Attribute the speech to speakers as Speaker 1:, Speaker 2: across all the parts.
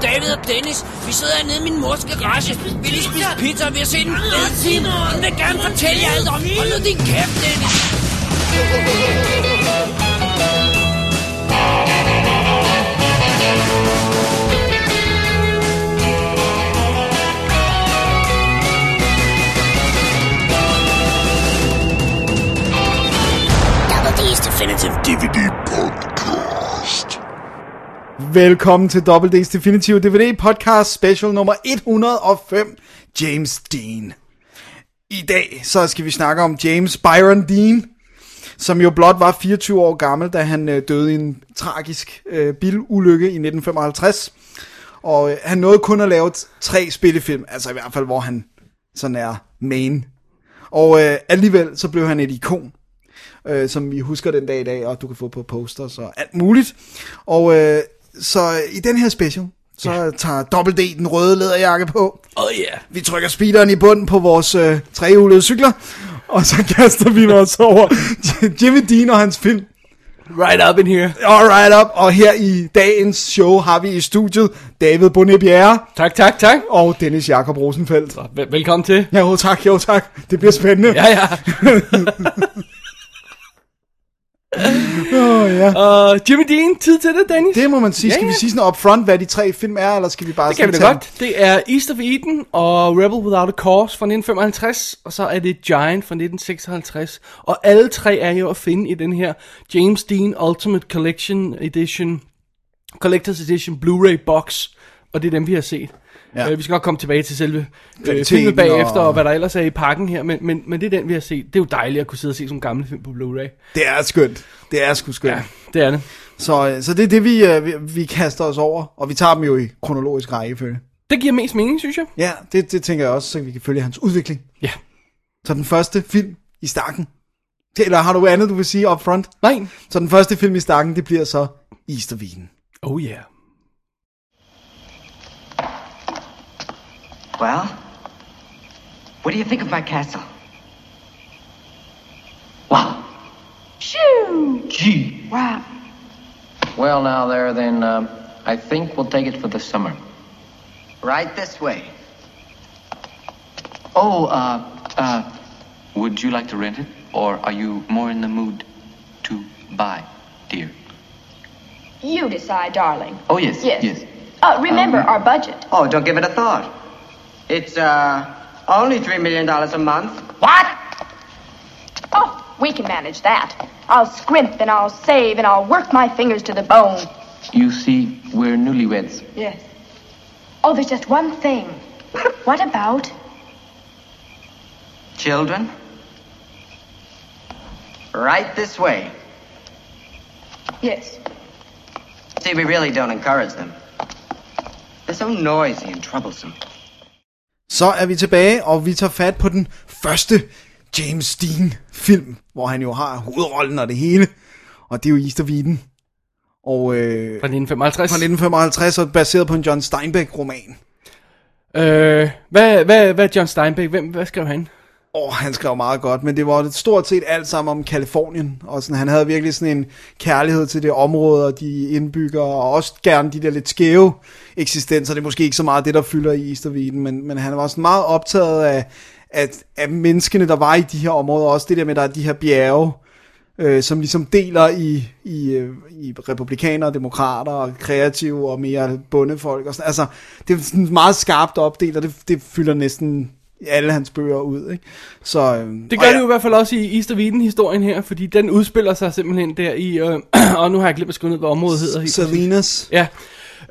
Speaker 1: Dennis. Vi sidder hernede i min mors garage. Vi lige spise pizza, og vi har set en fed film. Hun vil gerne fortælle jer alt om. Hold nu din kæft, Dennis.
Speaker 2: Double D's Definitive DVD Podcast.
Speaker 3: Velkommen til Double D's Definitive DVD podcast special nummer 105, James Dean. I dag så skal vi snakke om James Byron Dean, som jo blot var 24 år gammel, da han øh, døde i en tragisk øh, bilulykke i 1955. Og øh, han nåede kun at lave t- tre spillefilm, altså i hvert fald hvor han sådan er main. Og øh, alligevel så blev han et ikon øh, som vi husker den dag i dag, og du kan få på posters og alt muligt. Og øh, så i den her special, så ja. tager Double D den røde læderjakke på.
Speaker 1: Oh yeah.
Speaker 3: Vi trykker speederen i bunden på vores øh, trehjulede cykler, og så kaster vi os over Jimmy Dean og hans film.
Speaker 4: Right up in here.
Speaker 3: Alright up, og her i dagens show har vi i studiet David Bonnebjerre
Speaker 4: Tak, tak, tak.
Speaker 3: og Dennis Jakob Rosenfeldt.
Speaker 4: Og vel- velkommen til.
Speaker 3: Ja, jo tak, jo tak. Det bliver spændende.
Speaker 4: Ja, ja.
Speaker 3: Åh, ja.
Speaker 4: Og Uh, Jimmy Dean, tid til det, Dennis.
Speaker 3: Det må man sige.
Speaker 4: Ja,
Speaker 3: Skal vi
Speaker 4: ja.
Speaker 3: sige sådan up front, hvad de tre film er, eller skal vi bare
Speaker 4: det kan vi da
Speaker 3: sådan tage
Speaker 4: godt. Det er East of Eden og Rebel Without a Cause fra 1955, og så er det Giant fra 1956. Og alle tre er jo at finde i den her James Dean Ultimate Collection Edition, Collector's Edition Blu-ray box, og det er dem, vi har set.
Speaker 3: Ja.
Speaker 4: Ja. Øh, vi skal nok komme tilbage til selve øh,
Speaker 3: Kvaliteten
Speaker 4: filmen bagefter,
Speaker 3: og-
Speaker 4: og... og hvad der ellers er i pakken her, men, men, men det er den, vi har set. Det er jo dejligt at kunne sidde og se sådan en gammel film på Blu-ray.
Speaker 3: Det er skønt. Det er sgu skønt. Ja.
Speaker 4: Ja, det er det.
Speaker 3: Så, øh, så det er det, vi, øh, vi, vi kaster os over, og vi tager dem jo i kronologisk rækkefølge.
Speaker 4: Det giver mest mening, synes jeg.
Speaker 3: Ja, det, det tænker jeg også, så vi kan følge hans udvikling.
Speaker 4: Ja.
Speaker 3: Så den første film i stakken. Det- Eller har du andet, du vil sige up front?
Speaker 4: Nej.
Speaker 3: Så den første film i stakken, det bliver så Easter Wien.
Speaker 4: Oh yeah.
Speaker 5: Well, what do you think of my castle? Wow. Shoo! Gee. Wow.
Speaker 6: Well, now there, then, uh, I think we'll take it for the summer.
Speaker 5: Right this way.
Speaker 6: Oh, uh, uh, would you like to rent it? Or are you more in the mood to buy, dear?
Speaker 7: You decide, darling.
Speaker 6: Oh, yes,
Speaker 7: Yes.
Speaker 6: yes.
Speaker 7: Uh, remember
Speaker 6: Um,
Speaker 7: our budget.
Speaker 5: Oh, don't give it a thought. It's, uh, only three million dollars a month.
Speaker 7: Oh, we can manage that. I'll scrimp and I'll save and I'll work my fingers to the bone.
Speaker 6: You see, we're newlyweds.
Speaker 7: Yes. Oh, there's just one thing. What about?
Speaker 5: Children? Right this way.
Speaker 7: Yes.
Speaker 5: See, we really don't encourage them. They're so noisy and troublesome.
Speaker 3: Så er vi tilbage, og vi tager fat på den første James Dean-film, hvor han jo har hovedrollen og det hele. Og det er jo Easter Wien. Og øh,
Speaker 4: Fra 1955.
Speaker 3: fra 1955, og baseret på en John Steinbeck-roman.
Speaker 4: Øh, hvad, hvad, hvad er John Steinbeck? Hvem, hvad skrev han?
Speaker 3: Åh, oh, han skrev meget godt, men det var det stort set alt sammen om Kalifornien. Og sådan, han havde virkelig sådan en kærlighed til det område og de indbyggere, og også gerne de der lidt skæve eksistenser. Det er måske ikke så meget det, der fylder i Easterviden, men, men han var sådan meget optaget af, at, af menneskene, der var i de her områder. Også det der med, at der er de her bjerge, øh, som ligesom deler i, i, øh, i republikanere, demokrater og kreative og mere bundefolk. Og sådan. Altså, det er sådan meget skarpt opdelt, og det, det fylder næsten alle hans bøger ud. Ikke? Så, øh,
Speaker 4: Det
Speaker 3: og
Speaker 4: gør det jo i hvert fald også i East of Eden-historien her, fordi den udspiller sig simpelthen der i... Øh, og nu har jeg glemt at skrive ned, hvad området hedder. helt præcis.
Speaker 3: Salinas.
Speaker 4: Ja.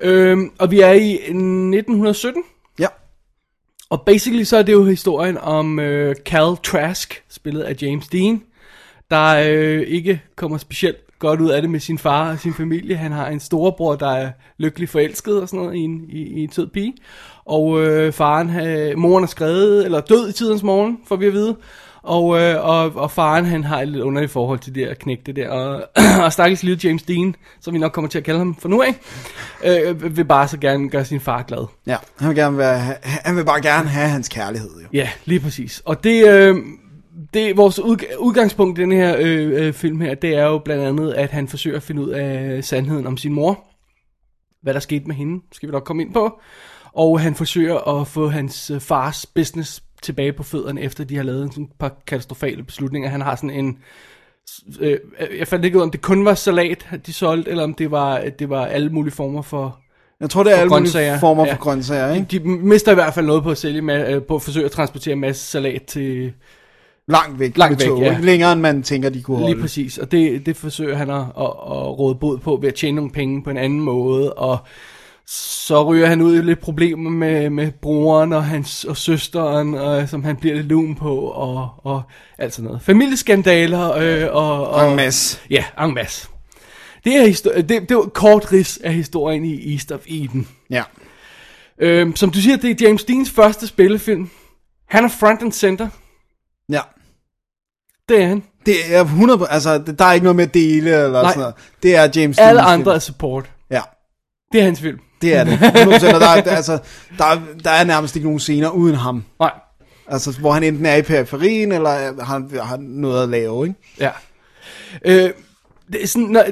Speaker 4: Øhm, og vi er i 1917,
Speaker 3: Ja.
Speaker 4: og basically så er det jo historien om øh, Cal Trask, spillet af James Dean, der øh, ikke kommer specielt godt ud af det med sin far og sin familie. Han har en storebror, der er lykkelig forelsket og sådan noget i en, i, i en sød pige. Og øh, faren, øh, moren er skrevet, eller død i tidens morgen, får vi at vide. Og, øh, og, og faren, han har et lidt underligt forhold til det at knægte der. Og, og stakkels lille James Dean, som vi nok kommer til at kalde ham for nu af, øh, vil bare så gerne gøre sin far glad.
Speaker 3: ja, han vil, gerne være, han vil bare gerne have hans kærlighed. Jo.
Speaker 4: Ja, lige præcis. Og det, øh, det vores udg- udgangspunkt i den her øh, øh, film her, det er jo blandt andet, at han forsøger at finde ud af sandheden om sin mor. hvad der skete med hende, skal vi nok komme ind på. Og han forsøger at få hans øh, fars business tilbage på fødderne, efter de har lavet en sådan et par katastrofale beslutninger. Han har sådan en... Øh, jeg fandt ikke ud af, om det kun var salat, de solgte, eller om det var, det var alle mulige former for
Speaker 3: Jeg tror, det er
Speaker 4: for
Speaker 3: alle mulige
Speaker 4: grøntsager.
Speaker 3: former
Speaker 4: Ja.
Speaker 3: for grøntsager, ikke?
Speaker 4: De mister i hvert fald noget på at sælge med, øh, på at forsøge at transportere en masse salat til
Speaker 3: Langt væk
Speaker 4: Langt
Speaker 3: med
Speaker 4: væk,
Speaker 3: tog,
Speaker 4: ja.
Speaker 3: ikke? Længere end man tænker, de kunne holde.
Speaker 4: lige præcis. Og det, det forsøger han at, at, at råde bod på ved at tjene nogle penge på en anden måde. Og så ryger han ud i lidt problemer med, med broren og hans og søsteren, og, som han bliver lidt lun på, og, og alt sådan noget. Familieskandaler øh, og, og,
Speaker 3: En masse.
Speaker 4: Ja, en masse. Det er, histo- det, det var kort ris af historien i East of Eden.
Speaker 3: Ja.
Speaker 4: Øhm, som du siger, det er James Deans første spillefilm. Han er front and center.
Speaker 3: Ja.
Speaker 4: Det er han.
Speaker 3: Det er 100... Altså, det- der er ikke noget med at dele eller
Speaker 4: Nej.
Speaker 3: sådan noget. Det er James
Speaker 4: Alle
Speaker 3: Dean's film.
Speaker 4: andre er support.
Speaker 3: Ja.
Speaker 4: Det er hans film.
Speaker 3: Det er det. 100%, og der, er, altså, der, er- der er nærmest ikke nogen scener uden ham.
Speaker 4: Nej.
Speaker 3: Altså, hvor han enten er i periferien, eller har, har noget at lave, ikke?
Speaker 4: Ja. Øh, det er sådan, når,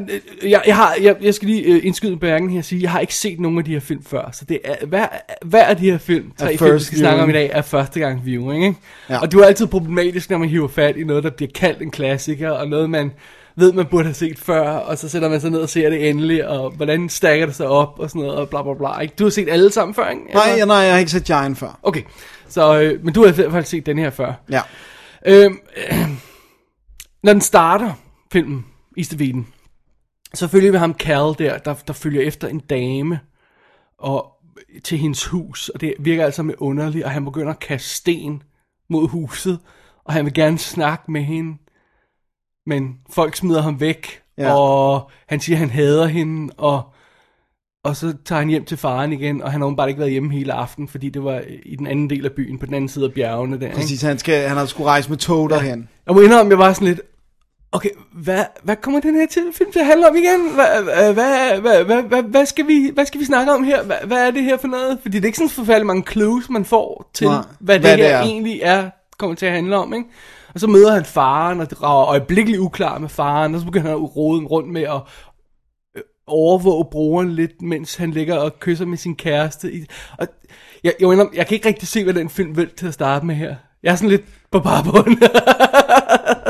Speaker 4: øh, jeg, jeg, har, jeg, jeg skal lige øh, indskyde bemærkningen her og sige, jeg har ikke set nogen af de her film før, så det er, hver, hver af de her film, tre film, vi
Speaker 3: first
Speaker 4: skal snakke om i
Speaker 3: viewing.
Speaker 4: dag, er første gang viewing, ikke?
Speaker 3: Ja.
Speaker 4: Ja. Og det er jo altid problematisk, når man hiver fat i noget, der bliver kaldt en klassiker, og noget, man ved, man burde have set før, og så sætter man sig ned og ser det endelig, og hvordan stakker det sig op, og sådan noget, og bla bla bla, ikke? Du har set alle sammen før, ikke?
Speaker 3: Nej,
Speaker 4: Eller-
Speaker 3: jeg, nej, jeg har ikke set Giant før.
Speaker 4: Okay, så, øh, men du har i hvert fald set den her før.
Speaker 3: Ja.
Speaker 4: Øhm, øh, når den starter, filmen, East of Eden, så følger vi ham Cal der, der, der følger efter en dame og til hendes hus, og det virker altså med underligt, og han begynder at kaste sten mod huset, og han vil gerne snakke med hende, men folk smider ham væk,
Speaker 3: Ja.
Speaker 4: ja. og han siger, at han hader hende, og, og så tager han hjem til faren igen, og han har bare ikke været hjemme hele aften, fordi det var i den anden del af byen, på den anden side af bjergene der. Ikke?
Speaker 3: Præcis, han, skal, han har skulle rejse med tog derhen.
Speaker 4: Jeg må indrømme, jeg var sådan lidt, okay, hvad, hvad kommer den her til, film til at handle om igen? Hvad, hvad, hvad, hvad, hvad, hvad, hvad, skal, vi, hvad skal vi snakke om her? Hvad, hvad er det her for noget? Fordi det er ikke sådan forfærdelig mange clues, man får til,
Speaker 3: Nej,
Speaker 4: Nej, hvad det
Speaker 3: hvad
Speaker 4: hvad
Speaker 3: det
Speaker 4: her
Speaker 3: er.
Speaker 4: er. egentlig er, kommer til at handle om, ikke? Og så møder han faren, og det rager øjeblikkeligt uklar med faren, og så begynder han at rode rundt med at øh, overvåge brugeren lidt, mens han ligger og kysser med sin kæreste. i- Og jeg, jeg, må indrømme, jeg kan ikke rigtig se, hvad den film vil til at starte med her. Jeg er sådan lidt på barbunden.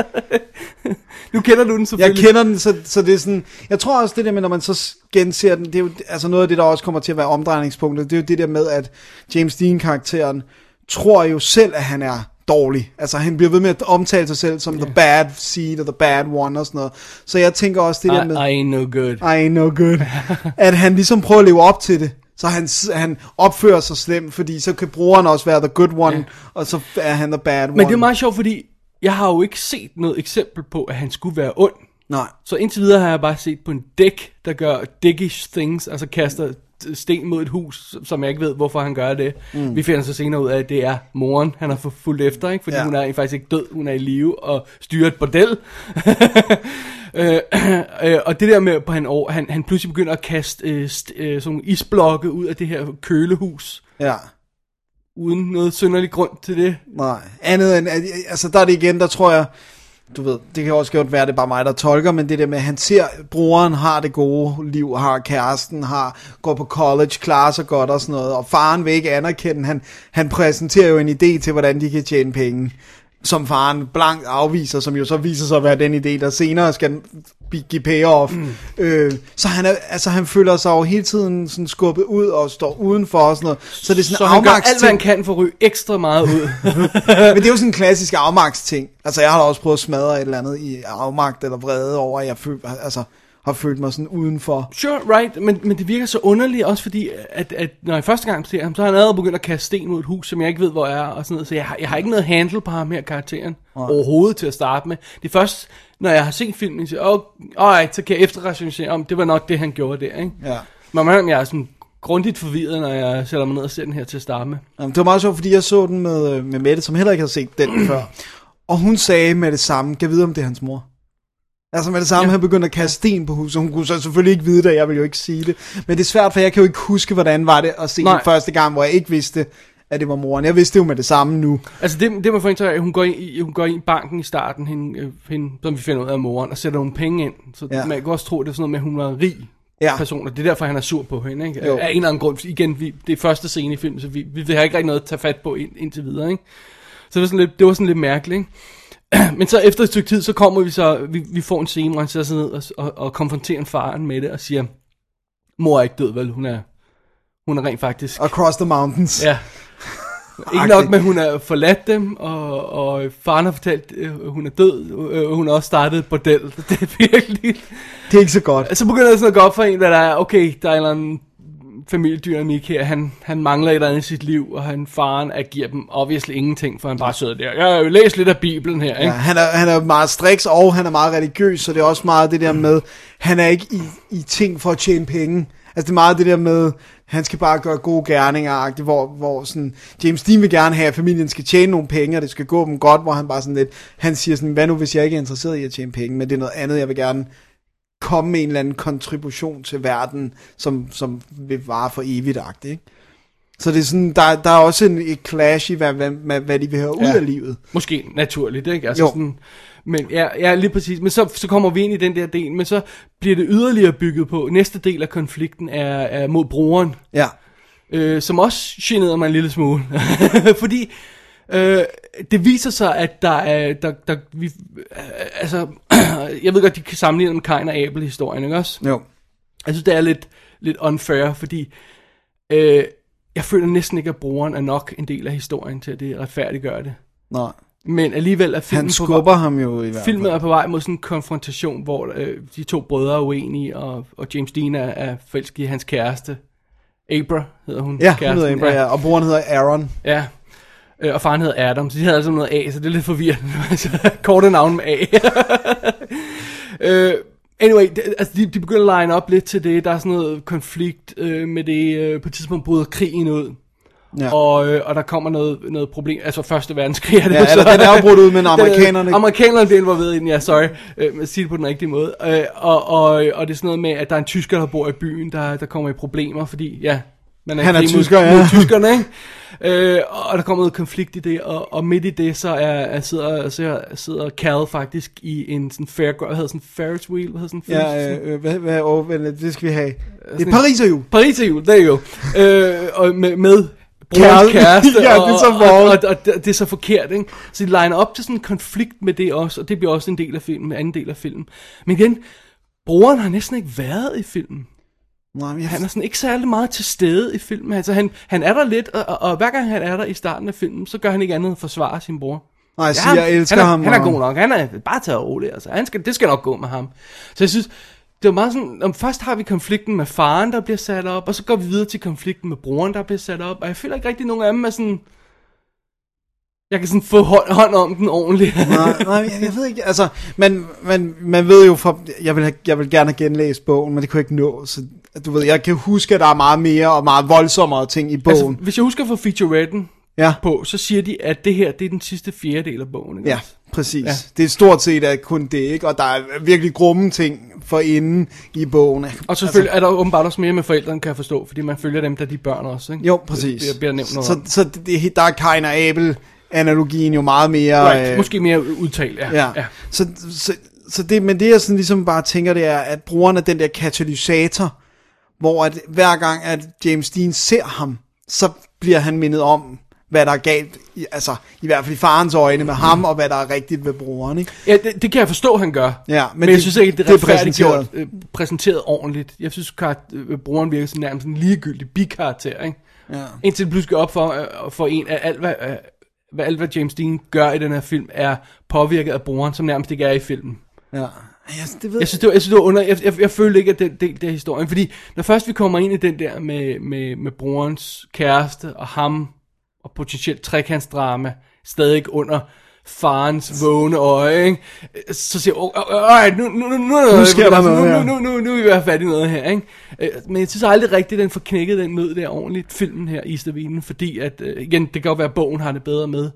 Speaker 4: nu kender du den
Speaker 3: Jeg
Speaker 4: selvfølgelig.
Speaker 3: kender den, så, så det er sådan... Jeg tror også det der med, når man så s- genser den, det er jo altså noget af det, der også kommer til at være omdrejningspunktet, det er jo det der med, at James Dean-karakteren tror jo selv, at han er dårlig. Altså han bliver ved med at omtale sig selv som the bad seed og the bad one og sådan noget. Så jeg tænker også det der med...
Speaker 4: I, I ain't no good.
Speaker 3: I ain't no good. at han ligesom prøver at leve op til det. Så han, s- han opfører sig slemt, fordi så kan brugeren også være the good one, ja. og så er han the bad one.
Speaker 4: Men det er meget sjovt, fordi jeg har jo ikke set noget eksempel på, at han skulle være ond.
Speaker 3: Nej.
Speaker 4: Så indtil videre har jeg bare set på en dæk, der gør dickish things, altså kaster t- sten mod et hus, som jeg ikke ved, hvorfor han gør det. Mm. Vi finder så senere ud af, at det er moren, han har fu- fulgt efter, ikke? fordi
Speaker 3: Ja.
Speaker 4: ja. hun er faktisk ikke død, hun er i live og styrer et bordel. øh, øh, og det der med, at han, over- han, han pludselig begynder at kaste øh, st- øh, sådan nogle isblokke ud af det her kølehus,
Speaker 3: Ja.
Speaker 4: uden noget synderlig grund til det.
Speaker 3: Nej. Andet end, at- altså der er det igen, der tror jeg, du ved, det kan også godt være, det er bare mig, der tolker, men det der med, at han ser, brugeren har det gode liv, har kæresten, har, går på college, klarer sig godt og sådan noget, og faren vil ikke anerkende, han, han præsenterer jo en idé til, hvordan de kan tjene penge, som faren blankt afviser, som jo så viser sig at være den idé, der senere skal bi- give payoff. Mm. Øh, så han, er, altså, han føler sig jo hele tiden sådan skubbet ud og står udenfor og sådan noget. Så det er sådan
Speaker 4: Så han gør alt, hvad
Speaker 3: afmagtsting.
Speaker 4: han kan for at ryge ekstra meget ud.
Speaker 3: Men det er jo sådan en klassisk afmagtsting. Altså, jeg har da også prøvet at smadre et eller andet i afmagt eller vrede over, at jeg føl, altså, har følt mig sådan udenfor.
Speaker 4: Sure, right, men, men det virker så underligt, også fordi, at, at når jeg første gang ser ham, så har han allerede begyndt at kaste sten mod et hus, som jeg ikke ved, hvor er, og sådan noget, så jeg har, jeg har ikke noget handle på ham her, karakteren, overhovedet til at starte med. Det er først, når jeg har set filmen, så, oh, alright, så kan jeg efterrationalisere om, det var nok det, han gjorde der, ikke?
Speaker 3: Ja.
Speaker 4: Men man, jeg er sådan grundigt forvirret, når jeg sætter mig ned og ser den her til at starte med.
Speaker 3: Jamen, Det var meget sjovt, fordi jeg så den med, øh, med Mette, som heller ikke havde set den før. Og hun sagde med det samme, kan jeg vide, om det er hans mor? Altså med det samme, ja. han begyndte at kaste sten på huset. Hun kunne så selvfølgelig ikke vide det, og jeg ville jo ikke sige det. Men det er svært, for jeg kan jo ikke huske, hvordan var det at se
Speaker 4: Nej.
Speaker 3: den første gang, hvor jeg ikke vidste, at det var moren. Jeg vidste jo med det samme nu.
Speaker 4: Altså det, det man får indtryk af, hun går ind i, hun går ind i banken i starten, hende, øh, hende, som vi finder ud af af moren, og sætter nogle penge ind. Så
Speaker 3: Ja.
Speaker 4: ja. man kan også tro, det er sådan noget med, at hun var rig
Speaker 3: Ja.
Speaker 4: personer. Det er derfor, han er sur på hende, ikke?
Speaker 3: Jo.
Speaker 4: Af en eller anden grund. Igen, vi, det er første scene i filmen, så vi, vi, vi har ikke rigtig noget at tage fat på ind, indtil videre, ikke? Så det var sådan lidt, det var sådan lidt mærkeligt, ikke? Men så efter et stykke tid, så kommer vi så, vi, vi får en scene, hvor han sætter sig ned og, og, og konfronterer faren med det og siger, mor er ikke død, vel? Hun er, hun er rent faktisk
Speaker 3: Across the mountains.
Speaker 4: Ja. Ikke nok med, at hun har forladt dem, og, og faren har fortalt, at hun er død. Øh, Hun har også startet et bordel. Det er virkelig...
Speaker 3: Det er ikke så godt.
Speaker 4: Så begynder det sådan at gå op for en, hvad der er, okay, der er en eller anden familiedynamik her. Han, han mangler et eller andet i sit liv, og han, faren agiver dem obviously ingenting, for han bare sidder der. Jeg har jo læst lidt af Bibelen her,
Speaker 3: Ja,
Speaker 4: ikke?
Speaker 3: han, er, han er meget striks, og han er meget religiøs, så det er også meget det der med, han er ikke i, i ting for at tjene penge. Altså det er meget det der med, han skal bare gøre gode gerninger, hvor, hvor sådan, James Dean vil gerne have, at familien skal tjene nogle penge, og det skal gå dem godt, hvor han bare sådan lidt, han siger sådan, hvad nu hvis jeg ikke er interesseret i at tjene penge, men det er noget andet, jeg vil gerne komme med en eller anden kontribution til verden, som, som vil vare for evigt, ikke? Så det er sådan, der, der er også en, et clash i, hvad, hvad, hvad, hvad de vil have ud
Speaker 4: Ja.
Speaker 3: af livet.
Speaker 4: Måske naturligt, ikke? Altså
Speaker 3: Jo.
Speaker 4: Sådan, men ja, ja, lige præcis. Men så, så kommer vi ind i den der del, men så bliver det yderligere bygget på. Næste del af konflikten er, er mod broren.
Speaker 3: Ja.
Speaker 4: øh, som også generede mig en lille smule. Fordi øh, det viser sig, at der er... Der, der, vi, øh, altså, jeg ved godt, de kan sammenligne med Kain og Abel-historien, ikke også?
Speaker 3: Jo.
Speaker 4: Jeg synes, det er lidt, lidt unfair, fordi øh, jeg føler næsten ikke, at brugeren er nok en del af historien til, at det retfærdiggør det.
Speaker 3: Nej.
Speaker 4: Men alligevel er filmen
Speaker 3: Han
Speaker 4: på
Speaker 3: skubber ham jo i hvert fald.
Speaker 4: Filmen er på vej mod sådan en konfrontation, hvor øh, de to brødre er uenige, og, og James Dean er, er forelsket i hans kæreste. Abra hedder hun.
Speaker 3: Ja, hun
Speaker 4: kæresten.
Speaker 3: hedder Amber, ja. Og broren hedder Aaron.
Speaker 4: Ja. Øh, og faren hed Adam, så de havde altså noget A, så det er lidt forvirrende. Altså, Korte navn med A. øh, anyway, det, altså, de, de begynder at line op lidt til det. Der er sådan noget konflikt øh, med det. Øh, på et tidspunkt bryder krigen ud.
Speaker 3: Ja.
Speaker 4: Og, øh, og der kommer noget, noget problem, altså første verdenskrig er det
Speaker 3: Ja, eller den er jo brudt ud, men amerikanerne-
Speaker 4: Den, amerikanerne bliver involveret i den, ja, sorry, øh, men sig det på den rigtige måde. Øh, og, og, og det er sådan noget med, at der er en tysker, der bor i byen, der, der kommer i problemer, fordi ja, man er, i
Speaker 3: Han er
Speaker 4: krig mod-
Speaker 3: tysker, ja.
Speaker 4: mod tyskerne, ikke? Øh, og der kommer noget konflikt i det, og, og midt i det, så er, er sidder, sidder, sidder Cal faktisk i en sådan fairground, hvad hedder sådan Ferris wheel, hvad hedder sådan
Speaker 3: Ja,
Speaker 4: sådan-
Speaker 3: øh, øh, hvad, hvad, åh, hvad, det skal vi have. Det
Speaker 4: sådan
Speaker 3: er Paris jo.
Speaker 4: Paris er jul, der er jo. Øh, og med, med
Speaker 3: Kæreste.
Speaker 4: brorens kæreste.
Speaker 3: Ja, det er så
Speaker 4: og,
Speaker 3: vores.
Speaker 4: og, og, og, det det er så forkert, ikke? Så de liner op til sådan en konflikt med det også, og det bliver også en del af filmen, en anden del af filmen. Men igen, broren har næsten ikke været i filmen.
Speaker 3: Nej, men jeg,
Speaker 4: Han er sådan ikke særlig meget til stede i filmen. Altså, han, han er der lidt, og, og, og hver gang han er der i starten af filmen, så gør han ikke andet end at forsvare sin bror.
Speaker 3: nej, jeg siger, jeg elsker
Speaker 4: han er,
Speaker 3: ham.
Speaker 4: Han er
Speaker 3: og-
Speaker 4: god nok. Han er bare taget roligt. Altså. Han skal, det skal nok gå med ham. Så jeg synes, det var meget sådan, om først har vi konflikten med faren, der bliver sat op, og så går vi videre til konflikten med broren, der bliver sat op, og jeg føler ikke rigtig, at nogen af dem er sådan... Jeg kan sådan få hånd, hånd om den ordentligt.
Speaker 3: nej, nej, jeg, jeg ved ikke, altså, man, man, man ved jo fra, jeg vil, have, jeg vil gerne have genlæst bogen, men det kunne jeg ikke nå, så du ved, jeg kan huske, at der er meget mere og meget voldsommere ting i bogen.
Speaker 4: altså, hvis jeg husker at få featuretten
Speaker 3: ja,
Speaker 4: på, så siger de, at det her, det er den sidste fjerdedel af bogen. Ikke?
Speaker 3: ja,
Speaker 4: også?
Speaker 3: præcis.
Speaker 4: Ja.
Speaker 3: Ja. Det er stort set at kun det, ikke? Og der er virkelig grumme ting for inden i bogen.
Speaker 4: Og selvfølgelig altså, er der åbenbart også mere med forældrene, kan jeg forstå, fordi man følger dem, da de er børn også. Ikke?
Speaker 3: Jo, præcis.
Speaker 4: Det, det bliver nævnt noget
Speaker 3: så,
Speaker 4: om.
Speaker 3: så det, det, der er Kain og Abel analogien jo meget mere...
Speaker 4: Right. Måske mere udtalt, ja.
Speaker 3: øh, Ja. ja. Så, så, så det, men det jeg sådan ligesom bare tænker, det er, at brugeren er den der katalysator, hvor at hver gang, at James Dean ser ham, så bliver han mindet om, hvad der er galt, i, altså i hvert fald i farens øjne med ham, og hvad der er rigtigt ved brugeren, ikke?
Speaker 4: Ja, det, det kan jeg forstå, han gør.
Speaker 3: Ja, men
Speaker 4: men, men jeg
Speaker 3: det-
Speaker 4: synes ikke, det er
Speaker 3: det er
Speaker 4: retfærdiggjort, øh, præsenteret ordentligt. Jeg synes, at øh, brugeren virker sådan nærmest en ligegyldig bikarakter, ikke?
Speaker 3: Ja.
Speaker 4: Indtil det pludselig går op for, øh, for en, at alt hvad, øh, hvad, alt, hvad James Dean gør i den her film, er påvirket af brugeren, som nærmest ikke er i filmen.
Speaker 3: Ja. Jeg, det ved
Speaker 4: Jeg synes, det var, jeg synes, det var under... Jeg, jeg, jeg følte ikke, at den del af historien... Fordi når først vi kommer ind i den der med, med, med brorens kæreste og ham, og potentielt trekantsdrama, stadig under farens vågne øje, ikke? så siger jeg, oh, oh, oh, nu, nu, nu, nu, er
Speaker 3: Nu sker der noget
Speaker 4: nu,
Speaker 3: her."
Speaker 4: nu, nu, nu, nu er vi i hvert fald i noget her. Ikke? Øh, Men jeg synes aldrig rigtigt, at den får knækket den nød der ordentligt, filmen her, Istervinen, fordi at, øh, igen, det kan godt være, at bogen har det bedre med.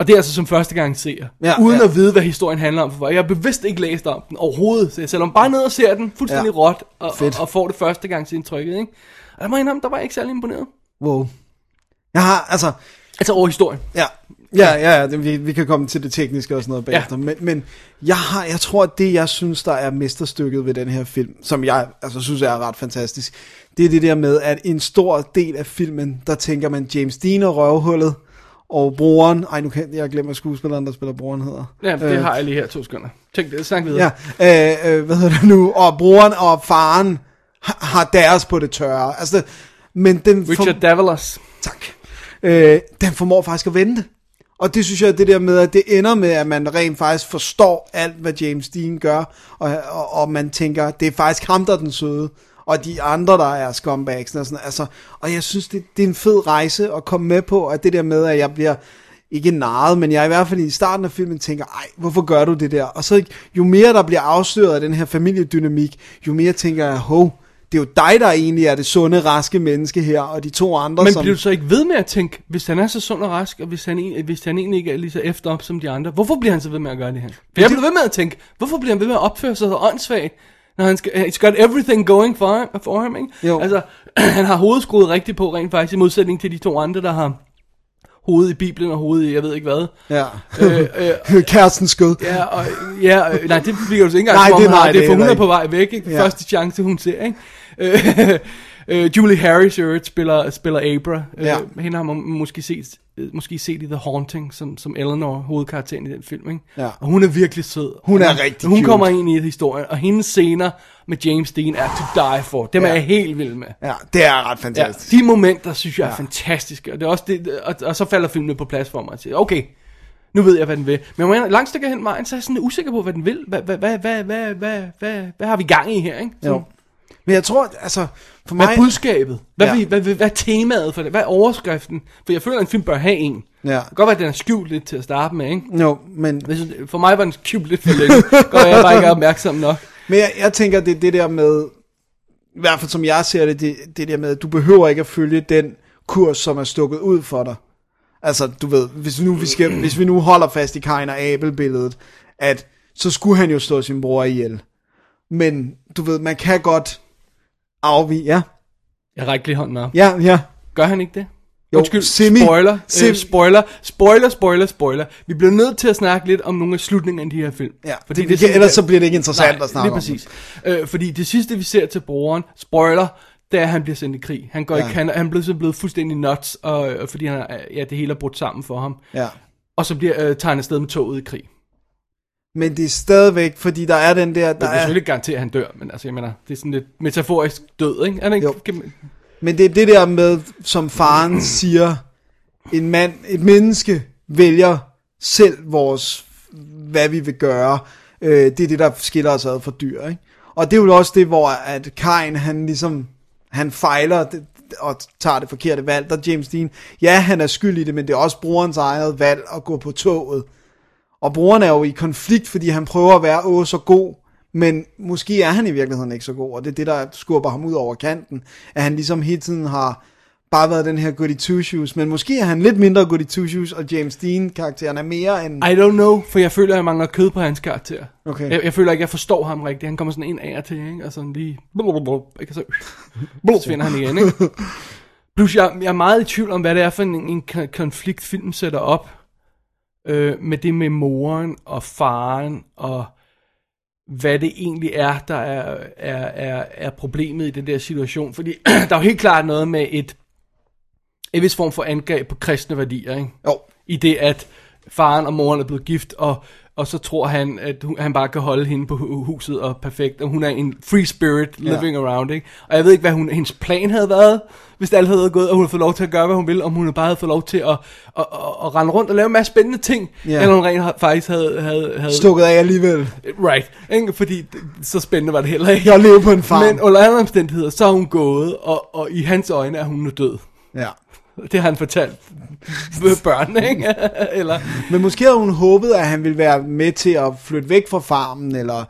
Speaker 4: Og det er altså som første gang ser. Ja,
Speaker 3: Ja,
Speaker 4: uden ja.
Speaker 3: ja.
Speaker 4: at vide, hvad historien handler om. For jeg har bevidst ikke læst om den overhovedet. Så jeg selvom bare ned og ser den fuldstændig ja.
Speaker 3: Ja.
Speaker 4: råt, og, og,
Speaker 3: Fedt.
Speaker 4: og, får det første gang til indtrykket. Ikke? Og der må jeg indrømme, der var jeg ikke særlig imponeret.
Speaker 3: Wow. Jeg har, altså,
Speaker 4: Altså over historien.
Speaker 3: ja. Ja, ja, ja det, vi, vi kan komme til det tekniske og sådan noget bagefter. Ja. Men, men jeg, har, jeg tror, at det, jeg synes, der er mesterstykket ved den her film, som jeg altså, synes er ret fantastisk, det er det der med, at en stor del af filmen, der tænker man James Dean og røvhullet, og broren, ej nu kan jeg glemme, hvad skuespilleren, der spiller broren, hedder.
Speaker 4: Ja, det øh. har jeg lige her to sekunder. Tænk det, snak videre.
Speaker 3: Ja, øh, øh, hvad hedder det nu? Og broren og faren har, har deres på det tørre. Altså, men den,
Speaker 4: Richard
Speaker 3: for,
Speaker 4: Davalos.
Speaker 3: tak, øh, den formår faktisk at vente. Og det synes jeg, er det der med, at det ender med, at man rent faktisk forstår alt, hvad James Dean gør, og, og, og man tænker, det er faktisk ham, der er den søde, og de andre, der er scumbags. Og, sådan, altså, og jeg synes, det, det er en fed rejse at komme med på, at det der med, at jeg bliver ikke narret, men jeg i hvert fald i starten af filmen tænker, ej, hvorfor gør du det der? Og så jo mere der bliver afsløret af den her familiedynamik, jo mere tænker jeg, hov, det er jo dig, der egentlig er det sunde, raske menneske her, og de to andre,
Speaker 4: Men
Speaker 3: som...
Speaker 4: bliver du så ikke ved med at tænke, hvis han er så sund og rask, og hvis han, en, hvis han egentlig ikke er lige så efter op som de andre, hvorfor bliver han så ved med at gøre det her? For jeg bliver ved med at tænke, hvorfor bliver han ved med at opføre sig så åndssvagt, når han skal, he's got everything going for him, for him ikke?
Speaker 3: Jo.
Speaker 4: Altså, han har hovedet skruet rigtigt på rent faktisk, i modsætning til de to andre, der har hovedet i Bibelen og hovedet i, jeg ved ikke hvad.
Speaker 3: Ja.
Speaker 4: øh,
Speaker 3: Øh, Kæresten skød.
Speaker 4: Ja, og, ja, øh, nej, det bliver jo så ikke engang
Speaker 3: Nej,
Speaker 4: for,
Speaker 3: det-
Speaker 4: hun har.
Speaker 3: nej,
Speaker 4: det
Speaker 3: det
Speaker 4: er
Speaker 3: er
Speaker 4: for hun
Speaker 3: der
Speaker 4: er
Speaker 3: ikke.
Speaker 4: på vej væk, ikke?
Speaker 3: Ja.
Speaker 4: Ja. Første chance, hun ser, ikke? Øh, øh, Julie Harris, øh, spiller, spiller Abra.
Speaker 3: Ja.
Speaker 4: Ja. Øh, hende har man måske set, øh, måske set i The Haunting, som, som Eleanor, hovedkarakteren i den film, ikke?
Speaker 3: Ja.
Speaker 4: Og hun er virkelig sød.
Speaker 3: Hun er rigtig
Speaker 4: Hun
Speaker 3: cute.
Speaker 4: kommer ind i historien, og hendes scener med James Dean er to die for. Dem
Speaker 3: Ja.
Speaker 4: ja. er jeg helt vild med.
Speaker 3: Ja, det er ret
Speaker 4: Ja,
Speaker 3: fantastisk.
Speaker 4: de momenter synes jeg er fantastiske, og, det er også det, og, og så falder filmen på plads for mig og siger, okay, nu ved jeg, hvad den vil. Men når jeg langt stykke hen vejen, så er jeg sådan lidt usikker på, hvad den vil. Hvad, hvad, hvad, hvad, hvad, hvad, hvad, hvad har vi gang i her, ikke? Sådan,
Speaker 3: Jo. Men jeg tror, at, altså, for
Speaker 4: Hvad
Speaker 3: mig...
Speaker 4: er budskabet? Hvad,
Speaker 3: Ja.
Speaker 4: ja. vi, hvad, hvad, hvad er temaet for det? Hvad er overskriften? For jeg føler, at en film bør have en. Det
Speaker 3: Ja.
Speaker 4: kan godt være, at den er skjult lidt til at starte med, ikke?
Speaker 3: Jo, men,
Speaker 4: Jeg synes, For mig var den skjult lidt for længe. Godt, jeg var ikke opmærksom nok.
Speaker 3: men jeg, jeg tænker, det er det der med, i hvert fald som jeg ser det, det, det der med, at du behøver ikke at følge den kurs, som er stukket ud for dig. Altså, du ved, hvis, nu vi, skal, hvis vi nu holder fast i Kain og Abel-billedet, at så skulle han jo slå sin bror ihjel. Men, du ved, man kan godt afvige, ja,
Speaker 4: Jeg rækker lige hånden op.
Speaker 3: ja, ja.
Speaker 4: Gør han ikke det?
Speaker 3: Jo,
Speaker 4: Undskyld,
Speaker 3: semi.
Speaker 4: spoiler,
Speaker 3: Sem-
Speaker 4: øh, spoiler, spoiler, spoiler, spoiler. Vi bliver nødt til at snakke lidt om nogle af slutningerne af de her film.
Speaker 3: Ja,
Speaker 4: Fordi
Speaker 3: det,
Speaker 4: det er
Speaker 3: det,
Speaker 4: sådan-
Speaker 3: ellers så bliver det ikke interessant at snakke
Speaker 4: lige
Speaker 3: om.
Speaker 4: præcis. Øh, fordi det sidste, vi ser til broren, spoiler, det er, at han bliver sendt i krig. Han, går
Speaker 3: Ja.
Speaker 4: ja. ikke, han, han er blevet, simpelthen blevet fuldstændig nuts, og, og fordi han, er- ja, det hele er brudt sammen for ham.
Speaker 3: Ja.
Speaker 4: Og så bliver, øh, tager han afsted med toget i krig.
Speaker 3: Men det er stadigvæk, fordi der er den der... Der
Speaker 4: Jeg kan
Speaker 3: er,
Speaker 4: selvfølgelig ikke garantere, at han dør, men altså, jeg mener, det er sådan lidt metaforisk død, ikke? Er det ikke?
Speaker 3: Jo.
Speaker 4: Kan,
Speaker 3: Men det er det der med, som faren siger, en mand, et menneske vælger selv vores, hvad vi vil gøre. Øh, det er det, der skiller os ad fra dyr, ikke? Og det er jo også det, hvor at Kain, han ligesom, han fejler det- og tager det forkerte valg. Der er James Dean, ja, han er skyld i det, men det er også brorens eget valg at gå på toget. Og broren er jo i konflikt, fordi han prøver at være åh så god, men måske er han i virkeligheden ikke så god, og det er det, der skubber ham ud over kanten, at han ligesom hele tiden har bare været den her goody two shoes, men måske er han lidt mindre goody two shoes, og James Dean-karakteren er mere end...
Speaker 4: I don't know, for jeg føler, at jeg mangler kød på hans karakter.
Speaker 3: Okay.
Speaker 4: Jeg, jeg føler ikke, jeg forstår ham rigtigt. Han kommer sådan ind af og til, ikke? og sådan lige... Blablabla, ikke? Og så svinder han igen, ikke? Plus, jeg, jeg er meget i tvivl om, hvad det er for en, en kon- konflikt, filmen sætter op. Øh, med det med moren og faren, og hvad det egentlig er, der er, er, er, er problemet i den der situation. Fordi der er jo helt klart noget med et, en vis form for angreb på kristne værdier, ikke?
Speaker 3: Jo,
Speaker 4: I det, at faren og moren er blevet gift, og, og så tror han, at hun, han bare kan holde hende på hu- huset og perfekt, og hun er en free spirit living ja. around, ikke? Og jeg ved ikke, hvad hun, hendes plan havde været, hvis alt havde gået, og hun havde fået lov til at gøre, hvad hun ville, om hun bare havde fået lov til at, at, at, at rende rundt og lave en masse spændende ting,
Speaker 3: Ja.
Speaker 4: ja. eller hun rent har- faktisk havde... havde, havde
Speaker 3: stukket af alligevel.
Speaker 4: Right, ikke? Fordi d- så spændende var det heller ikke.
Speaker 3: Jeg lever på en farm.
Speaker 4: Men under alle omstændigheder, så er hun gået, og, og i hans øjne er hun nu død.
Speaker 3: Ja.
Speaker 4: Det har han fortalt børn, ikke? Eller,
Speaker 3: Men måske havde hun håbet, at han ville være med til at flytte væk fra farmen, eller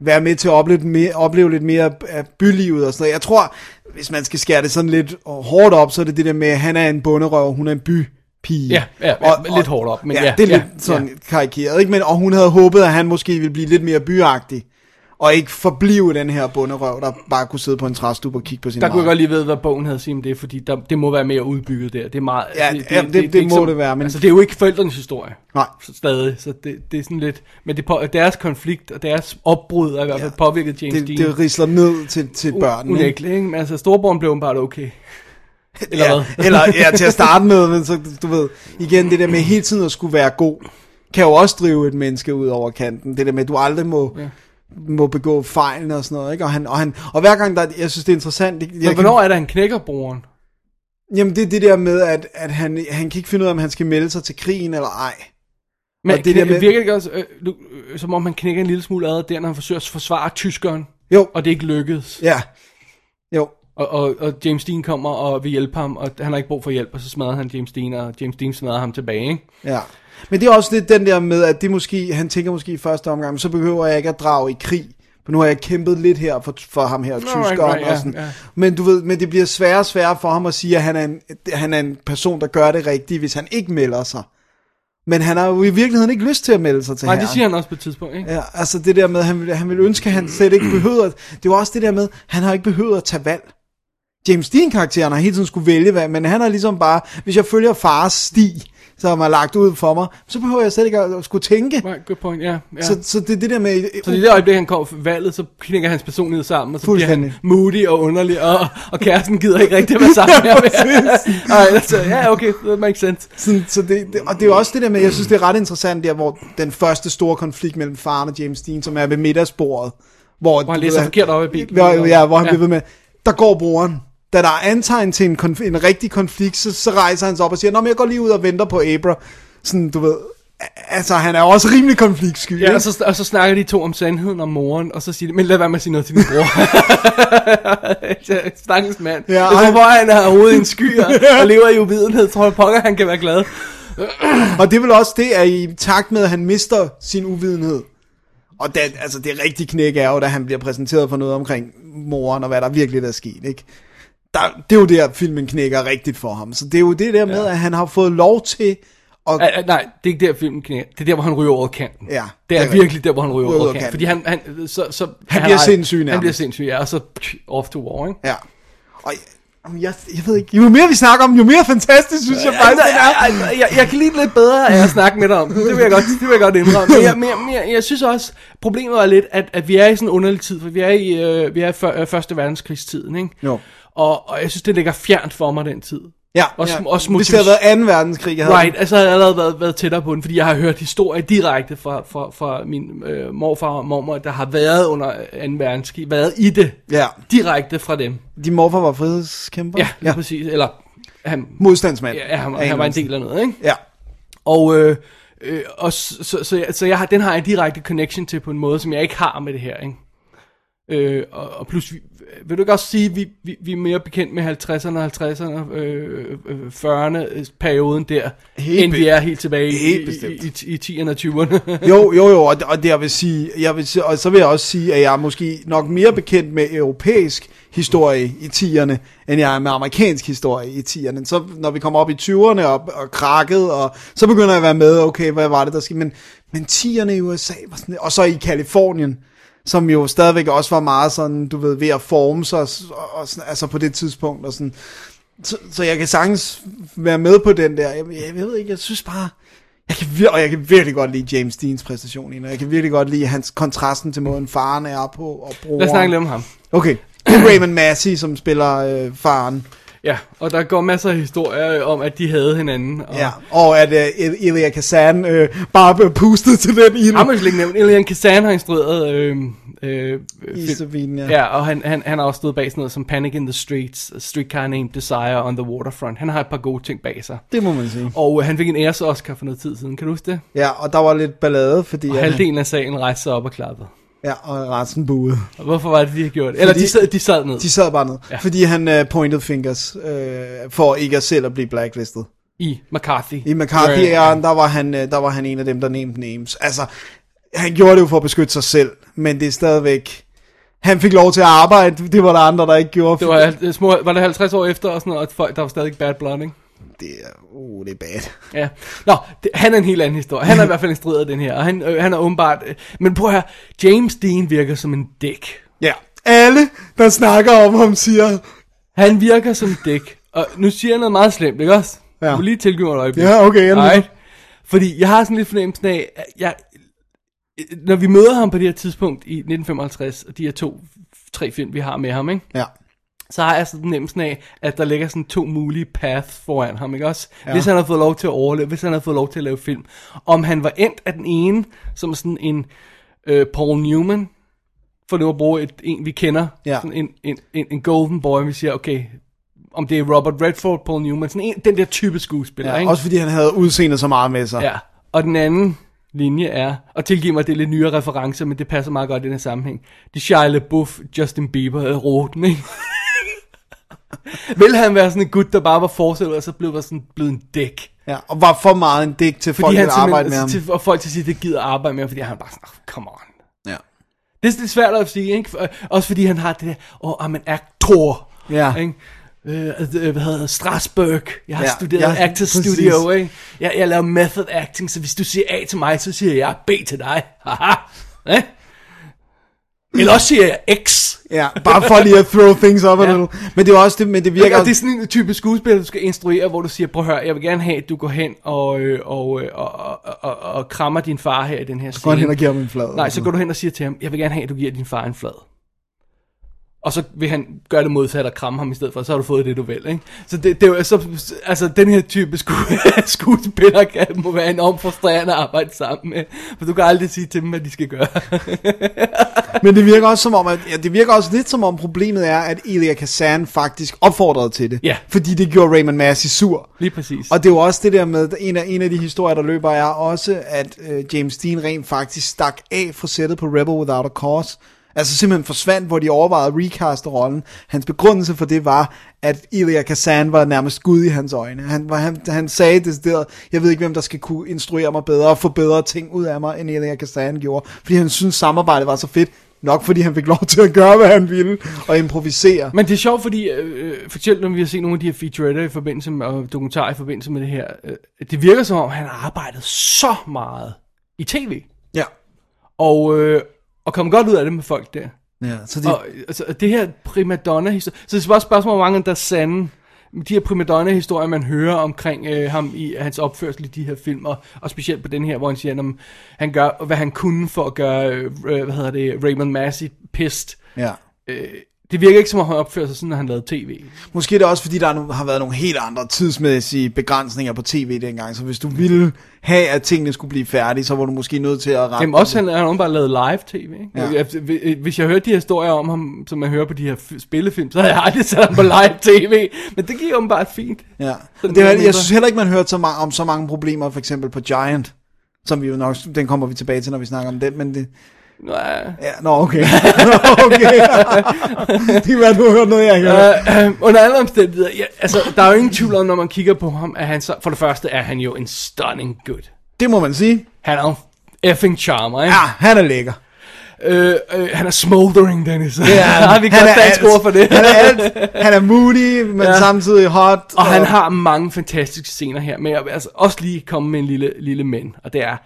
Speaker 3: være med til at opleve, lidt mere, opleve lidt mere af bylivet og sådan noget. Jeg tror, hvis man skal skære det sådan lidt hårdt op, så er det det der med, at han er en bonderøv, hun er en bypige.
Speaker 4: Ja, ja, ja, lidt hårdt op, men ja,
Speaker 3: det er
Speaker 4: ja,
Speaker 3: lidt sådan karikeret, ikke? Men, og hun havde håbet, at han måske ville blive lidt mere byagtig. og ikke forblive den her bunderøv, der bare kunne sidde på en træstup og kigge på sin
Speaker 4: Der kunne jeg
Speaker 3: marker.
Speaker 4: godt lige vide, hvad bogen havde at sige om det, fordi der, det må være mere udbygget der. Det er meget...
Speaker 3: Ja, ja, det- det
Speaker 4: er ikke
Speaker 3: må det være, men-
Speaker 4: Altså, det er jo ikke forældrenes historie.
Speaker 3: Nej.
Speaker 4: Så stadig, så det, det er sådan lidt... Men det på, deres konflikt og deres opbrud er i hvert fald
Speaker 3: Ja.
Speaker 4: påvirket James
Speaker 3: Det,
Speaker 4: Dean.
Speaker 3: det risler ned til, til børnene. ikke?
Speaker 4: Unægteligt, ikke? Men altså, storebroren blev bare okay. Eller
Speaker 3: ja,
Speaker 4: hvad?
Speaker 3: eller ja, til at starte med, men så, du ved, igen, det der med hele tiden at skulle være god, kan jo også drive et menneske ud over kanten. Det der med, at du aldrig må, ja. må begå fejl og sådan noget, ikke? Og, han, og, han, og hver gang, der, er- jeg synes, det er interessant. Jeg,
Speaker 4: Men
Speaker 3: jeg
Speaker 4: hvornår er det, han knækker broren?
Speaker 3: kan, jamen, det er det der med, at, at han, han kan ikke finde ud af, om han skal melde sig til krigen eller ej.
Speaker 4: Men
Speaker 3: Og
Speaker 4: det
Speaker 3: det
Speaker 4: knæ,
Speaker 3: der med-
Speaker 4: virker det ikke også, øh, du- øh, som om han knækker en lille smule ad der, når han forsøger at forsvare tyskeren,
Speaker 3: Jo,
Speaker 4: og det ikke lykkedes.
Speaker 3: ja, jo.
Speaker 4: Og, og, og James Dean kommer og vil hjælpe ham, og han har ikke brug for hjælp, og så smadrer han James Dean, og James Dean smadrer ham tilbage, ikke?
Speaker 3: Ja. Men det er også lidt den der med, at det måske, han tænker måske i første omgang, "Men så behøver jeg ikke at drage i krig. For nu har jeg kæmpet lidt her for, for ham her,
Speaker 4: right,
Speaker 3: tyskeren
Speaker 4: right, ja,
Speaker 3: og sådan.
Speaker 4: ja.
Speaker 3: Men du ved, men det bliver sværere og sværere for ham at sige, at han er, en, han er en person, der gør det rigtigt, hvis han ikke melder sig. Men han har jo i virkeligheden ikke lyst til at melde sig til
Speaker 4: Nej,
Speaker 3: hæren.
Speaker 4: det siger han også på et tidspunkt, ikke?
Speaker 3: Ja, altså det der med, han ville, han ville ønske, at han slet ikke behøvede at, Det var også det der med, han har ikke behøvet at tage valg. James Dean-karakteren har hele tiden skulle vælge, hvad, men han har ligesom bare... Hvis jeg følger fars sti, som er lagt ud for mig, så behøver jeg slet ikke at at skulle tænke.
Speaker 4: Nej, good point, ja. ja.
Speaker 3: Så,
Speaker 4: Så,
Speaker 3: så det er det der med...
Speaker 4: så i det øjeblik, han kommer for valget, så knækker hans personlighed sammen, og så bliver han
Speaker 3: Fuldstændig.
Speaker 4: moody og underlig, og, og kæresten gider ikke rigtig være sammen med ham. Ej, altså, ja, okay, that makes sense.
Speaker 3: Sådan, så det, det, og det er jo også det der med, jeg synes, det er ret interessant der, hvor den første store konflikt mellem faren og James Dean, som er ved middagsbordet, hvor,
Speaker 4: Hvor han læser forkert op i bilen.
Speaker 3: Hvor, ja, hvor han
Speaker 4: Ja.
Speaker 3: ja. bliver ved med, der går broren. Da der er antegn til en, konf- en rigtig konflikt, så, så rejser han sig op og siger, Nå, men jeg går lige ud og venter på Abra. Sådan, du ved, a- altså han er jo også rimelig konfliktsky.
Speaker 4: Ja,
Speaker 3: ikke?
Speaker 4: altså, og så, og så snakker de to om sandheden om moren, og så siger de, men lad være med at sige noget til min bror. Stakkels mand. Ja,
Speaker 3: Ja,
Speaker 4: jeg tror
Speaker 3: ej.
Speaker 4: bare, han har hovedet i en sky og, og lever i uvidenhed. Tror jeg pokker, han kan være glad.
Speaker 3: Og det er vel også det, at i takt med, at han mister sin uvidenhed. Og det, altså, det rigtige knæk er jo, da han bliver præsenteret for noget omkring moren og hvad der virkelig der er sket, ikke? Der, det er jo der, filmen knækker rigtigt for ham. Så det er jo det der med, ja. at han har fået lov til at...
Speaker 4: Ah, ah, nej, det er ikke der, filmen knækker. Det er der, hvor han ryger over kanten.
Speaker 3: Ja,
Speaker 4: det
Speaker 3: det
Speaker 4: er,
Speaker 3: er
Speaker 4: det er virkelig der, hvor han ryger
Speaker 3: Ryger
Speaker 4: over
Speaker 3: over
Speaker 4: kanten.
Speaker 3: kanten.
Speaker 4: Fordi han, han, så, så,
Speaker 3: Han bliver
Speaker 4: har-
Speaker 3: sindssyg
Speaker 4: Han
Speaker 3: nærmest.
Speaker 4: bliver sindssyg, ja, og så pff, off to war, ikke?
Speaker 3: Ja. Og jeg, jeg, jeg ved ikke, jo mere vi snakker om, jo mere fantastisk synes jeg faktisk, den er.
Speaker 4: Altså, jeg, jeg, jeg, jeg kan lide det lidt bedre af at snakke med dig om. Det vil jeg godt, det vil jeg godt indrømme. Men jeg, men, jeg, men jeg, jeg synes også, problemet er lidt, at, at vi er i sådan en underlig tid, for vi er i, øh, vi er i før, øh, første verdenskrigstiden, ikke?
Speaker 3: Jo.
Speaker 4: Og, og jeg synes, det ligger fjernt for mig den tid.
Speaker 3: Ja,
Speaker 4: Også-
Speaker 3: ja.
Speaker 4: også
Speaker 3: hvis det havde
Speaker 4: motivs-
Speaker 3: været 2. verdenskrig, jeg havde
Speaker 4: Right, altså jeg har allerede været, været tættere på den, fordi jeg har hørt historier direkte fra, fra, fra min øh, morfar og mormor, der har været under 2. verdenskrig, været i det,
Speaker 3: Ja,
Speaker 4: direkte fra dem.
Speaker 3: de morfar var frihedskæmper.
Speaker 4: Ja, ja.
Speaker 3: ja.
Speaker 4: præcis. Eller han,
Speaker 3: Modstandsmand.
Speaker 4: ja, han,
Speaker 3: Af
Speaker 4: han var en
Speaker 3: eller
Speaker 4: del af noget, ikke?
Speaker 3: anden- Ja,
Speaker 4: Og, øh, øh, og så, så, så, jeg, så jeg har, den har jeg en direkte connection til på en måde, som jeg ikke har med det her, ikke? Øh, og, og plus, vi, vil du ikke også sige, at vi, vi, vi er mere bekendt med 50'erne, 50'erne, øh, øh, 40'erne, øh, perioden der,
Speaker 3: Helt
Speaker 4: end vi er helt tilbage
Speaker 3: helt
Speaker 4: i, i,
Speaker 3: bestemt.
Speaker 4: i, i 10'erne og 20'erne.
Speaker 3: Jo, jo, jo, og, og det jeg vil sige, jeg vil, si- og så vil jeg også sige, at jeg er måske nok mere bekendt med europæisk historie i 10'erne, end jeg er med amerikansk historie i 10'erne. Så når vi kommer op i 20'erne og, og krakket, og så begynder jeg at være med, okay, hvad var det, der skete? Men, men 10'erne i USA, var sådan, og så i Kalifornien, som jo stadigvæk også var meget sådan, du ved, ved at forme sig, og, og sådan, altså på det tidspunkt, og sådan. Så, så jeg kan sagtens være med på den der. Jeg, jeg ved ikke, jeg synes bare, jeg kan, vir- og jeg kan virkelig godt lide James Deans præstation i den, og jeg kan virkelig godt lide hans kontrasten til måden faren er på og broren.
Speaker 4: Lad os snakke lidt om ham.
Speaker 3: Okay, det er Raymond Massey, som spiller øh, faren.
Speaker 4: Ja, og der går masser af historier øh, om, at de havde hinanden. Og,
Speaker 3: Ja. Og at øh, Elia Kazan øh, bare blev pustet til den ild.
Speaker 4: Ham har vi slet ikke nævnt. Elian Kazan har instrueret øh, øh, film-
Speaker 3: Isabine, ja.
Speaker 4: ja, og han, han, han har også stået bag sådan noget som Panic in the Streets, A Streetcar Named Desire on the Waterfront. Han har et par gode ting bag sig.
Speaker 3: Det må man sige.
Speaker 4: Og øh, han fik en æres Oscar for noget tid siden, kan du huske det?
Speaker 3: Ja, og der var lidt ballade, fordi...
Speaker 4: Og
Speaker 3: at-
Speaker 4: halvdelen af sagen rejste sig op og klappede.
Speaker 3: Ja, og resten buede.
Speaker 4: Og hvorfor var det, de har gjort det? Eller
Speaker 3: Fordi-
Speaker 4: de, sad, de sad ned
Speaker 3: De sad bare ned,
Speaker 4: Ja.
Speaker 3: ja. fordi han øh, pointed fingers, øh, for ikke at selv at blive blacklistet.
Speaker 4: i McCarthy.
Speaker 3: I McCarthy-æren, der, var han, øh, der var han en af dem, der nævnte names. Altså, han gjorde det jo for at beskytte sig selv, men det er stadigvæk... Han fik lov til at arbejde, det var der andre, der ikke gjorde.
Speaker 4: Det var, øh, små, var det 50 år efter og sådan noget, og folk, der var stadig bad blood, ikke?
Speaker 3: det er, uh, det er bad.
Speaker 4: Ja. Nå, det, han er en helt anden historie. Han er i hvert fald instrueret af den her, og han, øh, han er åbenbart... Øh, men prøv at høre, James Dean virker som en dæk.
Speaker 3: Ja, alle, der snakker om ham, siger,
Speaker 4: Han virker som en dæk. Og nu siger jeg noget meget slemt, ikke også?
Speaker 3: Ja.
Speaker 4: Du må lige tilgive mig et øjeblik.
Speaker 3: Ja, okay, jeg er
Speaker 4: Alright. Fordi jeg har sådan lidt fornemmelsen af, at jeg, når vi møder ham på det her tidspunkt i 1955, og de her to, tre film, vi har med ham, ikke?
Speaker 3: ja,
Speaker 4: så har jeg sådan fornemmelsen af, at der ligger sådan to mulige paths foran ham, ikke også? Ja. Hvis han havde fået lov til at overleve, hvis han havde fået lov til at lave film. Om han var endt af den ene, som sådan en øh, Paul Newman, for nu at bruge et, en, vi kender,
Speaker 3: Ja.
Speaker 4: sådan en, en, en, en golden boy, vi siger, okay, om det er Robert Redford, Paul Newman, sådan en, den der type skuespiller,
Speaker 3: ja.
Speaker 4: ikke?
Speaker 3: Også fordi han havde udseendet så meget med sig.
Speaker 4: Ja, og den anden linje er, og tilgiv mig, det er lidt nyere referencer, men det passer meget godt i den her sammenhæng. Det er Shia LaBeouf, Justin Bieber havde roten, ikke? Vil han være sådan en gut, der bare var fortsat, og så blev var sådan blevet en dæk?
Speaker 3: ja. Og var for meget en dæk til folk, der arbejde med ham.
Speaker 4: til, og folk til at sige, det gider at arbejde med ham, fordi han er bare sådan, oh, come on.
Speaker 3: Ja.
Speaker 4: Det er lidt svært at sige, ikke? For- Også fordi han har det der, åh, oh, I'm an actor.
Speaker 3: Ja.
Speaker 4: Ikke? Øh, øh, hvad hedder det? Strasbourg. Jeg har
Speaker 3: Ja,
Speaker 4: ja, studeret
Speaker 3: ja,
Speaker 4: ja, actor
Speaker 3: præcis.
Speaker 4: studio, ikke? Jeg, jeg laver method acting, så hvis du siger A til mig, så siger jeg B til dig. Haha. Ikke? Eller også siger jeg X.
Speaker 3: Ja, bare for lige at throw things up a
Speaker 4: Ja.
Speaker 3: little. Men det er også det, men det virker...
Speaker 4: Ikke? Og det er sådan en type skuespil, du skal instruere, hvor du siger, prøv at høre, jeg vil gerne have, at du går hen og, øh, og, øh, og, og, og, og krammer din far her i den her scene. Så
Speaker 3: går han hen og giver ham en flad.
Speaker 4: Nej, så går du hen og siger til ham, jeg vil gerne have, at du giver din far en flad. Og så vil han gøre det modsatte og kramme ham i stedet for, så har du fået det, du vil, ikke? Så det, det er jo, så, altså, den her type sku, skuespiller kan, må være enormt frustrerende at arbejde sammen med, for du kan aldrig sige til dem, hvad de skal gøre.
Speaker 3: Men det virker også som om, at, ja, det virker også lidt som om problemet er, at Elia Kazan faktisk opfordrede til det.
Speaker 4: Ja.
Speaker 3: Fordi det gjorde Raymond Massey sur.
Speaker 4: Lige præcis.
Speaker 3: Og det er jo også det der med, en af, en af de historier, der løber, er også, at øh, James Dean rent faktisk stak af fra sættet på Rebel Without a Cause. Altså simpelthen forsvandt, hvor de overvejede at recaste rollen. Hans begrundelse for det var, at Elia Kazan var nærmest gud i hans øjne. Han, var, han, han sagde decideret, jeg ved ikke, hvem der skal kunne instruere mig bedre og få bedre ting ud af mig, end Elia Kazan gjorde. Fordi han syntes, samarbejdet var så fedt. Nok fordi han fik lov til at gøre, hvad han ville, og improvisere.
Speaker 4: Men det er sjovt, fordi øh, øh, for eksempel, når vi har set nogle af de her featuretter i forbindelse med, og dokumentarer i forbindelse med det her, øh, det virker som om, han har arbejdet så meget i tv,
Speaker 3: Ja.
Speaker 4: og, øh, og kom godt ud af det med folk der.
Speaker 3: ja så det,
Speaker 4: Og, altså, og det her primadonna-historie, så det er bare et spørgsmål, hvor mange der er sande. De her primadonna-historier, man hører omkring øh, ham i hans opførsel i de her film, og, og specielt på den her, hvor han siger, om han gør, hvad han kunne for at gøre, øh, hvad hedder det, Raymond Massey pissed.
Speaker 3: ja.
Speaker 4: Øh, det virker ikke som om, han opfører sig sådan, når han lavede tv.
Speaker 3: Måske er det også, fordi der nu har været nogle helt andre tidsmæssige begrænsninger på tv dengang, så hvis du ville have, at tingene skulle blive færdige, så var du måske nødt til at ramme...
Speaker 4: Jamen også, han, han har bare lavet live tv. Ikke?
Speaker 3: Ja.
Speaker 4: Ja. Hvis jeg hørte de her historier om ham, som man hører på de her f- spillefilm, så havde jeg aldrig sat ham på live tv. Men det gik jo bare fint.
Speaker 3: Ja.
Speaker 4: Sådan
Speaker 3: Det er,
Speaker 4: mere eller
Speaker 3: jeg
Speaker 4: mindre.
Speaker 3: synes heller ikke, man hørte så meget, om så mange problemer, for eksempel på Giant, som vi jo nok, den kommer vi tilbage til, når vi snakker om den, men det,
Speaker 4: Nå,
Speaker 3: ja, nå, okay. Nå, okay. det kan være, du har hørt noget, jeg ikke har hørt.
Speaker 4: Øh, øh, under alle omstændigheder, ja, altså, der er jo ingen tvivl om, når man kigger på ham, at han så, for det første er han jo en stunning good.
Speaker 3: Det må man sige.
Speaker 4: Han er jo en effing charmer, ikke?
Speaker 3: Ja, han er lækker.
Speaker 4: Øh, øh, han er smoldering, Dennis. Ja, har vi
Speaker 3: han
Speaker 4: godt
Speaker 3: er
Speaker 4: dansk
Speaker 3: alt.
Speaker 4: ord for det.
Speaker 3: Han er alt. Han er moody, men ja.
Speaker 4: Ja.
Speaker 3: samtidig hot.
Speaker 4: Og han har mange fantastiske scener her, men jeg vil altså også lige komme med en lille, lille men, og det er,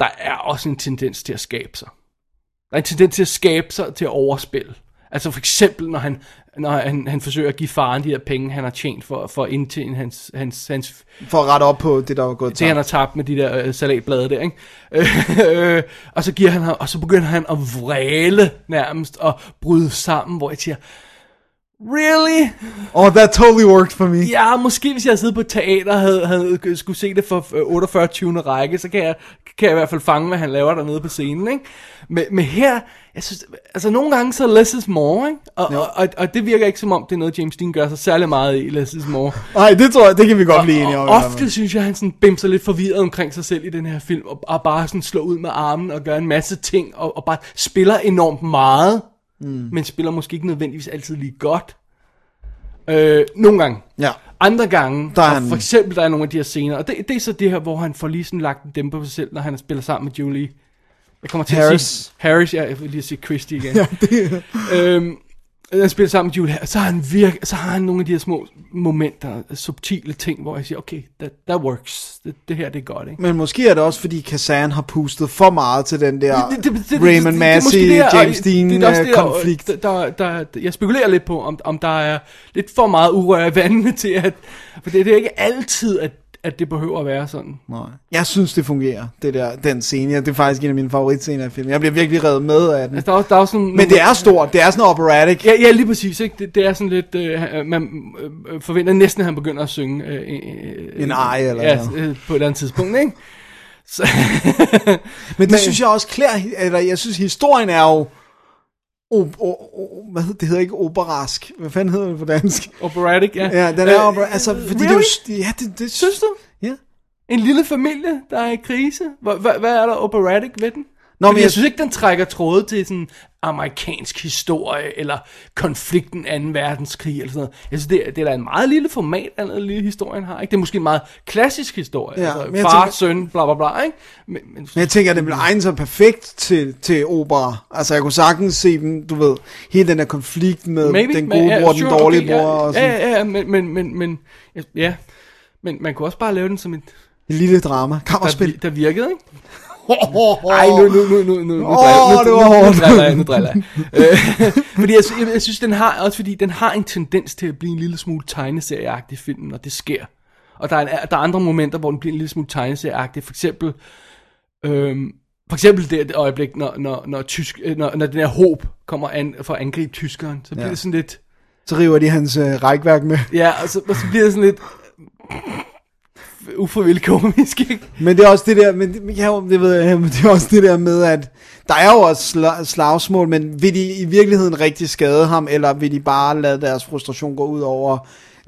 Speaker 4: der er også en tendens til at skabe sig. Der er en tendens til at skabe sig og til at overspille. Altså for eksempel, når han, når han, han forsøger at give faren de her penge, han har tjent for, for at indtjene hans, hans, hans
Speaker 3: For at rette op på det, der var gået
Speaker 4: det han
Speaker 3: tabt.
Speaker 4: har tabt med de der øh, salatblade der, ikke? Øh, øh, og så giver han ham, og så begynder han at vræle nærmest og bryde sammen, hvor jeg siger, really?
Speaker 3: Oh, that totally worked for me.
Speaker 4: Ja, måske hvis jeg havde siddet på et teater og havde, havde, skulle se det for øh, 48. 20. række, så kan jeg, kan jeg i hvert fald fange, hvad han laver dernede på scenen, ikke? Men, men her, jeg synes, altså nogle gange så er less is more, ikke? Og, og, og, og, det virker ikke som om, det er noget, James Dean gør sig særlig meget i, less is more.
Speaker 3: Nej, det tror jeg, det kan vi godt blive enige om. i
Speaker 4: Og
Speaker 3: hvert fald.
Speaker 4: ofte synes jeg, han sådan bimser lidt forvirret omkring sig selv i den her film, og, og bare sådan slår ud med armen og gør en masse ting, og, og bare spiller enormt meget, mm. men spiller måske ikke nødvendigvis altid lige godt. Øh, nogle gange.
Speaker 3: Ja.
Speaker 4: Andre gange,
Speaker 3: Der
Speaker 4: der
Speaker 3: er
Speaker 4: er
Speaker 3: han-
Speaker 4: for eksempel der er nogle af de her scener, og det, det er så det her, hvor han får lige sådan lagt en dæmper på sig selv, når han spiller sammen med Julie. Jeg kommer til
Speaker 3: Harris.
Speaker 4: at sige... Harris. ja, jeg vil lige sige Christie igen. øhm, han spiller sammen med Julie, Hall, så har han virke, så har han nogle af de her små momenter, subtile ting, hvor jeg siger, okay, that, that works. Det, det her, det er godt, ikke?
Speaker 3: Men måske er det også, fordi Kazan har pustet for meget til den der
Speaker 4: Det- det- det- det- det-
Speaker 3: Raymond
Speaker 4: det- det er måske
Speaker 3: Massey,
Speaker 4: det, og
Speaker 3: James øh,
Speaker 4: det- det er også det, der-
Speaker 3: Dean-konflikt.
Speaker 4: Der, der, der, jeg spekulerer lidt på, om, om der er lidt for meget urør i vandene til, at... For det, det er ikke altid, at, at det behøver at være sådan.
Speaker 3: Nej. Jeg synes, det fungerer, det der, den scene. Det er faktisk en af mine favoritscener i filmen. Jeg bliver virkelig revet med af den.
Speaker 4: Altså, der er, også- der er også sådan,
Speaker 3: Men det er stort. Det er sådan operatic.
Speaker 4: Ja, ja, lige præcis, ikke? Det, det er sådan lidt... Øh, man øh, forventer næsten, at han begynder at synge... Øh, øh,
Speaker 3: En ej eller
Speaker 4: ja,
Speaker 3: noget.
Speaker 4: øh, på et eller andet tidspunkt, ikke? Så,
Speaker 3: Men det synes jeg også klæder, eller jeg synes historien er jo, o- o- o- hvad hedder det, hedder ikke operask, hvad fanden hedder det på dansk?
Speaker 4: operatic, ja. Øh,
Speaker 3: Ja, den er opera, altså, fordi det er jo,
Speaker 4: really?
Speaker 3: s- ja, det, det
Speaker 4: Synes du?
Speaker 3: Ja.
Speaker 4: En lille familie, der er i krise? Hvad, hvad, hvad er der operatic ved den?
Speaker 3: Nå,
Speaker 4: Nå, men
Speaker 3: men
Speaker 4: jeg,
Speaker 3: jeg-
Speaker 4: jeg synes ikke, den trækker tråde til sådan amerikansk historie, eller konflikten 2. verdenskrig, eller sådan noget. Jeg synes, det, er- det er da en meget lille format, den her lille historien har. Ikke? Det er måske en meget klassisk historie.
Speaker 3: Ja,
Speaker 4: Ja,
Speaker 3: men
Speaker 4: altså,
Speaker 3: jeg
Speaker 4: far,
Speaker 3: tænker-
Speaker 4: tænker... søn, bla bla bla. Ikke? Men, men,
Speaker 3: Men jeg tænker, det ville egne sig perfekt til, til opera. Altså, jeg kunne sagtens se dem, du ved, hele den der konflikt med
Speaker 4: Maybe,
Speaker 3: den
Speaker 4: men
Speaker 3: gode
Speaker 4: ja,
Speaker 3: bror, den
Speaker 4: sure,
Speaker 3: dårlige
Speaker 4: okay,
Speaker 3: bror,
Speaker 4: ja,
Speaker 3: og sådan
Speaker 4: Ja, ja, ja, men, men, men, men, ja, ja. men man kunne også bare lave den som et,
Speaker 3: en lille drama.
Speaker 4: der,
Speaker 3: Kammerspil.
Speaker 4: der virkede, ikke?
Speaker 3: Ej,
Speaker 4: Ej, nu, nu, nu, nu, nu, nu,
Speaker 3: Åh,
Speaker 4: driller- nu,
Speaker 3: det
Speaker 4: nu,
Speaker 3: var
Speaker 4: nu, nu
Speaker 3: hårdt.
Speaker 4: driller jeg, nu driller jeg. Øh, fordi jeg, sy- jeg, jeg synes, den har, også fordi den har en tendens til at blive en lille smule tegneserieagtig film, når det sker. Og der er, en, der er andre momenter, hvor den bliver en lille smule tegneserieagtig. For eksempel, øhm, for eksempel det, det øjeblik, når, når, når, tysk, øh, når, når den her håb kommer an, for at angribe tyskeren, så bliver
Speaker 3: Ja.
Speaker 4: ja. det sådan lidt,
Speaker 3: Så river de hans øh, rækværk med.
Speaker 4: ja, og så, og så bliver det sådan lidt ufrivilligt komisk, ikke?
Speaker 3: Men det er også det der, men det- ja, jo, det ved jeg, men det er også det der med, at der er jo også sla- slagsmål, men vil de i virkeligheden rigtig skade ham, eller vil de bare lade deres frustration gå ud over,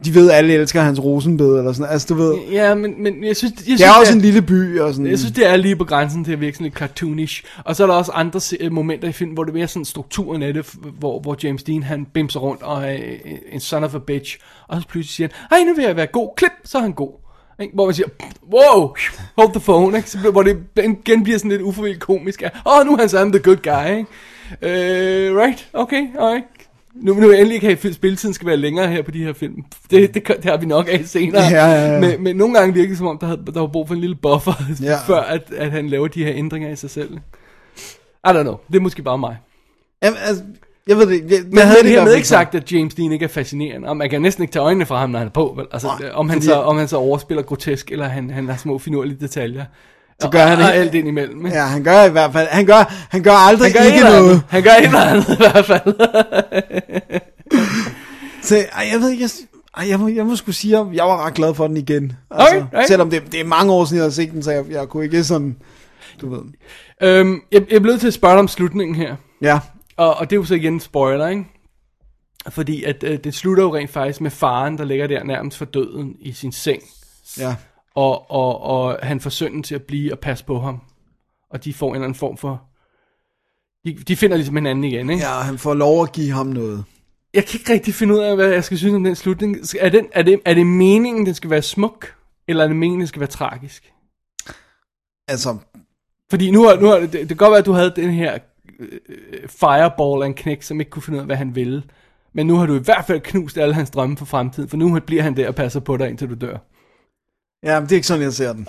Speaker 3: de ved, alle elsker hans rosenbed, eller sådan, altså du ved,
Speaker 4: Ja, men, men jeg synes... Jeg synes
Speaker 3: det er også
Speaker 4: at-
Speaker 3: en lille by, og sådan,
Speaker 4: Jeg synes, det er lige på grænsen til at virke sådan lidt cartoonish. Og så er der også andre se- øh, momenter i filmen, hvor det er mere sådan strukturen af det, f- hvor, hvor James Dean han bimser rundt og er øh, en son of a bitch. Og så pludselig siger han, hej, nu vil jeg være god. Klip, så er han god. Ikke? Hvor man siger, wow, hold the phone. Ikke? Så, bliver- hvor det igen bliver sådan lidt uforvildt komisk. Åh, oh, nu er han sådan the good guy. Ikke? Øh, right, okay, alright. Nu, nu vil jeg endelig ikke have, at fil- spilletiden skal være længere her på de her film. Det, det, kan- det har vi nok af senere.
Speaker 3: Ja, ja, ja.
Speaker 4: Men, men nogle gange virker det som om, der, havde, der var brug for en lille buffer,
Speaker 3: Ja.
Speaker 4: ja. før at, at han laver de her ændringer i sig selv. I don't know, det er måske bare mig.
Speaker 3: Jamen, altså, jeg ved det, ikke, jeg,
Speaker 4: Men
Speaker 3: jeg
Speaker 4: jeg
Speaker 3: havde
Speaker 4: havde
Speaker 3: det i hvert
Speaker 4: hermed
Speaker 3: fald
Speaker 4: ikke sagt, at James Dean ikke er fascinerende, og man kan næsten ikke tage øjnene fra ham, når han er på. Vel? Altså,
Speaker 3: Nej,
Speaker 4: Nej, om, han
Speaker 3: fordi-
Speaker 4: så, om han så overspiller grotesk, eller han, han har små finurlige detaljer. Så
Speaker 3: gør han
Speaker 4: og, og
Speaker 3: ikke-
Speaker 4: alt ind imellem. ikke?
Speaker 3: Ja, han gør i hvert fald, han gør, han gør aldrig
Speaker 4: Han gør,
Speaker 3: ikke
Speaker 4: et eller
Speaker 3: noget.
Speaker 4: andet. han gør et eller andet i hvert fald.
Speaker 3: Så, ej, jeg ved ikke, jeg, ej, jeg, må, jeg må sgu sige, at jeg var ret glad for den igen. Altså,
Speaker 4: Okay, okay.
Speaker 3: Selvom det, det er mange år siden, jeg har set den, så jeg, jeg kunne ikke sådan, du ved.
Speaker 4: øhm, jeg, jeg er blevet til at spørge dig om slutningen her.
Speaker 3: Ja,
Speaker 4: Og, og det er jo så igen en spoiler, ikke? Fordi at øh, det slutter jo rent faktisk med faren, der ligger der nærmest for døden i sin seng.
Speaker 3: ja.
Speaker 4: Og, og, og han får sønnen til at blive og passe på ham. Og de får en eller anden form for... De, de finder ligesom hinanden igen, ikke?
Speaker 3: Ja, han får lov at give ham noget.
Speaker 4: Jeg kan ikke rigtig finde ud af, hvad jeg skal synes om den slutning. Er, den, er, det, er det meningen, den skal være smuk? Eller er det meningen, den skal være tragisk?
Speaker 3: Altså,
Speaker 4: Fordi nu har, nu har det, det kan godt være, at du havde den her øh, fireball af en knæk, som ikke kunne finde ud af, hvad han ville. Men nu har du i hvert fald knust alle hans drømme for fremtiden, for nu bliver han der og passer på dig, indtil du dør.
Speaker 3: ja, men det er ikke sådan, jeg ser den.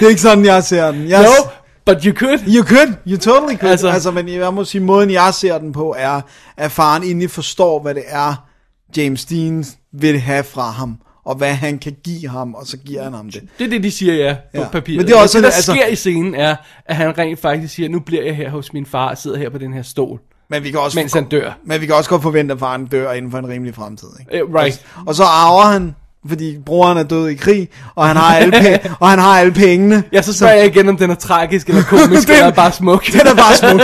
Speaker 3: det er ikke sådan, jeg ser den. Jeg,
Speaker 4: No, but you could.
Speaker 3: You could, you totally could. Altså,
Speaker 4: Altså-
Speaker 3: altså, men jeg må sige, måden jeg ser den på, er, at faren egentlig forstår, hvad det er, James Dean vil have fra ham, og hvad han kan give ham, og så giver han ham det.
Speaker 4: Det er det, de siger, ja, på
Speaker 3: Ja,
Speaker 4: ja. papiret.
Speaker 3: men det er også
Speaker 4: det, der
Speaker 3: sådan, altså-
Speaker 4: altså... sker i scenen, er, at han rent faktisk siger, nu bliver jeg her hos min far og sidder her på den her stol,
Speaker 3: Men vi kan også,
Speaker 4: mens han dør.
Speaker 3: men vi kan også godt forvente, at faren dør inden for en rimelig fremtid. Ikke?
Speaker 4: Eh, Right.
Speaker 3: Og så arver han, fordi broren er død i krig, og han har alle, pe- og han har alle pengene.
Speaker 4: Ja, så spørger jeg igen, om den er tragisk eller komisk,
Speaker 3: Den-
Speaker 4: eller bare smuk.
Speaker 3: Den er bare smuk.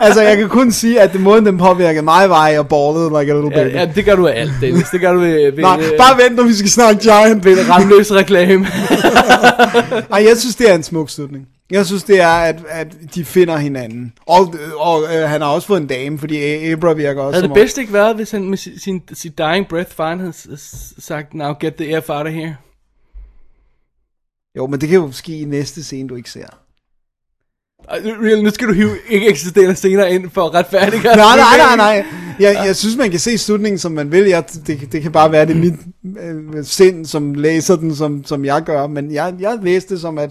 Speaker 3: altså, jeg kan kun sige, at den måde, den påvirkede mig, var, at jeg ballede like a little
Speaker 4: Ja,
Speaker 3: baby.
Speaker 4: ja, det gør du af alt, Dennis. Det gør du ved, ved,
Speaker 3: Nej,
Speaker 4: ved,
Speaker 3: bare vent, når vi skal snakke Giant.
Speaker 4: ved ramløs reklame.
Speaker 3: Ej, jeg synes, det er en smuk slutning. Jeg synes, det er, at, at de finder hinanden. Og, og øh, han har også fået en dame, fordi Abra virker også
Speaker 4: Havde
Speaker 3: som
Speaker 4: det bedst ikke været, hvis han med sin, sin, sit dying breath, faren havde s- s- sagt, now get the air out of here.
Speaker 3: Om, jo, men det kan jo ske i næste scene, du ikke ser.
Speaker 4: Ej, Real, nu skal du hive ikke eksisterende scener ind for at retfærdiggøre.
Speaker 3: Nej, nej, nej, nej. Jeg, jeg synes, man kan se slutningen, som man vil. Jeg, det, det kan bare være, det er mit øh, sind, som læser den, som, som jeg gør. Men jeg, jeg læste som, at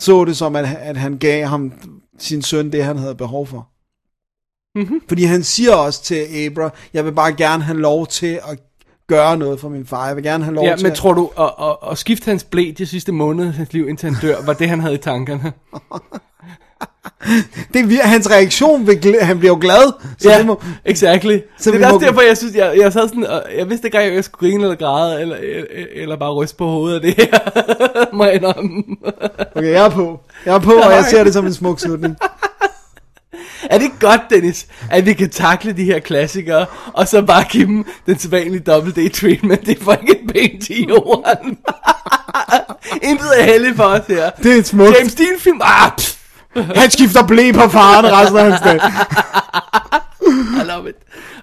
Speaker 3: så det som, at, at han gav ham sin søn det, han havde behov for. Mm-hmm. Fordi han siger også til Abra, jeg vil bare gerne have lov til at gøre noget for min far. Jeg vil gerne have lov
Speaker 4: Ja,
Speaker 3: til
Speaker 4: men
Speaker 3: at...
Speaker 4: tror du, at, at, at skifte hans blæ de sidste måneder af hans liv, indtil han dør, var det, han havde i tankerne?
Speaker 3: det, er vir- hans reaktion, vil glæ- han bliver jo glad. Så det må,
Speaker 4: exactly.
Speaker 3: Så
Speaker 4: Så
Speaker 3: vi
Speaker 4: det er også
Speaker 3: må-
Speaker 4: derfor, jeg synes, jeg, jeg sad sådan, og jeg vidste ikke engang, om jeg skulle grine eller græde, eller, eller, eller bare ryste på hovedet af det her, må jeg indrømme.
Speaker 3: okay, jeg er på. Jeg er på, og jeg ser det som en smuk slutning.
Speaker 4: Er det ikke godt, Dennis, at vi kan takle de her klassikere, og så bare give dem den sædvanlige double D treatment? Det er fucking pænt i jorden. Intet er heldigt for os her.
Speaker 3: Det er et smukt.
Speaker 4: James Dean film, ah, pff,
Speaker 3: Han skifter blæ på faren resten af hans dag.
Speaker 4: I love it.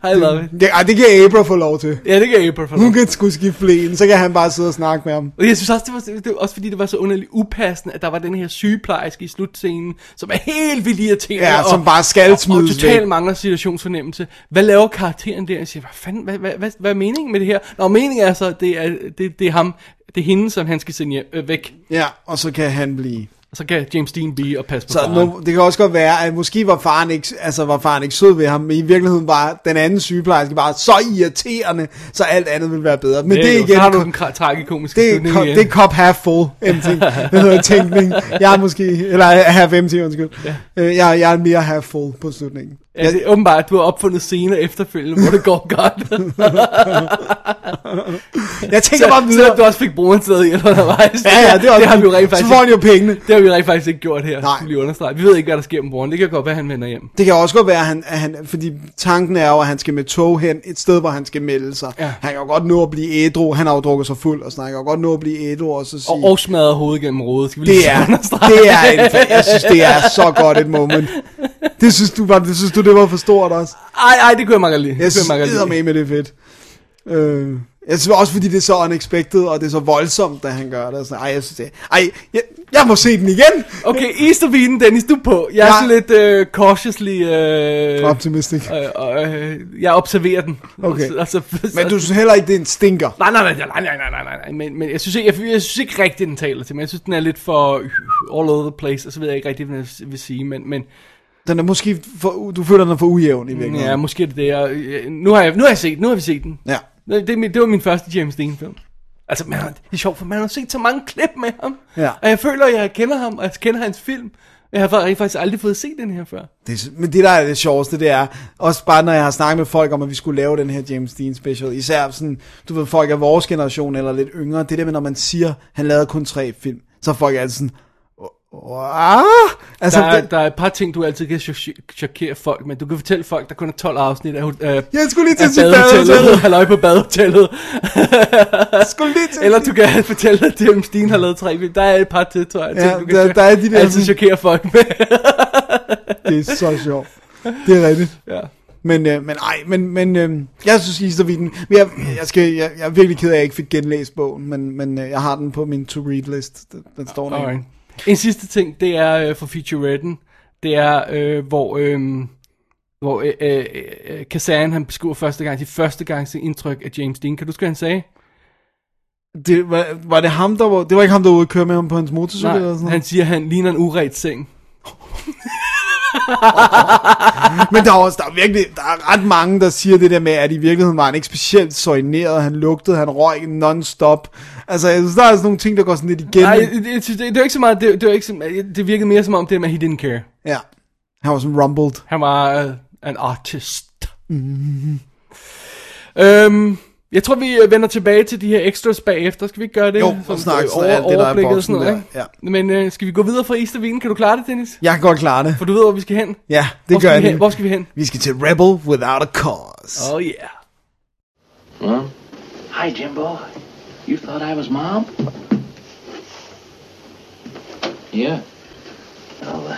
Speaker 4: I love it.
Speaker 3: Det, ej, det kan Abra få lov til.
Speaker 4: Ja, det kan April for
Speaker 3: Hun
Speaker 4: dig.
Speaker 3: kan sgu skifte blæen, så kan han bare sidde og snakke med ham.
Speaker 4: Og jeg synes også, det var, det var også fordi, det var så underligt upassende, at der var den her sygeplejerske i slutscenen, som er helt vildt irriterende.
Speaker 3: Ja,
Speaker 4: og,
Speaker 3: som bare skal
Speaker 4: og, og
Speaker 3: smides væk.
Speaker 4: totalt mangler situationsfornemmelse. Hvad laver karakteren der? Jeg siger, hvad fanden, hvad, hvad, hvad, hvad er meningen med det her? Nå, meningen er så, at det er, det, det er ham, det er hende, som han skal sende hjem, øh, væk.
Speaker 3: Ja, og så kan han blive.
Speaker 4: Og så kan James Dean blive og passe på
Speaker 3: Så
Speaker 4: faren.
Speaker 3: nu, det kan også godt være, at måske var faren, ikke, altså var faren ikke sød ved ham, men i virkeligheden var den anden sygeplejerske bare så irriterende, så alt andet ville være bedre. Men
Speaker 4: Ja,
Speaker 3: det er
Speaker 4: jo,
Speaker 3: igen,
Speaker 4: så har du
Speaker 3: ko-
Speaker 4: den kra- tragikomiske
Speaker 3: det, er
Speaker 4: slutning
Speaker 3: ko-
Speaker 4: igen.
Speaker 3: det er cop half full empty, hvad hedder tænkning. Jeg er måske, eller half empty, undskyld. Ja. Jeg, jeg er mere half full på slutningen.
Speaker 4: Ja, det er åbenbart, at du har opfundet scener efterfølgende, hvor det går godt.
Speaker 3: Jeg tænker bare
Speaker 4: så,
Speaker 3: videre.
Speaker 4: så du også fik brugeren stadig eller undervejs.
Speaker 3: Ja, ja, det, er også,
Speaker 4: det har vi jo rent faktisk
Speaker 3: Så får han jo pengene.
Speaker 4: Det har vi rent faktisk ikke gjort her,
Speaker 3: Nej.
Speaker 4: Nej. skulle lige understrege. Vi ved ikke, hvad der sker om morgenen. Det kan godt være, han vender hjem.
Speaker 3: Det kan også godt være, at han, at han, fordi tanken er jo, at han skal med tog hen et sted, hvor han skal melde sig.
Speaker 4: Ja.
Speaker 3: Han kan jo godt nå at blive ædru. Han har jo drukket sig fuld og sådan. noget. Han kan jo godt nå at blive ædru og så sige...
Speaker 4: Og, og smadrer hovedet gennem rodet, skal vi lige
Speaker 3: det er,
Speaker 4: understrege.
Speaker 3: det er en, fa- jeg synes, det er så godt et moment. Det synes du, var, det, synes du, det var for stort også.
Speaker 4: Ej, ej, det kunne jeg meget godt lide.
Speaker 3: Jeg
Speaker 4: det kunne
Speaker 3: synes,
Speaker 4: jeg meget
Speaker 3: det
Speaker 4: godt lide.
Speaker 3: med, med det er fedt. Øh, jeg synes også, fordi det er så unexpected, og det er så voldsomt, da han gør det. og Sådan, ej, jeg synes det. Ej, jeg, jeg må se den igen.
Speaker 4: Okay, Eastervinen, Dennis, du er på. Jeg er
Speaker 3: Ja.
Speaker 4: ja. sådan lidt øh, cautiously... Øh,
Speaker 3: Optimistic.
Speaker 4: øh, og, øh, jeg observerer den.
Speaker 3: Okay.
Speaker 4: Og så, og så,
Speaker 3: Men du synes heller ikke, det er en stinker.
Speaker 4: Nej, nej, nej, nej, nej, nej, nej, nej, nej. Men, men jeg, synes ikke, jeg, jeg synes ikke rigtigt, den taler til mig. Jeg synes, den er lidt for øh, all over the place, og så ved jeg ikke rigtigt, hvad jeg vil sige. Men, men
Speaker 3: Den er måske for, du føler, den er for ujævn i virkeligheden.
Speaker 4: Mm, ja, måske er det det. Jeg, jeg- nu, har jeg, nu har jeg set, nu har vi set den.
Speaker 3: Mm. Ja.
Speaker 4: Nej, Det, er min- det var min første James Dean film. Altså, man, har- det er sjovt, for man har set så mange klip med ham.
Speaker 3: Ja.
Speaker 4: Og jeg føler, at jeg kender ham, og jeg kender hans film. Men jeg har fa- faktisk aldrig fået set den her før.
Speaker 3: Det, men det, der er det sjoveste, det er, også bare når jeg har snakket med folk om, at vi skulle lave den her James Dean special, især sådan, du ved, folk af vores generation eller lidt yngre, det der med, når man siger, han lavede kun tre film, så er folk altid sådan, Wow. Altså,
Speaker 4: Der er,
Speaker 3: det,
Speaker 4: der er et par ting, du altid kan cho- chokere folk med. Du kan fortælle folk, der kun er 12 afsnit af, øh,
Speaker 3: jeg skulle lige til
Speaker 4: af
Speaker 3: at sige
Speaker 4: badehotellet.
Speaker 3: badehotellet.
Speaker 4: Halløj på badehotellet.
Speaker 3: Jeg skulle lige til at
Speaker 4: Eller
Speaker 3: sige-
Speaker 4: du kan fortælle, at James Dean har lavet tre film. Der er et par til, tror jeg.
Speaker 3: Ja,
Speaker 4: ting, du kan
Speaker 3: der-
Speaker 4: cho-
Speaker 3: der er de der
Speaker 4: altid
Speaker 3: sådan-
Speaker 4: chokere folk med.
Speaker 3: Det er så sjovt. Det er rigtigt.
Speaker 4: ja.
Speaker 3: Men, øh, men ej, men, men øh, jeg synes Isterviden, men jeg, jeg, skal, jeg, jeg er virkelig ked af, at jeg ikke fik genlæst bogen, men, men øh, jeg har den på min to-read list. Den, den står der.
Speaker 4: Alright. En sidste ting, det er øh, for featuretten, det er, øh, hvor, øh, hvor øh, øh, øh, Kazan, han beskriver første gang, sit første gang sit indtryk af James Dean. Kan du huske, hvad han sagde?
Speaker 3: Det, var, var det ham, der var... Det var ikke ham, der var ude at køre med ham på hans motorcykel eller sådan
Speaker 4: Nej, han
Speaker 3: noget?
Speaker 4: siger, at han ligner en uret seng.
Speaker 3: Men der er også der er virkelig... Der er ret mange, der siger det der med, at i virkeligheden var han ikke specielt soigneret. Han lugtede, han røg non-stop. Altså, jeg synes, der er sådan nogle ting, der går sådan lidt igen.
Speaker 4: Nej, det, det, det, det var ikke så meget, det, det, var ikke så, det virkede mere som om det med, he didn't care.
Speaker 3: Ja. Han var sådan rumbled.
Speaker 4: Han var øh, en artist.
Speaker 3: Mm-hmm.
Speaker 4: Øhm, jeg tror, vi øh, vender tilbage til de her extras bagefter. Skal vi ikke gøre det? øh,
Speaker 3: Jo, og snakke sådan alt det, der er i
Speaker 4: overblikket og
Speaker 3: boksen
Speaker 4: noget,
Speaker 3: der,
Speaker 4: ikke? Men øh, skal vi gå videre fra Eastervinen? Kan du klare det, Dennis?
Speaker 3: Jeg kan godt klare det.
Speaker 4: For du ved, hvor vi skal hen.
Speaker 3: Ja,
Speaker 4: hvor
Speaker 3: det gør
Speaker 4: skal vi
Speaker 3: jeg
Speaker 4: hen? Hvor
Speaker 3: lige.
Speaker 4: skal vi hen?
Speaker 3: Vi skal til Rebel Without a Cause.
Speaker 4: Oh yeah.
Speaker 8: Hi, Jimbo. You thought I was mom?
Speaker 6: Yeah.
Speaker 8: Well, the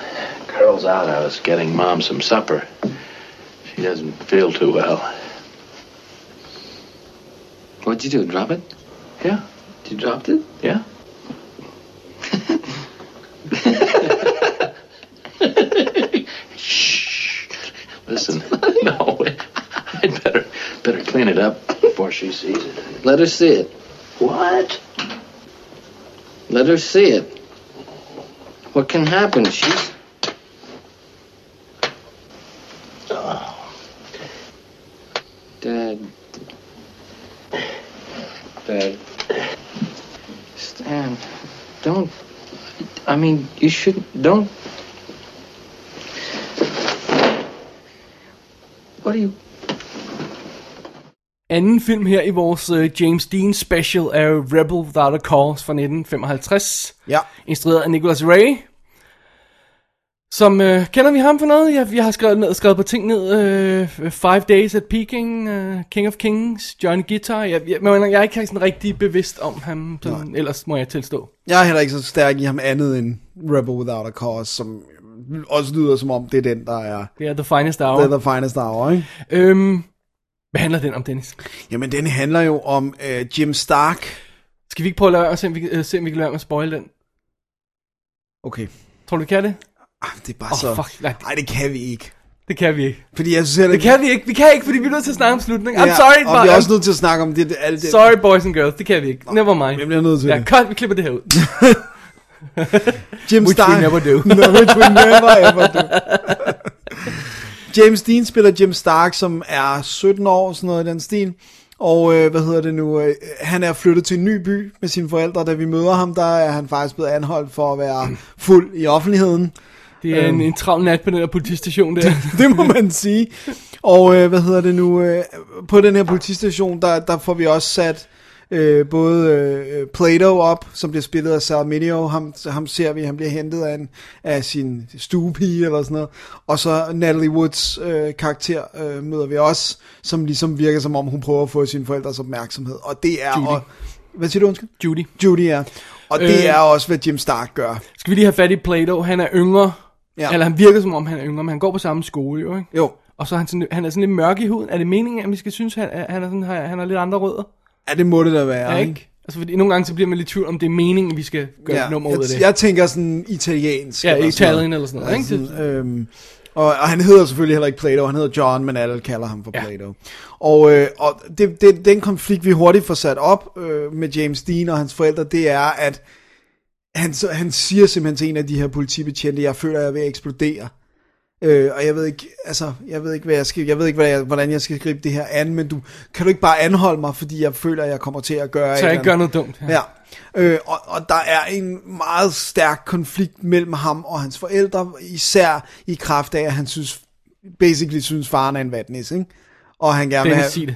Speaker 8: girl's out. I was getting mom some supper. She doesn't feel too well.
Speaker 6: What'd you do? Drop it?
Speaker 8: Yeah,
Speaker 6: You dropped it?
Speaker 8: yeah. Better clean it up before she sees it.
Speaker 9: Let her see it.
Speaker 8: What?
Speaker 9: Let her see it. What can happen? She's.
Speaker 8: Oh.
Speaker 9: Dad. Dad. Stan, don't. I mean, you shouldn't. Don't. What are you.
Speaker 4: Anden film her i vores uh, James Dean special er jo Rebel Without a Cause fra 1955.
Speaker 3: Ja.
Speaker 4: Instrueret af Nicholas Ray. Som, øh, kender vi ham for noget? Jeg, jeg har skrevet, ned, skrevet på ting ned. Øh, Five Days at Peking, øh, King of Kings, Johnny Guitar. Jeg, jeg, men jeg er ikke sådan rigtig bevidst om ham, sådan, ellers må jeg tilstå.
Speaker 3: Jeg er heller ikke så stærk i ham andet end Rebel Without a Cause, som også lyder som om, det er den, der er
Speaker 4: Det er The Finest Hour.
Speaker 3: the, the finest hour, ikke?
Speaker 4: Øhm, hvad handler den om, Dennis?
Speaker 3: Jamen, den handler jo om øh, Jim Stark.
Speaker 4: Skal vi ikke prøve at lade være, og se, om vi, øh, se, om vi kan lade være med at spoil den?
Speaker 3: Okay,
Speaker 4: Tror du, vi kan det?
Speaker 3: ah, det er bare
Speaker 4: Åh,
Speaker 3: så...
Speaker 4: fuck, nej.
Speaker 3: Ej, det kan vi ikke.
Speaker 4: Det kan vi ikke.
Speaker 3: Fordi jeg synes heller
Speaker 4: Det kan vi ikke. Vi kan ikke, fordi vi er nødt til at snakke om slutningen. I'm
Speaker 3: Ja,
Speaker 4: sorry,
Speaker 3: og vi er også nødt til at snakke om det, det, alt det.
Speaker 4: Sorry, boys and girls. Det kan vi ikke. Never mind.
Speaker 3: Jeg bliver nødt til
Speaker 4: Ja,
Speaker 3: det.
Speaker 4: cut. Vi klipper det her ud.
Speaker 3: Jim
Speaker 4: Which
Speaker 3: Stark.
Speaker 4: we never do.
Speaker 3: No, which we never ever do. James Dean spiller Jim Stark, som er 17 år, sådan noget i den stil. Og øh, hvad hedder det nu? Øh, han er flyttet til en ny by med sine forældre. Da vi møder ham, der er han faktisk blevet anholdt for at være fuld i offentligheden.
Speaker 4: Det er
Speaker 3: Øhm.
Speaker 4: en, en travl nat på den her politistation der.
Speaker 3: det må man sige. Og øh, hvad hedder det nu? Øh, på den her politistation, der, der får vi også sat øh, både øh, Plato op, som bliver spillet af Salminio. Ham, ham ser vi, han bliver hentet af, en, af sin stuepige eller sådan noget. Og så Natalie Woods øh, karakter øh, møder vi også, som ligesom virker som om, hun prøver at få sine forældres opmærksomhed. Og det er...
Speaker 4: Judy.
Speaker 3: Og, hvad siger du, undskyld?
Speaker 4: Judy.
Speaker 3: Judy, ja. Og det
Speaker 4: Øh.
Speaker 3: øh, er også, hvad Jim Stark gør.
Speaker 4: Skal vi lige have fat i Plato? Han er yngre.
Speaker 3: Ja.
Speaker 4: Eller han virker som om, han er yngre, men han går på samme skole jo, ikke?
Speaker 3: Jo.
Speaker 4: Og så er han, sådan, han er sådan lidt mørk i huden. Er det meningen, at vi skal synes, han er, han er, sådan, han har lidt andre rødder?
Speaker 3: Ja, det må det da være,
Speaker 4: Ja, ikke? Altså, fordi nogle gange så bliver man lidt i tvivl om, det er meningen, vi skal gøre ja, nummer ud
Speaker 3: jeg,
Speaker 4: af det.
Speaker 3: Jeg tænker sådan italiensk.
Speaker 4: Ja,
Speaker 3: eller sådan
Speaker 4: Italien
Speaker 3: noget.
Speaker 4: eller sådan noget,
Speaker 3: Altså
Speaker 4: ikke?
Speaker 3: Sådan, øhm, og, og han hedder selvfølgelig heller ikke Plato, han hedder John, men alle kalder ham for
Speaker 4: Ja.
Speaker 3: ja. Plato. Og, øh, og det, det, den konflikt, vi hurtigt får sat op øh, med James Dean og hans forældre, det er, at han, så, han siger simpelthen til en af de her politibetjente, jeg føler, jeg er ved at eksplodere. Øh, og jeg ved ikke, altså, jeg ved ikke, hvad jeg skal, jeg ved ikke, hvad jeg, hvordan jeg skal gribe det her an, men du, kan du ikke bare anholde mig, fordi jeg føler, jeg kommer til at gøre et
Speaker 4: så jeg
Speaker 3: eller
Speaker 4: ikke
Speaker 3: andet?"
Speaker 4: gør noget dumt.
Speaker 3: Ja. Øh, og, og der er en meget stærk konflikt mellem ham og hans forældre, især i kraft af, at han synes, basically synes, faren er en vatnis, ikke? Og han gerne vil
Speaker 4: Dennis, sig
Speaker 3: have,
Speaker 4: det.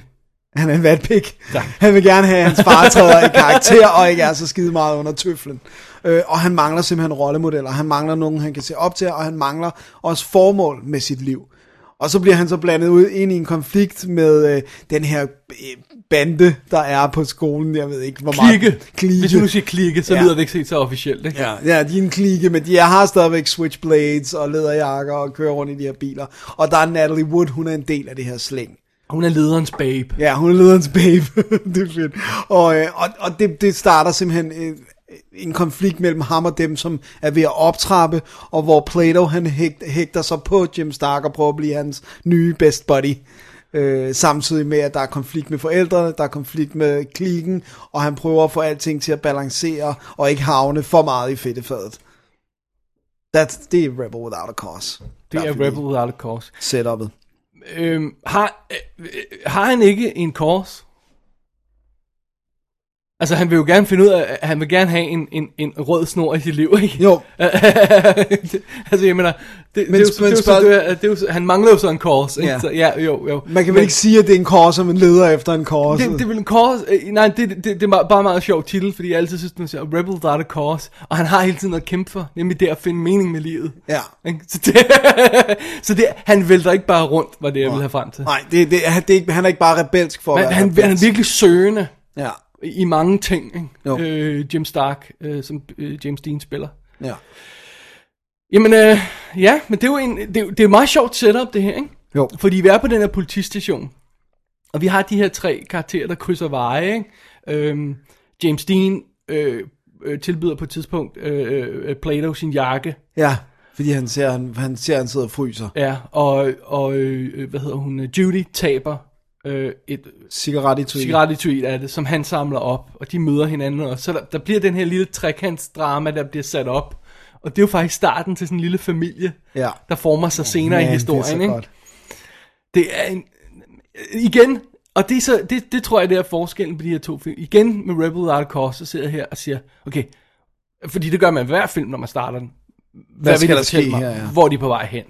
Speaker 3: han er en vatpik. Han vil gerne have, at hans far træder i karakter, og ikke er så skide meget under tøflen. Øh, og han mangler simpelthen rollemodeller. Han mangler nogen, han kan se op til, og han mangler også formål med sit liv. Og så bliver han så blandet ud ind i en konflikt med øh, den her øh, bande, der er på skolen. Jeg ved ikke, hvor
Speaker 4: Klikke.
Speaker 3: meget... Klikke.
Speaker 4: Hvis du nu siger klikke, så
Speaker 3: Ja.
Speaker 4: lyder det ikke helt så officielt, ikke?
Speaker 3: Ja, ja, de er en klike, men de har stadigvæk switchblades og læderjakker og kører rundt i de her biler. Og der er Natalie Wood, hun er en del af det her slæng.
Speaker 4: Hun er lederens babe.
Speaker 3: Ja, hun er lederens babe. det er fedt. Og, øh, og, og det, det starter simpelthen øh, en konflikt mellem ham og dem, som er ved at optrappe, og hvor Plato han hægt, hægter sig på Jim Stark og prøver at blive hans nye best buddy. Øh, samtidig med, at der er konflikt med forældrene, der er konflikt med klikken, og han prøver at få alting til at balancere, og ikke havne for meget i fedtefadet. That's, det er Rebel Without a Cause.
Speaker 4: Det er
Speaker 3: Derfor
Speaker 4: Rebel Without a Cause.
Speaker 3: Setup'et.
Speaker 4: Øhm, har, øh, øh, har han ikke en cause? Altså, han vil jo gerne finde ud af, at han vil gerne have en, en, en rød snor i sit liv, ikke?
Speaker 3: Jo.
Speaker 4: altså, jeg mener, det, det, er
Speaker 3: Men-
Speaker 4: jo, så- det, er
Speaker 3: men
Speaker 4: jo, så-
Speaker 3: spørg-
Speaker 4: det, er- det er jo, så- han mangler jo så en cause, ikke?
Speaker 3: Ja.
Speaker 4: Så, ja, jo, jo.
Speaker 3: Man kan vel ikke sige, at det er en kors, som man leder efter en kors.
Speaker 4: Det, det er vel en cause, øh, nej, det, det, det er bare- bare en meget sjov titel, fordi jeg altid synes, man siger, Rebel without a cause, og han har hele tiden noget at kæmpe for, nemlig det at finde mening med livet.
Speaker 3: Ja.
Speaker 4: Ikke? Så det, så det, han vælter ikke bare rundt, var det, jeg ville have frem til.
Speaker 3: Nej, det, det, han, det er ikke, han er ikke bare rebelsk for at
Speaker 4: Men
Speaker 3: være
Speaker 4: han, han er
Speaker 3: rebelsk.
Speaker 4: virkelig søgende
Speaker 3: Ja,
Speaker 4: i mange ting,
Speaker 3: Jo.
Speaker 4: ikke? Øh, Jim Stark, øh, som øh, James Dean spiller.
Speaker 3: ja.
Speaker 4: Jamen, øh, ja, men det er jo en, det, er, jo- det er et meget sjovt setup, det her, ikke?
Speaker 3: Jo.
Speaker 4: Fordi vi er på den her politistation, og vi har de her tre karakterer, der krydser veje, ikke? Øhm, James Dean øh, øh, tilbyder på et tidspunkt øh, øh, Plato sin jakke,
Speaker 3: Ja, fordi han ser, han, han ser, han sidder og fryser.
Speaker 4: ja, og, og øh, hvad hedder hun, øh, Judy taber øh, et
Speaker 3: Cigaret i tøj.
Speaker 4: cigaretituit er det, som han samler op, og de møder hinanden, og så der, der bliver den her lille trekantsdrama, der bliver sat op, og det er jo faktisk starten til sådan en lille familie,
Speaker 3: Ja.
Speaker 4: der former sig senere i
Speaker 3: Man,
Speaker 4: historien,
Speaker 3: det er så
Speaker 4: ikke?
Speaker 3: godt.
Speaker 4: Det er en... Igen, og det, er så, det, det tror jeg, det er forskellen på de her to film. Igen med Rebel Without a Cause, så sidder jeg her og siger, okay, fordi det gør man i hver film, når man starter den. Hvad,
Speaker 3: skal
Speaker 4: de
Speaker 3: der ske
Speaker 4: fortælle mig?
Speaker 3: her, ja.
Speaker 4: Hvor er de på vej hen?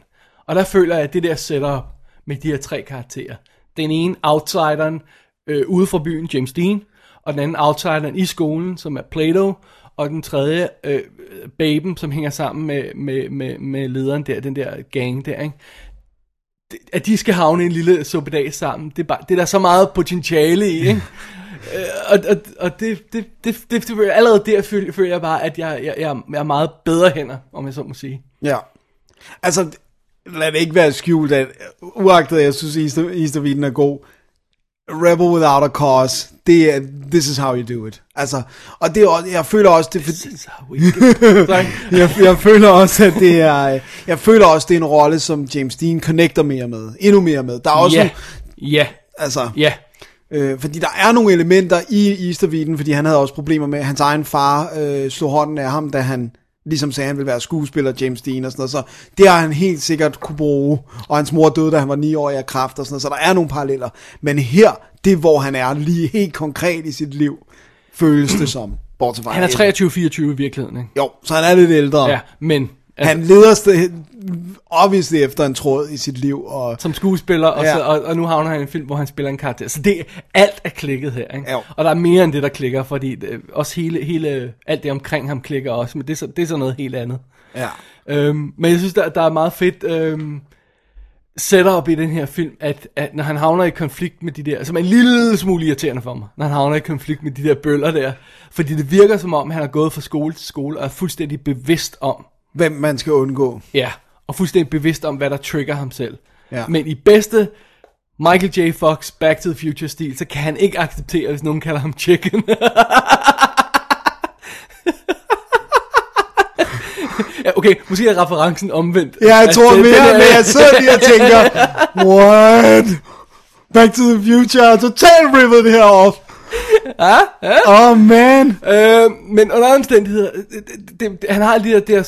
Speaker 4: Og der føler jeg, at det der setup med de her tre karakterer. Den ene, outsideren øh, ude fra byen, James Dean. Og den anden, outsideren i skolen, som er Plato. Og den tredje, øh, baben, som hænger sammen med, med, med, med lederen der, den der gang der, ikke? at de skal havne i en lille suppedag sammen, det er, bare, det er der så meget potentiale i, ikke? Øh, og, og, og det, det, det, det, det, allerede der føler, føler jeg bare, at jeg, jeg, jeg, jeg er meget bedre hænder, om jeg så må sige.
Speaker 3: Ja. Altså, lad det ikke være skjult, at uagtet at jeg synes, Easter, Eastervilden er god, Rebel Without a Cause, det er, this is how you do it. Altså, og det er, også- jeg føler også, det er fordi,
Speaker 4: Så wicked. Sorry.
Speaker 3: jeg, jeg føler også, at det er, øh, jeg føler også, det er en rolle, som James Dean connecter mere med, endnu mere med. Der er også,
Speaker 4: Ja,
Speaker 3: nogle-
Speaker 4: ja,
Speaker 3: altså,
Speaker 4: ja,
Speaker 3: Øh, fordi der er nogle elementer i Easterviden, fordi han havde også problemer med, at hans egen far øh, slog hånden af ham, da han ligesom sagde, at han ville være skuespiller, James Dean og sådan noget. Så det har han helt sikkert kunne bruge. Og hans mor døde, da han var 9 år af kræft og sådan noget. Så der er nogle paralleller. Men her, det er, hvor han er lige helt konkret i sit liv, føles det som. Bortset fra
Speaker 4: han er 23-24 i virkeligheden, ikke?
Speaker 3: Jo, så han er lidt ældre.
Speaker 4: Ja, men altså,
Speaker 3: Han leder sted, obviously efter en tråd i sit liv. Og,
Speaker 4: som skuespiller, og,
Speaker 3: Ja.
Speaker 4: så, og, og nu havner han i en film, hvor han spiller en karakter. Så det, alt er klikket her, ikke?
Speaker 3: Jo.
Speaker 4: Og der er mere end det, der klikker, fordi det, også hele, hele, alt det omkring ham klikker også, men det er, så, det er så noget helt andet.
Speaker 3: ja.
Speaker 4: Øhm, men jeg synes, der, der er meget fedt øhm, setup i den her film, at, at når han havner i konflikt med de der, som er en lille smule irriterende for mig, når han havner i konflikt med de der bøller der, fordi det virker som om, han har gået fra skole til skole og er fuldstændig bevidst om,
Speaker 3: Hvem man skal undgå.
Speaker 4: Ja, og fuldstændig bevidst om, hvad der trigger ham selv.
Speaker 3: Ja.
Speaker 4: Men i bedste Michael J. Fox Back to the Future stil, så kan han ikke acceptere, hvis nogen kalder ham chicken. ja, okay, måske er referencen omvendt.
Speaker 3: Ja, jeg
Speaker 4: At
Speaker 3: tror
Speaker 4: den-
Speaker 3: mere,
Speaker 4: den er-
Speaker 3: men jeg sidder lige og tænker, what? Back to the Future er totalt rippet det her off. Åh, oh, man.
Speaker 4: Øh, men under alle omstændigheder, øh, det, det, det, han har lige det der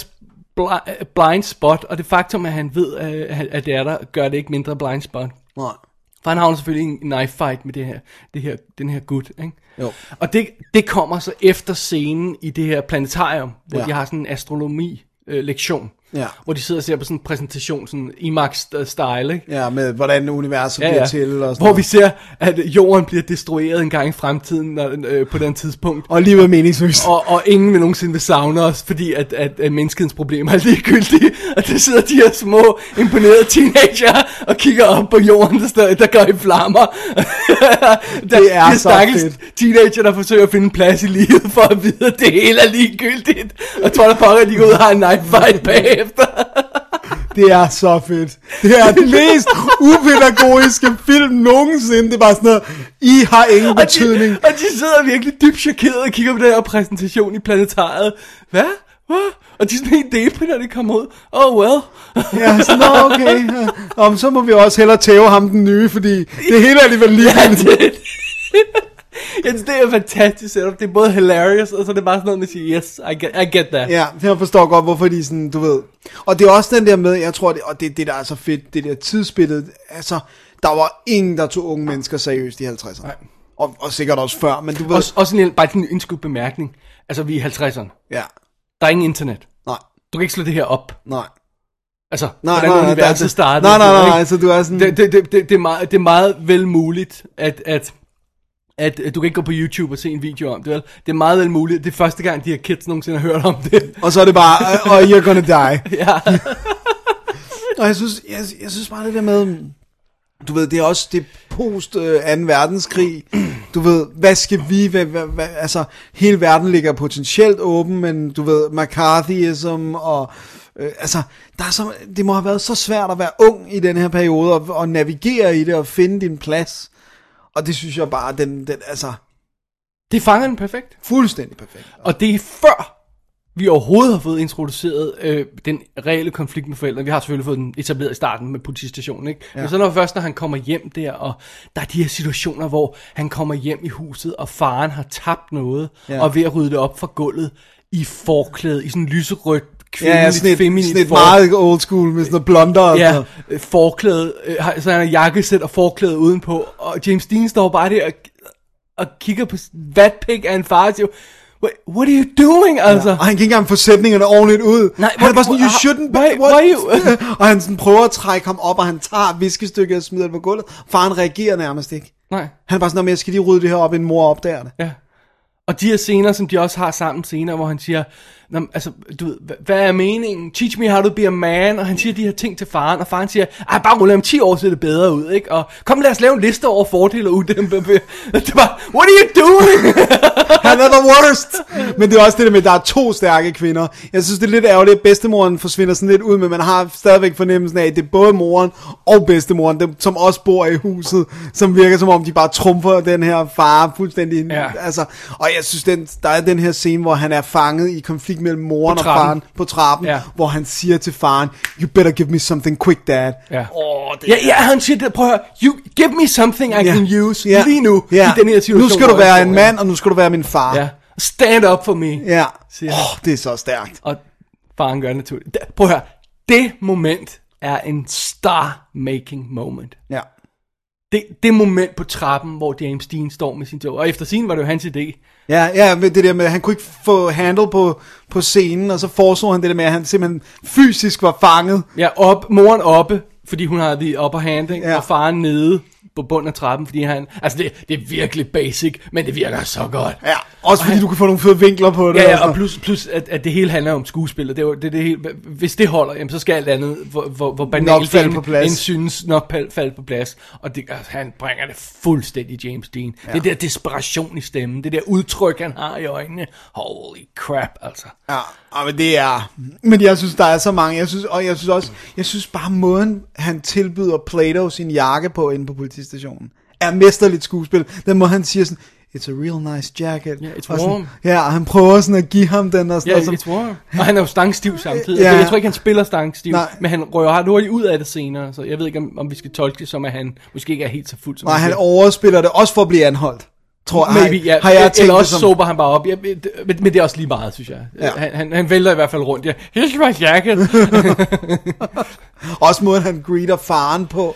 Speaker 4: bli- blind spot, og det faktum, at han ved, øh, at- at det er der, gør det ikke mindre blind spot.
Speaker 3: Nej.
Speaker 4: For han har jo selvfølgelig en knife fight med det her, det her, den her gut, ikke?
Speaker 3: Jo.
Speaker 4: Og det, det kommer så efter scenen i det her planetarium, hvor
Speaker 3: Ja.
Speaker 4: ja. de har sådan en astronomi-lektion.
Speaker 3: Ja.
Speaker 4: Hvor de sidder og ser på sådan en præsentation, sådan IMAX-style, ikke?
Speaker 3: Ja, med hvordan universet ja, bliver til og sådan
Speaker 4: Hvor
Speaker 3: noget.
Speaker 4: vi ser, at jorden bliver destrueret en gang i fremtiden når, øh, på den tidspunkt.
Speaker 3: Og livet er meningsløst.
Speaker 4: Og, og ingen vil nogensinde vil savne os, fordi at, at, at menneskets problemer er ligegyldige. Og der sidder de her små, imponerede teenager og kigger op på jorden, der, står, der går i flammer. der,
Speaker 3: Det er
Speaker 4: de her
Speaker 3: så
Speaker 4: stakkels
Speaker 3: fedt.
Speaker 4: teenager, der forsøger at finde en plads i livet, for at vide, at det hele er ligegyldigt. Og tror da pokker, at de går ud og har en knife fight bagefter.
Speaker 3: Det er så fedt. Det er den mest upædagogiske film nogensinde. Det er bare sådan noget, I har ingen
Speaker 4: Og de,
Speaker 3: betydning.
Speaker 4: og de sidder virkelig dybt chokeret og kigger på den her præsentation i planetariet. Hvad? Hvad? Og de er sådan helt deprimeret, når det kommer ud. Oh well.
Speaker 3: Ja, sådan, "Nå, okay. Ja. Om så må vi også hellere tæve ham den nye, fordi det hele er alligevel lige.
Speaker 4: Ja, det, jeg synes, det er fantastisk setup. Det er både hilarious, og så er det bare sådan noget med at sige, yes, I get, I get that.
Speaker 3: Ja, jeg forstår godt, hvorfor de sådan, du ved. Og det er også den der med, jeg tror, det, og det, det der er så fedt, det der tidsbillede, altså, der var ingen, der tog unge mennesker seriøst i 50'erne. Og, og sikkert også før, men du ved,
Speaker 4: Også, også en, bare sådan en indskudt bemærkning. Altså, vi er i 50'erne.
Speaker 3: ja,
Speaker 4: Der er ingen internet.
Speaker 3: nej,
Speaker 4: Du kan ikke slå det her op.
Speaker 3: nej.
Speaker 4: Altså,
Speaker 3: Nej,
Speaker 4: hvordan
Speaker 3: nej, nej,
Speaker 4: universet
Speaker 3: der- nej,
Speaker 4: startede.
Speaker 3: nej,
Speaker 4: og sådan
Speaker 3: nej,
Speaker 4: noget,
Speaker 3: nej, så du er sådan-
Speaker 4: Det, det, det, det, det, er meget, det er meget vel muligt, at, at, at, at du kan ikke gå på YouTube og se en video om det, vel? Det er meget vel muligt. Det er første gang, de her kids nogensinde har hørt om det.
Speaker 3: Og så er det bare, "Øh, og- og you're gonna die.
Speaker 4: ja.
Speaker 3: Og jeg synes, jeg, jeg synes bare det der med, du ved, det er også det post øh, 2. verdenskrig, du ved, hvad skal vi, hvad, hvad, hvad, altså, hele verden ligger potentielt åben, men du ved, McCarthyism og, øh, altså, der er så, det må have været så svært at være ung i den her periode, og, og navigere i det, og finde din plads, og det synes jeg bare, den, den altså,
Speaker 4: Det fanger den perfekt.
Speaker 3: fuldstændig perfekt.
Speaker 4: Og det er før vi overhovedet har fået introduceret øh, den reelle konflikt med forældrene. Vi har selvfølgelig fået den etableret i starten med politistationen, ikke? Ja. Men så når først, når han kommer hjem der, og der er de her situationer, hvor han kommer hjem i huset, og faren har tabt noget,
Speaker 3: Ja.
Speaker 4: ja. og er ved at rydde det op fra gulvet i forklæde, i sådan en lyserødt, kvindeligt,
Speaker 3: Ja, ja, sådan et,
Speaker 4: feminin
Speaker 3: sådan et
Speaker 4: forklæde.
Speaker 3: meget old school med sådan noget blonder. og sådan
Speaker 4: Ja,
Speaker 3: noget.
Speaker 4: øh, forklæde, øh, har- så han har jakkesæt og forklæde udenpå, og James Dean står bare der og, og kigger på vatpik af en far og siger, "What- what are you doing, altså?
Speaker 3: Og han kan ikke engang få sætningerne ordentligt ud.
Speaker 4: Nej,
Speaker 3: han er
Speaker 4: hvor-
Speaker 3: bare sådan, you
Speaker 4: hvor-
Speaker 3: shouldn't...
Speaker 4: why-
Speaker 3: what-
Speaker 4: why
Speaker 3: og han sådan prøver at trække ham op, og han tager viskestykket og smider det på gulvet. Faren reagerer nærmest ikke.
Speaker 4: Nej,
Speaker 3: Han er bare sådan, "Nå, men jeg skal lige rydde det her op, inden mor opdager det.
Speaker 4: ja. Og de her scener, som de også har sammen senere, hvor han siger, "Nå, men, altså, du ved, hva- hvad er meningen? Teach me how to be a man. Og han siger de her ting til faren, og faren siger, ej, bare rulle om 10 år, ser det bedre ud, ikke? Og kom, lad os lave en liste over fordele og ulemper. ved-" Det var, what are you doing?
Speaker 3: Han er the worst! Men det er også det der med, at der er to stærke kvinder. Jeg synes, det er lidt ærgerligt, at bedstemoren forsvinder sådan lidt ud, men man har stadigvæk fornemmelsen af, at det er både moren og bedstemoren, dem, som også bor i huset, som virker som om, de bare trumfer den her far fuldstændig.
Speaker 4: Ja.
Speaker 3: Altså, og jeg synes, den, der er den her scene, hvor han er fanget i konflikt mellem moren
Speaker 4: På
Speaker 3: og
Speaker 4: trappen.
Speaker 3: faren på trappen,
Speaker 4: Ja.
Speaker 3: hvor han siger til faren, you better give me something quick, dad.
Speaker 4: Ja. Oh, det ja, ja, han siger det, prøv at høre, you, give me something I yeah. can use yeah. lige nu, yeah. i den her situation.
Speaker 3: Nu skal du
Speaker 4: hvor jeg
Speaker 3: være
Speaker 4: står
Speaker 3: en
Speaker 4: i.
Speaker 3: mand, og nu skal du være min far.
Speaker 4: Ja. Stand up for me.
Speaker 3: Ja.
Speaker 4: Siger han.
Speaker 3: Åh, det er så stærkt.
Speaker 4: Og faren gør det naturligt. Da- Prøv at høre, det moment er en star-making moment.
Speaker 3: Ja.
Speaker 4: Det, det moment på trappen, hvor James Dean står med sin joke. Og efter sin var det jo hans idé.
Speaker 3: Ja, ja, men det der med, at han kunne ikke få handle på, på scenen, og så foreslog han det der med, at han simpelthen fysisk var fanget.
Speaker 4: Ja, op, moren oppe, fordi hun har the upper hand, ikke?
Speaker 3: Ja.
Speaker 4: Ja. og faren nede på bunden af trappen, fordi han... Altså, det, det er virkelig basic, men det virker så godt.
Speaker 3: Ja, også fordi du kunne få nogle fede vinkler på det. altså.
Speaker 4: Ja, ja,
Speaker 3: sådan
Speaker 4: og plus, plus at, at det hele handler om skuespil, og det er jo- det, er det hele, hvis det holder, jamen, så skal alt andet, hvor, hvor, hvor banalt
Speaker 3: Nok falde
Speaker 4: det
Speaker 3: på plads.
Speaker 4: end synes, nok pal- falde på plads. Og det, altså, han bringer det fuldstændig James Dean. Ja. Det der desperation i stemmen, det der udtryk, han har i øjnene. Holy crap, altså.
Speaker 3: Ja, ah, men det er... Men jeg synes, der er så mange. Jeg synes, og jeg synes også, jeg synes bare måden, han tilbyder Plato sin jakke på inde på politistationen, er mesterligt skuespil. Den måde, han siger sådan, it's a real nice jacket.
Speaker 4: Yeah, it's
Speaker 3: og sådan,
Speaker 4: warm.
Speaker 3: Ja, og han prøver sådan at give ham den og sådan
Speaker 4: Ja,
Speaker 3: noget, som-
Speaker 4: it's warm. Og han er jo stangstiv samtidig.
Speaker 3: Ja.
Speaker 4: Ja. Jeg tror ikke, han spiller stangstiv,
Speaker 3: Nej.
Speaker 4: men han rører hurtigt ud af det senere, så jeg ved ikke, om, om vi skal tolke det som, at han måske ikke er helt så fuld som
Speaker 3: Nej, han
Speaker 4: siger.
Speaker 3: overspiller det også for at blive anholdt. Tror, har-
Speaker 4: Maybe, ja.
Speaker 3: har jeg tænkt
Speaker 4: Eller
Speaker 3: det
Speaker 4: også
Speaker 3: som...
Speaker 4: sober han bare op. Ja, men, men men det er også lige meget, synes jeg.
Speaker 3: Ja.
Speaker 4: Ja. Han, han, han vælter i hvert fald rundt. Ja. Here's my jacket.
Speaker 3: Også måden han greeter faren på.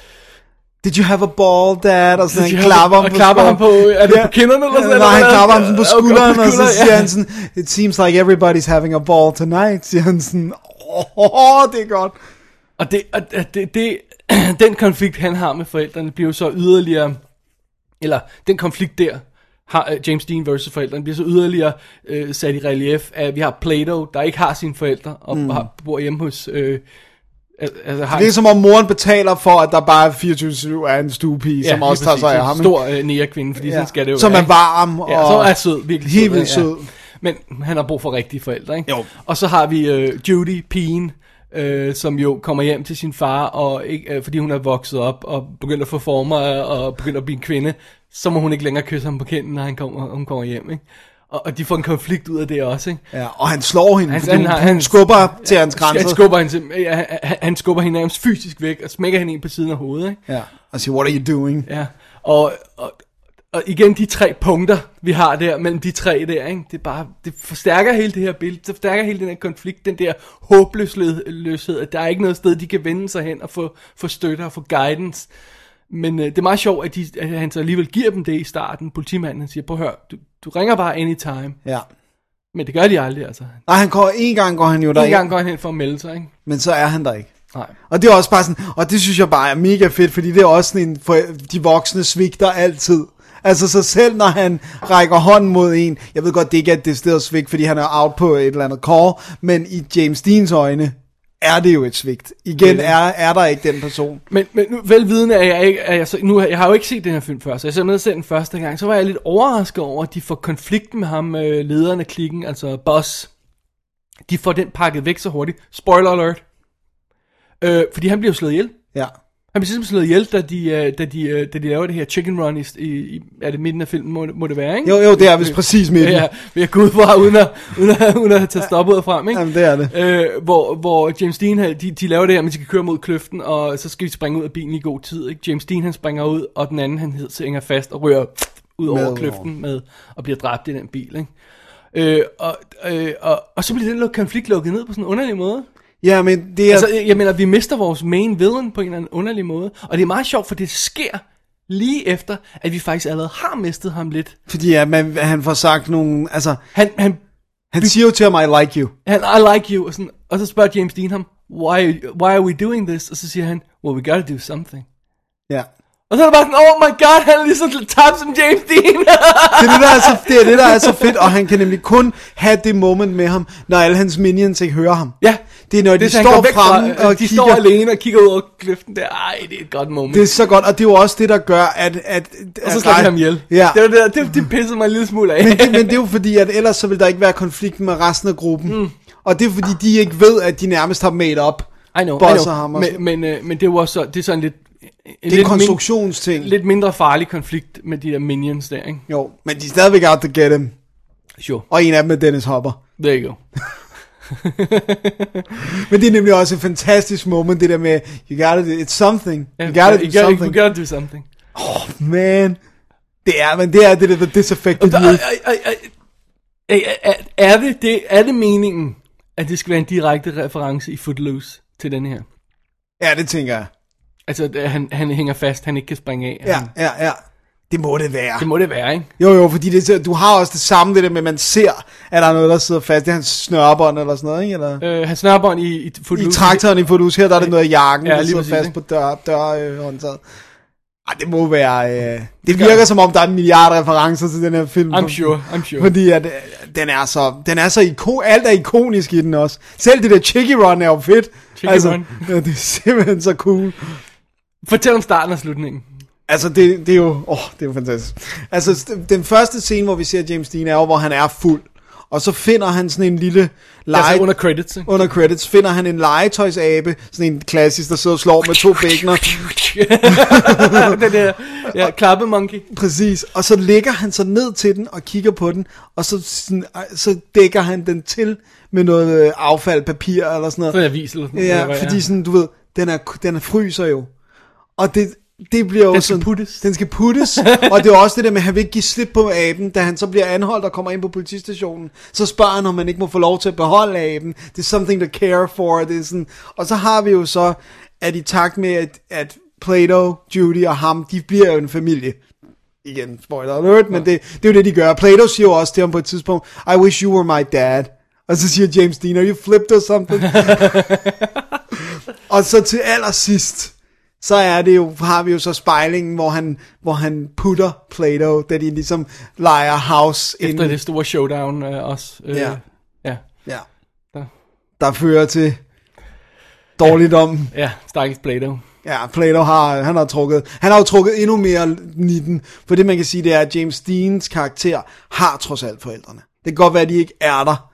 Speaker 3: Did you have a ball, dad? Og sådan,
Speaker 4: Did
Speaker 3: han
Speaker 4: you
Speaker 3: klapper
Speaker 4: have-
Speaker 3: ham
Speaker 4: og klapper ham
Speaker 3: skulderen.
Speaker 4: på- er det på kinderne eller sådan
Speaker 3: Nej,
Speaker 4: noget?
Speaker 3: han klapper ham sådan på
Speaker 4: Ja, okay, på
Speaker 3: skulderen, og så
Speaker 4: skulderen,
Speaker 3: siger
Speaker 4: ja.
Speaker 3: han sådan, it seems like everybody's having a ball tonight, siger han sådan, åh, oh, det er godt.
Speaker 4: og det, og det, det, det, den konflikt, han har med forældrene, bliver jo så yderligere... Eller den konflikt der, har, øh, James Dean versus forældrene, bliver så yderligere øh, sat i relief af, at vi har Plato, der ikke har sine forældre, og mm. har, bor hjemme hos... Øh, al- altså, har
Speaker 3: Det er som om moren betaler for, at der bare 24-7 er en stuepige,
Speaker 4: Ja,
Speaker 3: som
Speaker 4: lige
Speaker 3: også tager sig
Speaker 4: præcis.
Speaker 3: af ham.
Speaker 4: En
Speaker 3: ikke?
Speaker 4: stor øh, nærekvinde, fordi ja. sådan skal det jo
Speaker 3: Som
Speaker 4: være,
Speaker 3: er
Speaker 4: ikke?
Speaker 3: varm
Speaker 4: Ja,
Speaker 3: og
Speaker 4: så er sød, virkelig
Speaker 3: helt vildt
Speaker 4: ja.
Speaker 3: sød.
Speaker 4: Men han har brug for rigtige forældre, ikke?
Speaker 3: Jo.
Speaker 4: Og så har vi øh, Judy, pigen, øh, som jo kommer hjem til sin far, og ikke, øh, fordi hun er vokset op og begyndt at få former øh, og begyndt at blive en kvinde, så må hun ikke længere kysse ham på kinden, når han kommer, hun kommer hjem, ikke? Og, og de får en konflikt ud af det også, ikke?
Speaker 3: Ja, og han slår hende,
Speaker 4: Han-
Speaker 3: fordi
Speaker 4: han-
Speaker 3: hun-
Speaker 4: han-
Speaker 3: hun skubber til hans
Speaker 4: Han
Speaker 3: grænser.
Speaker 4: skubber, hende, sim- ja, han- han, han skubber hende nærmest fysisk væk og smækker hende ind på siden af hovedet, ikke?
Speaker 3: Ja, og siger, what are you doing?
Speaker 4: Ja, og, og, og igen de tre punkter, vi har der, mellem de tre der, ikke? Det, er bare, det forstærker hele det her billede, det forstærker hele den her konflikt, den der håbløshed, løshed, at der er ikke noget sted, de kan vende sig hen og få, få støtte og få guidance. Men øh, det er meget sjovt, at, de, at han så alligevel giver dem det i starten. Politimanden han siger, prøv at hør, du, du ringer bare anytime.
Speaker 3: Ja.
Speaker 4: Men det gør de aldrig, altså.
Speaker 3: Nej, han går, en gang går han jo
Speaker 4: En gang
Speaker 3: derind,
Speaker 4: går han hen for at melde sig, ikke?
Speaker 3: men så er han der ikke.
Speaker 4: Nej.
Speaker 3: Og det er også bare sådan, og det synes jeg bare er mega fedt, fordi det er også sådan en, for de voksne svigter altid. Altså så selv når han rækker hånden mod en, jeg ved godt, det ikke er et decideret svigt, fordi han er out på et eller andet call, men i James Deans øjne er det jo et svigt. Igen er, er der ikke den person.
Speaker 4: Men, men nu, velvidende er jeg ikke, er jeg, så, nu, jeg har jo ikke set den her film før, så jeg så med den første gang, så var jeg lidt overrasket over, at de får konflikten med ham, øh, lederen af klikken, altså Boss, de får den pakket væk så hurtigt. Spoiler alert. Øh, fordi han bliver jo slået ihjel.
Speaker 3: Ja.
Speaker 4: Han bliver simpelthen slået ihjel, da de, øh, da de, øh, da de laver det her chicken run i, i, i er det midten af filmen, må, det- må det være, ikke?
Speaker 3: Jo, jo, det er vist præcis midten.
Speaker 4: Ja, vi har gået ud fra, uden at, uden at, uden at tage stoppet frem, ikke?
Speaker 3: Jamen, det er det.
Speaker 4: Øh, hvor, hvor James Dean, han- de, de laver det her, men de skal køre mod kløften, og så skal de springe ud af bilen i god tid, ikke? James Dean, han springer ud, og den anden, han hed til hænger fast og rører ud over
Speaker 3: over.
Speaker 4: kløften med, og bliver dræbt i den bil, ikke? Øh, og, øh, og, og så bliver den luk- konflikt lukket ned på sådan en underlig måde.
Speaker 3: Ja, men det er...
Speaker 4: Altså, jeg jeg mener, vi mister vores main villain på en eller anden underlig måde. Og det er meget sjovt, for det sker lige efter, at vi faktisk allerede har mistet ham lidt.
Speaker 3: Fordi ja, man, han får sagt nogle... Altså,
Speaker 4: Han, han,
Speaker 3: han siger jo til mig, I like you.
Speaker 4: han I like you, og, sådan, og så spørger James Dean ham, why, why are we doing this? Og så siger han, well, we gotta do something.
Speaker 3: Ja.
Speaker 4: Og så er det bare sådan, oh my god, han er lige så tabt som James Dean.
Speaker 3: Det er det, der er, så, det er det, der er så fedt, og han kan nemlig kun have det moment med ham, når alle hans minions ikke hører ham.
Speaker 4: ja,
Speaker 3: Det er, når de
Speaker 4: så han
Speaker 3: står
Speaker 4: går væk
Speaker 3: fremme
Speaker 4: fra- øh,
Speaker 3: og
Speaker 4: De
Speaker 3: kigger.
Speaker 4: står alene og kigger ud over kløften der. Ej, det er et godt moment.
Speaker 3: Det er så godt, og det er jo også det, der gør, at... at
Speaker 4: og så slår de ham ihjel.
Speaker 3: Ja.
Speaker 4: Det, var det, der- det, det pissede mig en lille smule af.
Speaker 3: Men det, men det er jo fordi, at ellers så vil der ikke være konflikt med resten af gruppen. Mm. Og det er fordi, de ikke ved, at de nærmest har made up.
Speaker 4: I know, I
Speaker 3: Bosser
Speaker 4: know.
Speaker 3: ham og
Speaker 4: men,
Speaker 3: men,
Speaker 4: men, øh, men det var så, det er sådan lidt... En
Speaker 3: Det er en konstruktionsting.
Speaker 4: Min, lidt mindre farlig konflikt med de der minions der, ikke?
Speaker 3: Jo, men de er stadigvæk out to get him.
Speaker 4: Sure,
Speaker 3: Og en af dem er Dennis Hopper.
Speaker 4: there you go.
Speaker 3: Men det er nemlig også et fantastisk moment, det der med, you gotta do it's something. You gotta
Speaker 4: Yeah,
Speaker 3: do something.
Speaker 4: You gotta do something.
Speaker 3: Man. Det er, men det er det, der the disaffected
Speaker 4: Der,
Speaker 3: youth.
Speaker 4: er, er, er, er, det, det, er det meningen, at det skal være en direkte reference i Footloose til den her?
Speaker 3: Ja, det tænker jeg.
Speaker 4: Altså, at han, han hænger fast, han ikke kan springe af.
Speaker 3: Ja,
Speaker 4: Han,
Speaker 3: ja, ja. Det må det være.
Speaker 4: det må det være, ikke?
Speaker 3: Jo, jo, fordi det, du har også det samme, det der med, at man ser, at der er noget, der sidder fast. Det er hans snørbånd eller sådan noget, ikke? Eller...
Speaker 4: Øh, han snapper i, i
Speaker 3: I
Speaker 4: Footloose.
Speaker 3: traktoren i Footloose, her der er det noget af jakken,
Speaker 4: Ja,
Speaker 3: ja, der
Speaker 4: lige
Speaker 3: sidder
Speaker 4: præcis,
Speaker 3: fast
Speaker 4: ikke?
Speaker 3: på dør, dør øh, håndtaget. Ej, det må være... Øh, det virker som om, der er en milliard referencer til den her film.
Speaker 4: I'm sure, I'm sure.
Speaker 3: Fordi at, øh, den er så, den er så iko, alt er ikonisk i den også. Selv det der Chicky Run er jo fedt. Altså,
Speaker 4: Chicky Run.
Speaker 3: Ja, det er simpelthen så cool.
Speaker 4: Fortæl om starten og slutningen.
Speaker 3: Altså, det, det er jo, åh, det er jo fantastisk. Altså, st- den første scene, hvor vi ser James Dean, er jo, hvor han er fuld. Og så finder han sådan en lille
Speaker 4: Altså
Speaker 3: lege...
Speaker 4: under credits, ikke?
Speaker 3: under credits finder han en legetøjsabe, sådan en klassisk, der sidder og slår med to bækkener.
Speaker 4: den der, ja, klappe monkey.
Speaker 3: Præcis. Og så ligger han så ned til den og kigger på den, og så, sådan, så dækker han den til med noget øh, affald, papir eller sådan noget.
Speaker 4: Sådan en avis eller sådan
Speaker 3: Ja,
Speaker 4: noget, hvad det
Speaker 3: fordi
Speaker 4: er.
Speaker 3: sådan, du ved, den er, den er fryser jo. Og det, det bliver jo
Speaker 4: Den skal
Speaker 3: sådan,
Speaker 4: puttes.
Speaker 3: Den skal puttes. og det er også det der med, at han vil ikke give slip på aben, da han så bliver anholdt og kommer ind på politistationen. Så spørger han, om man ikke må få lov til at beholde aben. Det er something to care for. Det er sådan. Og så har vi jo så, at i takt med, at, at Plato, Judy og ham, de bliver jo en familie. Igen, spoiler alert, men det, det er jo det, de gør. Plato siger jo også til ham på et tidspunkt, I wish you were my dad. Og så siger James Dean, are you flipped or something? Og så til allersidst, så er det jo, har vi jo så spejlingen, hvor han, hvor han putter Plato, da de ligesom leger house
Speaker 4: Efter
Speaker 3: inden-
Speaker 4: det store showdown øh, også. Øh,
Speaker 3: Ja.
Speaker 4: Ja,
Speaker 3: Ja.
Speaker 4: Der.
Speaker 3: Der fører til dårligdom.
Speaker 4: ja stakkels Plato.
Speaker 3: Ja, Plato har, han har trukket, han har jo trukket endnu mere nitten, for det man kan sige, det er, at James Deans karakter har trods alt forældrene. Det kan godt være, at de ikke er der,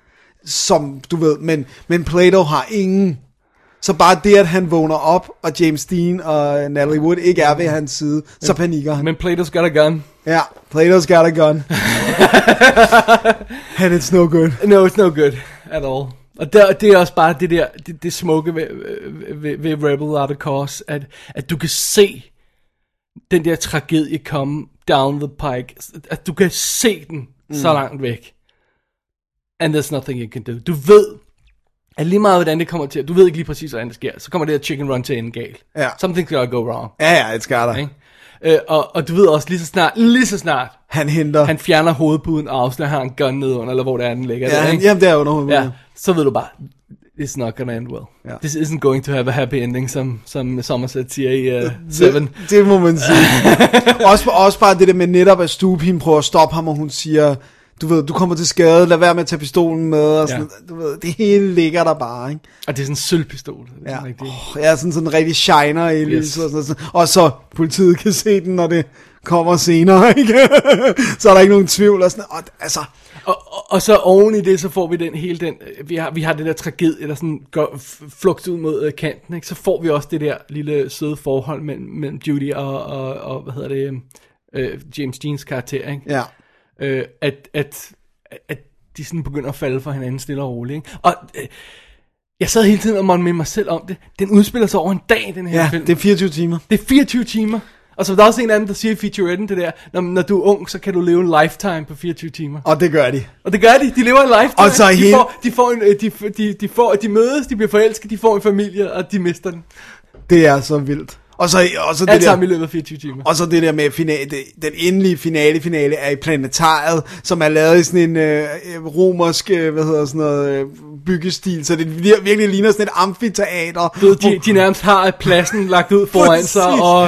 Speaker 3: som du ved, men, men Plato har ingen. Så bare det, at han vågner op, og James Dean og Natalie Wood ikke er ved hans side, så panikker han.
Speaker 4: Men Plato's got a gun.
Speaker 3: Ja, Plato's got a gun. And it's no good.
Speaker 4: No, it's no good at all. Og der, det er også bare det der, det, det smukke ved, øh, ved, ved Rebel Out of Cause, at, at du kan se den der tragedie komme down the pike. At du kan se den mm. så langt væk. And there's nothing you can do. Du ved, at lige meget hvordan det kommer til, du ved ikke lige præcis, hvordan det sker, så kommer det her chicken run til at ende galt.
Speaker 3: Ja.
Speaker 4: Something's gonna go wrong.
Speaker 3: Ja, ja, it's got a.
Speaker 4: Ikke? Øh, og, og du ved også lige så snart, lige så snart,
Speaker 3: Han henter.
Speaker 4: han fjerner hovedpuden og afslører, at han har en gun nedenunder, eller hvor det er, den ligger.
Speaker 3: ja,
Speaker 4: der,
Speaker 3: han,
Speaker 4: ikke?
Speaker 3: jamen, det er underhovedet.
Speaker 4: ja, så ved du bare, it's not gonna end well.
Speaker 3: Ja.
Speaker 4: This isn't going to have a happy ending, som, som Somerset siger i uh, Seven.
Speaker 3: Det, det må man sige. også, også bare det der med netop, at stuepigen prøver at stoppe ham, og hun siger, du ved, du kommer til skade, lad være med at tage pistolen med, og sådan, ja. du ved, det hele ligger der bare, ikke?
Speaker 4: Og det er sådan en sølvpistol. Det er
Speaker 3: Ja,
Speaker 4: sådan rigtig-
Speaker 3: oh, jeg er sådan, sådan rigtig shiner i yes. og, sådan, noget. og så politiet kan se den, når det kommer senere, ikke? så er der ikke nogen tvivl, og sådan, og, altså,
Speaker 4: Og, og- og så oven i det, så får vi den hele den, øh, vi har, vi har det der tragedie, der sådan går, f- flugt ud mod øh, kanten, ikke? så får vi også det der lille søde forhold mellem, mellem Judy og, og, og, hvad hedder det, øh, James Deans karakter, ikke?
Speaker 3: Ja.
Speaker 4: øh, at, at, at de sådan begynder at falde for hinanden stille og roligt. Ikke? Og øh, jeg sad hele tiden og måtte med mig selv om det. Den udspiller sig over en dag, den her
Speaker 3: Ja,
Speaker 4: film.
Speaker 3: det er 24 timer.
Speaker 4: det er 24 timer. Og så er der også en anden, der siger i featuretten det der, når, når du er ung, så kan du leve en lifetime på 24 timer.
Speaker 3: Og det gør de.
Speaker 4: Og det gør de, de lever en lifetime.
Speaker 3: Og så
Speaker 4: de,
Speaker 3: hele-
Speaker 4: får, de, får en, øh, de, f- de, de, får, de mødes, de bliver forelsket, de får en familie, og de mister den.
Speaker 3: Det er så vildt. Og så, og så det
Speaker 4: Alt
Speaker 3: der...
Speaker 4: sammen i løbet af 24 timer.
Speaker 3: Og så det der med finale, det, den endelige finale finale er i planetariet, som er lavet i sådan en øh, øh, romersk, øh, hvad hedder sådan noget, øh, byggestil, så det vir- virkelig ligner sådan et amfiteater.
Speaker 4: Du ved, de, de nærmest har pladsen lagt ud foran sig,
Speaker 3: Præcis.
Speaker 4: og,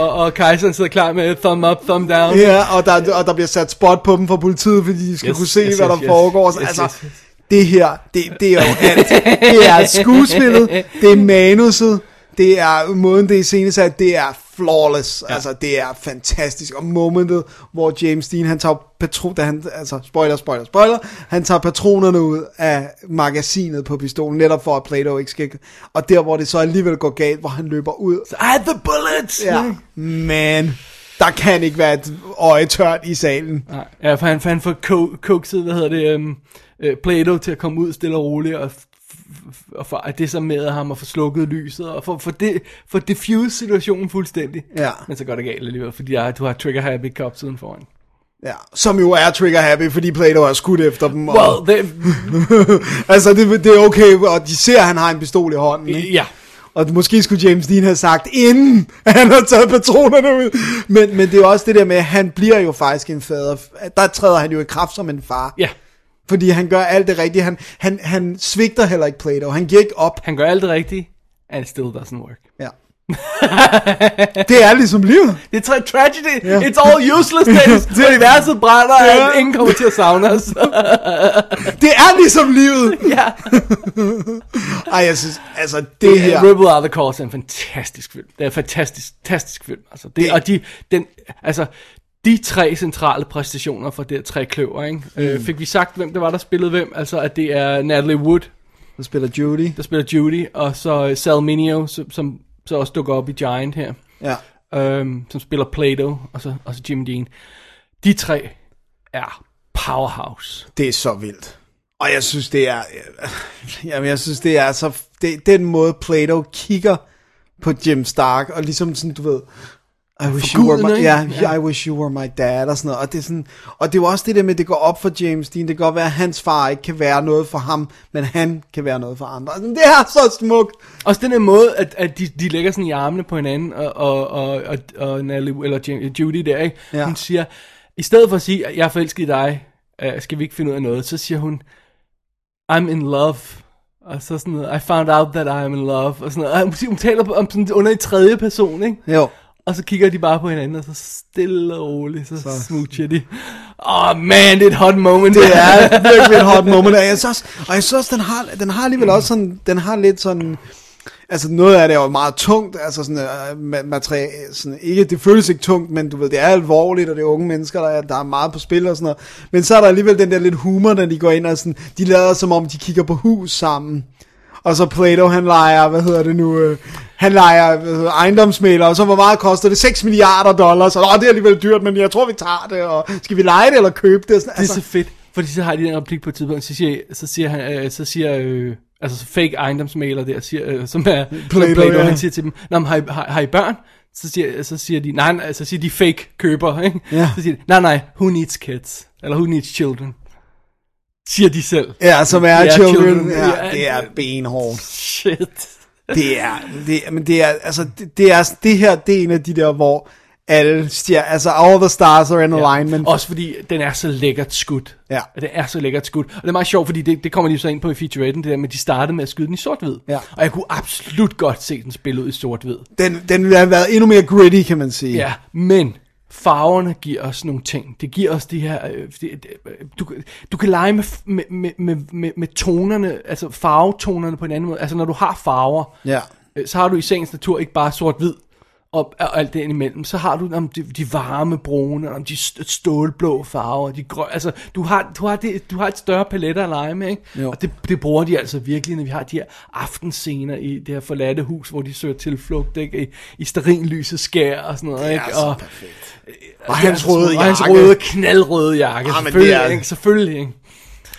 Speaker 4: og, og kejseren sidder klar med thumb up, thumb down.
Speaker 3: Ja, og der, og der bliver sat spot på dem fra politiet, fordi de skal
Speaker 4: Yes,
Speaker 3: kunne se,
Speaker 4: yes,
Speaker 3: hvad
Speaker 4: yes,
Speaker 3: der
Speaker 4: yes.
Speaker 3: foregår. Så,
Speaker 4: Yes,
Speaker 3: altså,
Speaker 4: yes, yes.
Speaker 3: det her, det, det er jo alt. Det er skuespillet, det er manuset, det er måden, det er scenesat, det er flawless. Ja. Altså, det er fantastisk. Og momentet, hvor James Dean, han tager patron, da han, altså, spoiler, spoiler, spoiler, han tager patronerne ud af magasinet på pistolen, netop for at Plato ikke skal... Og der, hvor det så alligevel går galt, hvor han løber ud,
Speaker 4: I had the bullets!
Speaker 3: Ja,
Speaker 4: Mm.
Speaker 3: man. Der kan ikke være et øje tørt i salen.
Speaker 4: Nej, ja, for han, for han får ko- kokset, hvad hedder det, øhm, øh, Plato til at komme ud stille og roligt, og, f- f- og for, at det så med ham og få slukket lyset, og for, for, det, for diffuse situationen fuldstændig.
Speaker 3: Ja.
Speaker 4: Men så går det galt alligevel, fordi der, er- du har Trigger Happy Cup siden foran.
Speaker 3: Ja. Som jo er trigger happy, fordi Plato er skudt efter dem. Og,
Speaker 4: Well, det,
Speaker 3: altså, det, det er okay, og de ser, at han har en pistol i hånden. Ikke?
Speaker 4: ja.
Speaker 3: Og måske skulle James Dean have sagt, inden han har taget patronerne ud. Men, men det er jo også det der med, at han bliver jo faktisk en fader. Der træder han jo i kraft som en far.
Speaker 4: Ja,
Speaker 3: Fordi han gør alt det rigtige. Han, han, han svigter heller ikke Plato. Han giver ikke op.
Speaker 4: han gør alt det rigtige, and it still doesn't work.
Speaker 3: Ja. det er ligesom livet.
Speaker 4: Det er tra- tragedy,
Speaker 3: Ja.
Speaker 4: yeah. it's all uselessness, universet brænder,
Speaker 3: Ja.
Speaker 4: yeah. og ingen kommer til at savne os.
Speaker 3: Det er ligesom livet.
Speaker 4: ja.
Speaker 3: Ej, jeg synes, altså det,
Speaker 4: Det
Speaker 3: her...
Speaker 4: her. Rebel Out of Cause er en fantastisk film. Det er en fantastisk, fantastisk film. Altså, det,
Speaker 3: Det-
Speaker 4: det. Og de, den, altså, de tre centrale præstationer fra det her tre kløver, ikke? Mm. Øh, fik vi sagt, hvem det var, der spillede hvem? Altså, at det er Natalie Wood,
Speaker 3: Der spiller Judy.
Speaker 4: der spiller Judy, og så øh, Sal Mineo, som, som så også dukker op i Giant her,
Speaker 3: Ja.
Speaker 4: øhm, som spiller Plato, og så, og så Jim Dean. De tre er powerhouse.
Speaker 3: Det er så vildt. Og jeg synes, det er... Jamen, jeg synes, det er så... Det, den måde, Plato kigger på Jim Stark, og ligesom sådan, du ved... I wish, you were
Speaker 4: Forguden,
Speaker 3: my,
Speaker 4: ikke?
Speaker 3: ja, yeah, I wish you were my dad, og sådan noget. Og det, er sådan, og det er jo også det der med, at det går op for James Dean. Det kan godt være, at hans far ikke kan være noget for ham, men han kan være noget for andre. Og sådan, Det er så smukt.
Speaker 4: Også den her måde, at, at de, de lægger sådan i armene på hinanden, og, og, og, og, og Natalie, eller Jim- Judy der, ikke?
Speaker 3: Ja.
Speaker 4: Ja. hun siger, i stedet for at sige, at jeg er forelsket i dig, øh, skal vi ikke finde ud af noget, så siger hun, I'm in love. Og så sådan noget, I found out that I'm in love. Og sådan noget. Og hun, siger- hun taler på, om sådan under i tredje person, ikke?
Speaker 3: Jo.
Speaker 4: Og så kigger de bare på hinanden, og så stille og roligt, så, så. smoocher de. Åh oh, man, det er et hot moment.
Speaker 3: Det er virkelig et hot moment. Og jeg synes også, og jeg synes også den, har, den har alligevel også sådan, den har lidt sådan, altså noget af det er jo meget tungt, altså sådan, uh, materie, sådan ikke, det føles ikke tungt, men du ved, det er alvorligt, og det er unge mennesker, der er, der er meget på spil og sådan noget. Men så er der alligevel den der lidt humor, når de går ind og sådan, de lader som om, de kigger på hus sammen. Og så Plato, han leger, hvad hedder det nu, øh, han leger hvad hedder, ejendomsmæler, og så hvor meget koster det? 6 milliarder dollars, og "Nå, det er alligevel dyrt, men jeg tror, vi tager det, og skal vi lege det eller købe det? Og Sådan, altså,
Speaker 4: Det er så fedt, fordi så har de den replik på et tidspunkt, så siger, så siger han, øh, så siger, øh, altså så fake ejendomsmaler der, siger, øh, som er
Speaker 3: Plato,
Speaker 4: Plato, Plato
Speaker 3: ja.
Speaker 4: ja. han siger til dem, Nå, men har, I, har, har I børn? Så siger, så siger de, nej, nej, så siger de fake køber, ikke?
Speaker 3: Ja.
Speaker 4: Så siger de, nej, nej, who needs kids? Eller who needs children? Siger de selv.
Speaker 3: Ja, som er
Speaker 4: Ja,
Speaker 3: children.
Speaker 4: Children.
Speaker 3: Ja,
Speaker 4: Ja.
Speaker 3: det er benhårdt.
Speaker 4: Shit.
Speaker 3: Det er, det, men det er, altså, det, det er, det her, det er en af de der, hvor alle stjer, altså, all the stars are in alignment.
Speaker 4: Også fordi den er så lækkert skudt.
Speaker 3: Ja.
Speaker 4: Den er så lækkert skudt. Og det er meget sjovt, fordi det, det kommer de jo så ind på i featuretten, det der med, at de startede med at skyde den i sort-hvid.
Speaker 3: Ja.
Speaker 4: Og jeg kunne absolut godt se den spille ud i sort-hvid.
Speaker 3: Den, den ville have været endnu mere gritty, kan man sige.
Speaker 4: Ja, men farverne giver os nogle ting. Det giver os de her... Øh, det, det, øh, du, kan- du kan lege med, f- med, med, med, med, med tonerne, altså farvetonerne på en anden måde. Altså når du har farver,
Speaker 3: Ja.
Speaker 4: øh, så har du i sagens natur ikke bare sort-hvid. og, og alt det imellem, så har du om de, de varme brune, og om de st- stålblå farver, de grøn, altså du har, du, har det, du har et større palet at lege med, ikke?
Speaker 3: Jo.
Speaker 4: og det, det bruger de altså virkelig, når vi har de her aftenscener i det her forladte hus, hvor de søger tilflugt ikke? i, i sterinlysets skær og sådan noget. Ikke?
Speaker 3: er så
Speaker 4: og, Øh,
Speaker 3: perfekt.
Speaker 4: og
Speaker 3: hans røde
Speaker 4: og hans
Speaker 3: jakke.
Speaker 4: røde, knaldrøde jakke,
Speaker 3: Ah, men
Speaker 4: selvfølgelig,
Speaker 3: det er-
Speaker 4: ikke? selvfølgelig ikke?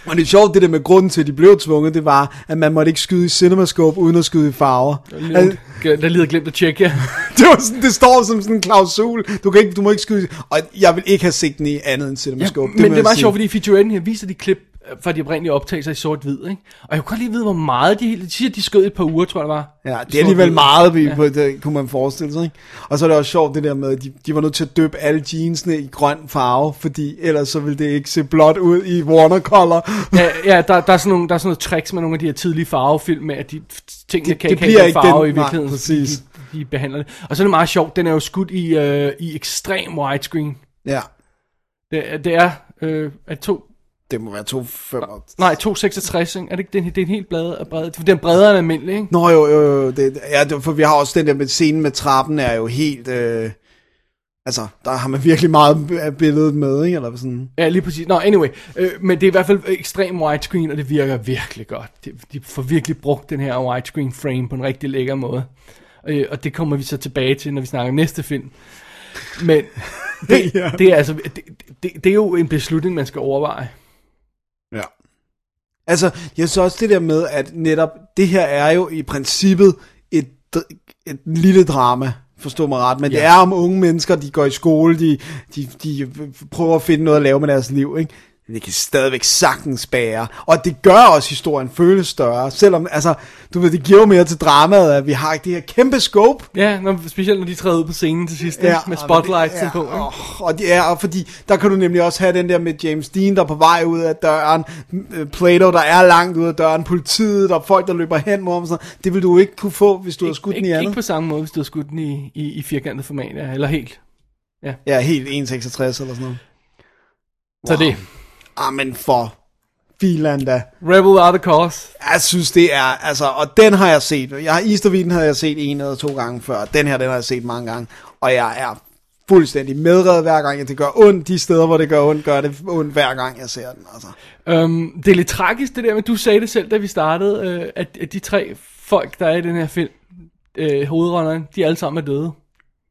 Speaker 3: Og det er sjovt, det der med grunden til, at de blev tvunget, det var, at man måtte ikke skyde i cinemascope, uden at skyde i farver. Altså,
Speaker 4: Der lige havde glemt at tjekke, ja.
Speaker 3: det, var sådan, det står som sådan en klausul. Du, kan ikke, du må ikke skyde... Og jeg vil ikke have set den i andet end cinemascope.
Speaker 4: Men
Speaker 3: må
Speaker 4: det
Speaker 3: jeg
Speaker 4: var
Speaker 3: sige.
Speaker 4: sjovt, fordi i featuretten her viser de klip øh, fra de oprindelige optagelser i sort-hvid, ikke? Og jeg kunne godt lige vide, hvor meget de hele... De siger, de skød i et par uger, tror jeg, det var.
Speaker 3: Ja, det
Speaker 4: Sort-hvid.
Speaker 3: er alligevel meget, vi, ja. det, kunne man forestille sig. Ikke? Og så er det også sjovt det der med, at de, de var nødt til at døbe alle jeansene i grøn farve, fordi ellers så ville det ikke se blåt ud i Warner-color.
Speaker 4: Ja, ja der, der, er sådan nogle, der er sådan noget tricks med nogle af de her tidlige farvefilm, med at de f- tingene
Speaker 3: Det-
Speaker 4: kan
Speaker 3: det
Speaker 4: ikke
Speaker 3: bliver
Speaker 4: have den
Speaker 3: ikke
Speaker 4: farve
Speaker 3: den-
Speaker 4: i
Speaker 3: nej,
Speaker 4: virkeligheden.
Speaker 3: præcis.
Speaker 4: så De, de, de, behandler det. Og så er det meget sjovt, den er jo skudt i, øh, i ekstrem widescreen.
Speaker 3: Ja,
Speaker 4: Det, er- det er, øh, er det to,
Speaker 3: det må være 2,5.
Speaker 4: nej, 266, ikke? Er det ikke den, det er en helt blade, bred, den er bredere end almindelig, ikke?
Speaker 3: Nå jo, jo, jo det, ja, det, for vi har også den der med scenen med trappen, er jo helt... Øh, altså, der har man virkelig meget af billedet med, ikke? Eller sådan.
Speaker 4: Ja, lige præcis. Nå, anyway. Øh, men det er i hvert fald ekstrem widescreen, og det virker virkelig godt. De, de får virkelig brugt den her widescreen frame på en rigtig lækker måde. Øh, og det kommer vi så tilbage til, når vi snakker om næste film. Men det,
Speaker 3: Ja.
Speaker 4: det, er altså, det, det, det er jo en beslutning, man skal overveje.
Speaker 3: Ja. Altså, jeg så også det der med, at netop det her er jo i princippet et, et lille drama, forstå mig ret, men ja. det
Speaker 4: Ja.
Speaker 3: er om unge mennesker, de går i skole, de, de, de prøver at finde noget at lave med deres liv, ikke? Men Det kan stadigvæk sagtens bære, og det gør også historien føles større, selvom, altså, du ved, det giver jo mere til dramaet, at vi har det her kæmpe scope,
Speaker 4: Ja, når, specielt når de træder ud på scenen til sidst, ja, med
Speaker 3: og
Speaker 4: spotlights
Speaker 3: Ah, det-
Speaker 4: ja, på. Ikke?
Speaker 3: åh, Og det er, og fordi der kan du nemlig også have den der med James Dean, der er på vej ud af døren, øh, Plato, der er langt ud af døren, politiet, der er folk, der løber hen mod ham, og sådan noget. Det vil du ikke kunne få, hvis du havde skudt den i
Speaker 4: Ikke, ikke
Speaker 3: andet.
Speaker 4: på samme måde, hvis du har skudt den i, i, i firkantet format, ja, eller helt.
Speaker 3: Ja, helt 1,66 eller sådan noget.
Speaker 4: Så det.
Speaker 3: Ah, men for filan da.
Speaker 4: Rebel are the cause.
Speaker 3: Jeg synes, det er, altså, og den har jeg set. Jeg har Easterviden havde jeg set en eller to gange før, og den her, den har jeg set mange gange. Og jeg er fuldstændig medrevet hver gang, at det gør ondt. De steder, hvor det gør ondt, gør det ondt hver gang, jeg ser den. Altså.
Speaker 4: Øhm, det er lidt tragisk det der, men du sagde det selv, da vi startede, øh, at, at de tre folk, der er i den her film, øh, hovedrollerne, de alle sammen er døde.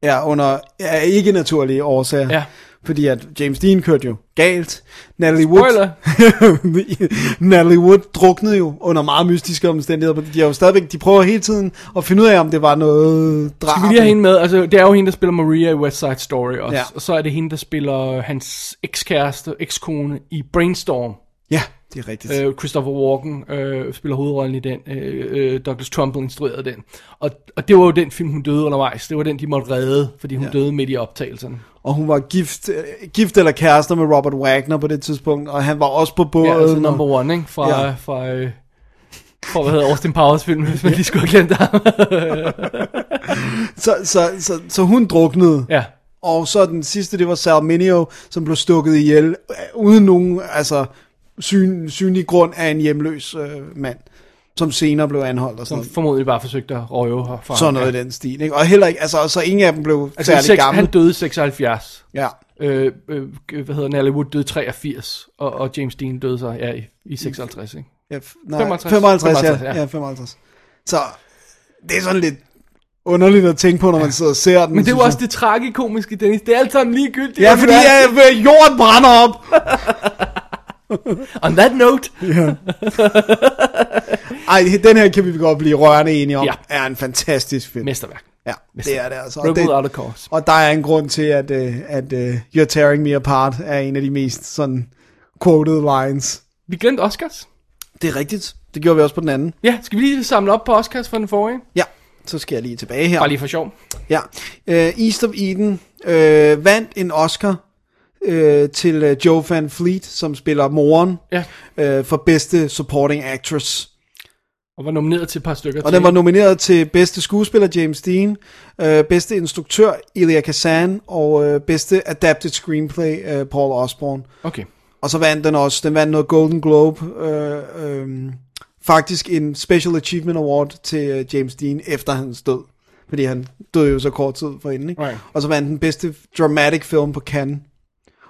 Speaker 3: Ja, under ja, ikke naturlige årsager.
Speaker 4: Ja.
Speaker 3: Fordi at James Dean kørte jo galt. Natalie Wood,
Speaker 4: Spoiler!
Speaker 3: Natalie Wood druknede jo under meget mystiske omstændigheder. men De, har jo stadigvæk, de prøver hele tiden at finde ud af, om det var noget drab.
Speaker 4: Skal vi lige have hende med? Altså, det er jo hende, der spiller Maria i West Side Story også.
Speaker 3: Ja.
Speaker 4: Ja. Og så er det hende, der spiller hans ekskæreste, ekskone i Brainstorm.
Speaker 3: Ja, det er rigtigt. Øh,
Speaker 4: Øh, Christopher Walken øh, spiller hovedrollen i den. Øh, øh, Douglas Trumbull instruerede den. Og, og det var jo den film, hun døde undervejs. Det var den, de måtte redde, fordi hun ja. døde midt i optagelserne.
Speaker 3: og hun var gift, øh, gift eller kærester med Robert Wagner på det tidspunkt, og han var også på båden.
Speaker 4: Ja, altså
Speaker 3: og-
Speaker 4: number one, ikke? Fra,
Speaker 3: Ja.
Speaker 4: ja. fra, øh, fra hvad hedder Austin Powers film, hvis man lige skulle have glemt ham.
Speaker 3: så, så, så, så, hun druknede.
Speaker 4: ja.
Speaker 3: Og så den sidste, det var Salminio, som blev stukket ihjel, øh, uden nogen altså, syn, synlig grund af en hjemløs øh, mand, som senere blev anholdt og sådan,
Speaker 4: Som
Speaker 3: noget.
Speaker 4: formodentlig bare forsøgte at røve herfra.
Speaker 3: sådan noget i den stil. Ikke? Og heller ikke, altså, og så ingen af dem blev altså,
Speaker 4: Altså, i
Speaker 3: særlig
Speaker 4: seks,
Speaker 3: gamle.
Speaker 4: han døde i 76.
Speaker 3: Ja.
Speaker 4: Øh, øh, hvad hedder Natalie Wood døde i 83, og, og James Dean døde så ja, i, i 56, ikke?
Speaker 3: ja f- nej,
Speaker 4: 55.
Speaker 3: 55, 55, ja,
Speaker 4: 55, ja.
Speaker 3: ja. 55. Så det er sådan lidt underligt at tænke på, når man sidder og ser den.
Speaker 4: Men det
Speaker 3: synes
Speaker 4: var også det tragikomiske, Dennis. Det er alt sammen ligegyldigt.
Speaker 3: jeg. Ja, fordi ja, jorden brænder op.
Speaker 4: On that note,
Speaker 3: Ej, den her kan vi godt blive rørende enige om.
Speaker 4: Ja.
Speaker 3: Ja. Er en fantastisk film.
Speaker 4: mesterværk.
Speaker 3: Ja, det er det altså. Og
Speaker 4: Rebel
Speaker 3: det,
Speaker 4: Out of Course.
Speaker 3: Og der er en grund til, at, øh, at øh, You're Tearing Me Apart er en af de mest sådan quoted lines.
Speaker 4: Vi glemte Oscars.
Speaker 3: Det er rigtigt. Det gjorde vi også på den anden.
Speaker 4: Ja, skal vi lige samle op på Oscars fra den forrige?
Speaker 3: Ja, så skal jeg lige tilbage her.
Speaker 4: Bare lige for sjov.
Speaker 3: Ja. Øh, East of Eden øh, vandt en Oscar øh, til øh, Joe Van Fleet, som spiller moren
Speaker 4: Ja.
Speaker 3: øh, for bedste supporting actress.
Speaker 4: Og var nomineret til et par stykker
Speaker 3: Og
Speaker 4: til.
Speaker 3: den var nomineret til bedste skuespiller James Dean, øh, bedste instruktør Elia Kazan og øh, bedste adapted screenplay øh, Paul Osborne.
Speaker 4: Okay.
Speaker 3: Og så vandt den også, den vandt noget Golden Globe, øh, øh, faktisk en Special Achievement Award til øh, James Dean efter hans død. Fordi han døde jo så kort tid forinden. Ikke?
Speaker 4: Right.
Speaker 3: Og så vandt den bedste dramatic film på Cannes.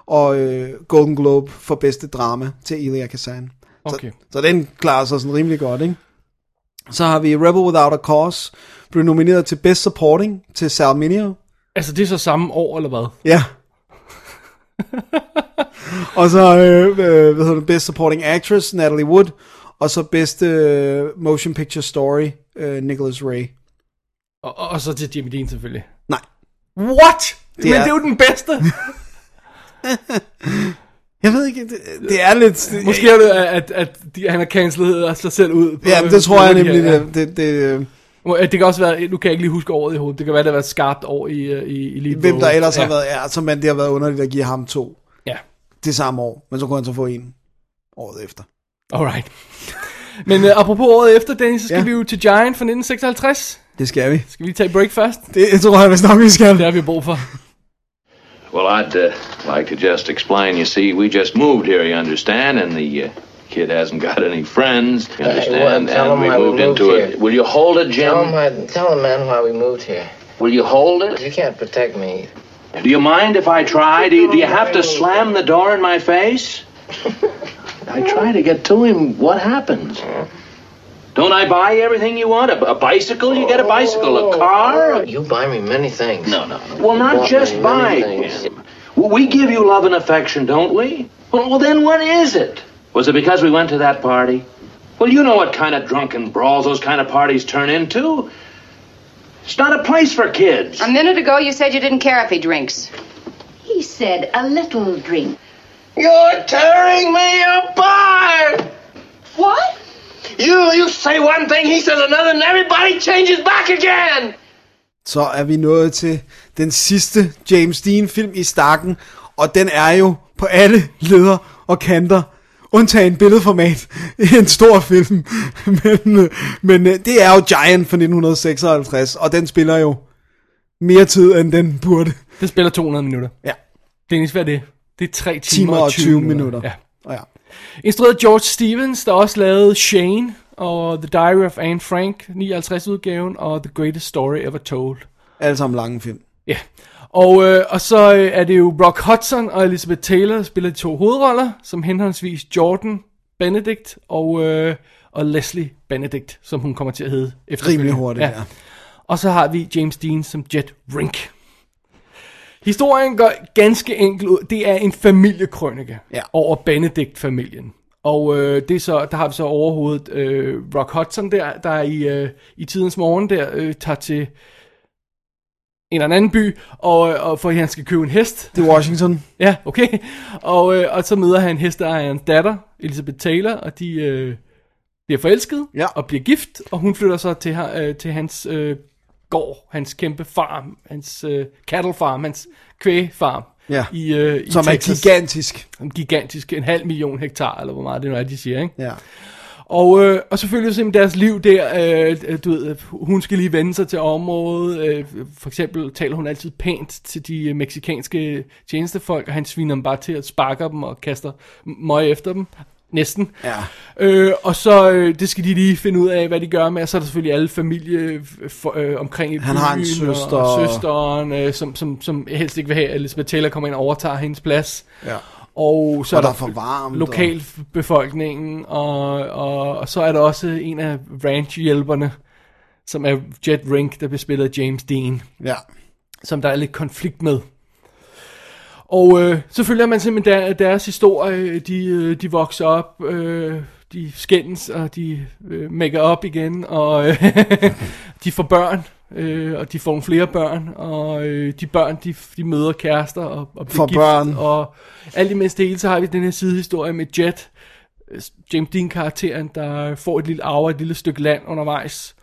Speaker 3: Og øh, Golden Globe for bedste drama til Elia Kazan.
Speaker 4: Okay.
Speaker 3: Så, så den klarer sig sådan rimelig godt, ikke? Så har vi Rebel Without a Cause, blev nomineret til Best Supporting til Sal Mineo.
Speaker 4: Altså, det er så samme år, eller hvad?
Speaker 3: Ja. og så, øh, øh, hvad hedder det, Best Supporting Actress, Natalie Wood. Og så bedste øh, Motion Picture Story, øh, Nicholas Ray.
Speaker 4: Og, og, og så til Jimmy Dean, selvfølgelig.
Speaker 3: Nej,
Speaker 4: What? Det Men
Speaker 3: er-
Speaker 4: det er jo den bedste.
Speaker 3: jeg ved ikke, det, det er lidt...
Speaker 4: Måske er det, at, at de, han har cancelet sig selv ud. På,
Speaker 3: Ja, men det tror jeg nemlig,
Speaker 4: Ja.
Speaker 3: det, det, øh, det,
Speaker 4: Må- Det kan også være, nu kan jeg ikke lige huske året i hovedet, det kan være, det har været et skarpt år i, øh, i, i Lead
Speaker 3: hvem der
Speaker 4: Role.
Speaker 3: ellers
Speaker 4: ja.
Speaker 3: har været, ja, så man, det har været underligt at give ham to
Speaker 4: Ja,
Speaker 3: det samme år, men så kunne han så få en året efter.
Speaker 4: alright. Men uh, apropos året efter, Dennis, så skal
Speaker 3: Ja.
Speaker 4: ja. vi jo til Giant fra 1956.
Speaker 3: Det skal vi.
Speaker 4: Skal vi lige tage et break først?
Speaker 3: Det tror jeg vist nok, vi skal.
Speaker 4: Det har vi brug for.
Speaker 8: Well, I'd uh, like to just explain. You see, we just moved here, you understand, and the uh, kid hasn't got any friends,
Speaker 9: Hey,
Speaker 8: you
Speaker 9: well,
Speaker 8: understand,
Speaker 9: tell
Speaker 8: and
Speaker 9: him
Speaker 8: we
Speaker 9: I
Speaker 8: moved,
Speaker 9: moved
Speaker 8: into
Speaker 9: here.
Speaker 8: it. Will you hold it,
Speaker 9: Tell him,
Speaker 8: Jim?
Speaker 9: I, tell him, man, why we moved here.
Speaker 8: Will you hold it?
Speaker 9: You can't protect me.
Speaker 8: Do you mind if I try? Do you, do you have to slam the door in my face? I try to get to him. What happens? Don't I buy everything you want? A, a bicycle? You get a bicycle. A car?
Speaker 9: You buy me many things.
Speaker 8: No, no. Well, not
Speaker 9: Bought
Speaker 8: just
Speaker 9: me
Speaker 8: buy.
Speaker 9: many things.
Speaker 8: Jim. Well, we give you love and affection, don't we? Well, well, then what is it? Was it because we went to that party? Well, you know what kind of drunken brawls those kind of parties turn into. It's not a place for kids.
Speaker 10: A minute ago, you said you didn't care if he drinks.
Speaker 11: He said a little drink.
Speaker 9: You're tearing me apart!
Speaker 11: What?
Speaker 9: You you say one thing, he says another, and everybody changes back again!
Speaker 3: Så er vi nået til den sidste James Dean-film i stakken, og den er jo på alle leder og kanter, undtagen billedformat, en stor film. men, øh, men øh, det er jo Giant fra 1956, og den spiller jo mere tid, end den burde.
Speaker 4: Det spiller 200 minutter.
Speaker 3: Ja,
Speaker 4: Dennis, hvad er det? Det er 3 timer,
Speaker 3: timer og 20 minutter.
Speaker 4: Ja.
Speaker 3: Ja.
Speaker 4: Instrueret af George Stevens, der også lavede Shane og The Diary of Anne Frank, 59-udgaven, og The Greatest Story Ever Told.
Speaker 3: Alle sammen lange film.
Speaker 4: Ja. Og, øh, og så øh, er det jo Brock Hudson og Elizabeth Taylor, der spiller de to hovedroller, som henholdsvis Jordan Benedict og, øh, og Leslie Benedict, som hun kommer til at hedde efterfølgende.
Speaker 3: Rimelig hurtigt, ja.
Speaker 4: Og så har vi James Dean som Jet Rink. Historien går ganske enkelt ud. Det er en familiekrønike
Speaker 3: Ja.
Speaker 4: over Benedict-familien. Og øh, det er så, der har vi så overhovedet øh, Rock Hudson der, der i, øh, i tidens morgen der øh, tager til en eller anden by, og, øh, og for at han skal købe en hest.
Speaker 3: Det er Washington.
Speaker 4: Ja, okay. Og, øh, og så møder han hesteejerens datter, Elizabeth Taylor, og de øh, bliver forelsket
Speaker 3: Ja.
Speaker 4: og bliver gift, og hun flytter så til, ha- øh, til hans øh, gård, hans kæmpe farm, hans øh, cattle farm, hans kvægfarm.
Speaker 3: Ja.
Speaker 4: I, øh, i
Speaker 3: Som er
Speaker 4: Texas.
Speaker 3: gigantisk.
Speaker 4: En gigantisk, en halv million hektar, eller hvor meget det nu er, de siger, ikke?
Speaker 3: Ja.
Speaker 4: Og, øh, og selvfølgelig simpelthen deres liv der, øh, øh, du ved, øh, hun skal lige vende sig til området. Øh, for eksempel taler hun altid pænt til de øh, meksikanske tjenestefolk, og han sviner dem bare til at sparke dem og kaster møg efter dem. Næsten.
Speaker 3: Ja.
Speaker 4: Øh, og så, øh, det skal de lige finde ud af, hvad de gør med, og så er der selvfølgelig alle familie øh, for, øh, omkring i
Speaker 3: Han har en
Speaker 4: byen,
Speaker 3: søster.
Speaker 4: Og, og søsteren, øh, som, som, som helst ikke vil have, at Elizabeth Taylor kommer ind og overtager hendes plads.
Speaker 3: Ja.
Speaker 4: Og så
Speaker 3: Og der
Speaker 4: er der,
Speaker 3: er for varmt,
Speaker 4: lokalbefolkningen, og, og, og så er der også en af ranchhjælperne, som er Jet Rink, der bliver spillet af James Dean,
Speaker 3: Ja.
Speaker 4: som der er lidt konflikt med. Og øh, så følger man simpelthen der, deres historie, de, øh, de vokser op, øh, de skændes, og de øh, mækker op igen, og øh, de får børn, øh, og de får nogle flere børn, og øh, de børn, de, de møder kærester og, og bliver
Speaker 3: Får
Speaker 4: gift,
Speaker 3: børn.
Speaker 4: og alt imens det hele, så har vi den her sidehistorie med Jet, øh, James Dean-karakteren, der får et lille arve, et lille stykke land undervejs,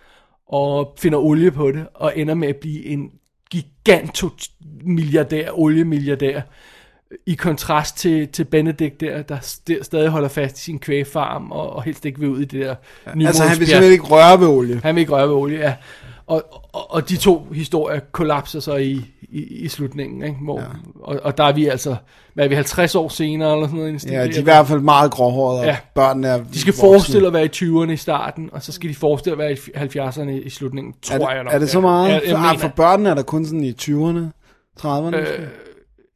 Speaker 4: og finder olie på det, og ender med at blive en gigantomilliardær, oliemilliardær, i kontrast til, til Benedict der, der st- stadig holder fast i sin kvægfarm, og, og helst ikke vil ud i det der
Speaker 3: Altså, han vil simpelthen ikke røre ved olie.
Speaker 4: han vil ikke røre ved olie, ja. Og, og, og de to historier kollapser så i, i, i slutningen, ikke? Hvor, ja. og, og der er vi altså, hvad er vi, 50 år senere eller sådan noget? i den stil,
Speaker 3: Ja, de er
Speaker 4: eller?
Speaker 3: i hvert fald meget gråhårede, og
Speaker 4: Ja.
Speaker 3: børnene er
Speaker 4: De skal
Speaker 3: voksne.
Speaker 4: forestille at være i 20'erne i starten, og så skal de forestille at være i 70'erne i slutningen, tror
Speaker 3: er det,
Speaker 4: jeg nok.
Speaker 3: Er det så
Speaker 4: Ja.
Speaker 3: meget?
Speaker 4: Jeg, jeg
Speaker 3: for,
Speaker 4: mener,
Speaker 3: ah, for børnene er der kun sådan i 20'erne, 30'erne.
Speaker 4: Øh,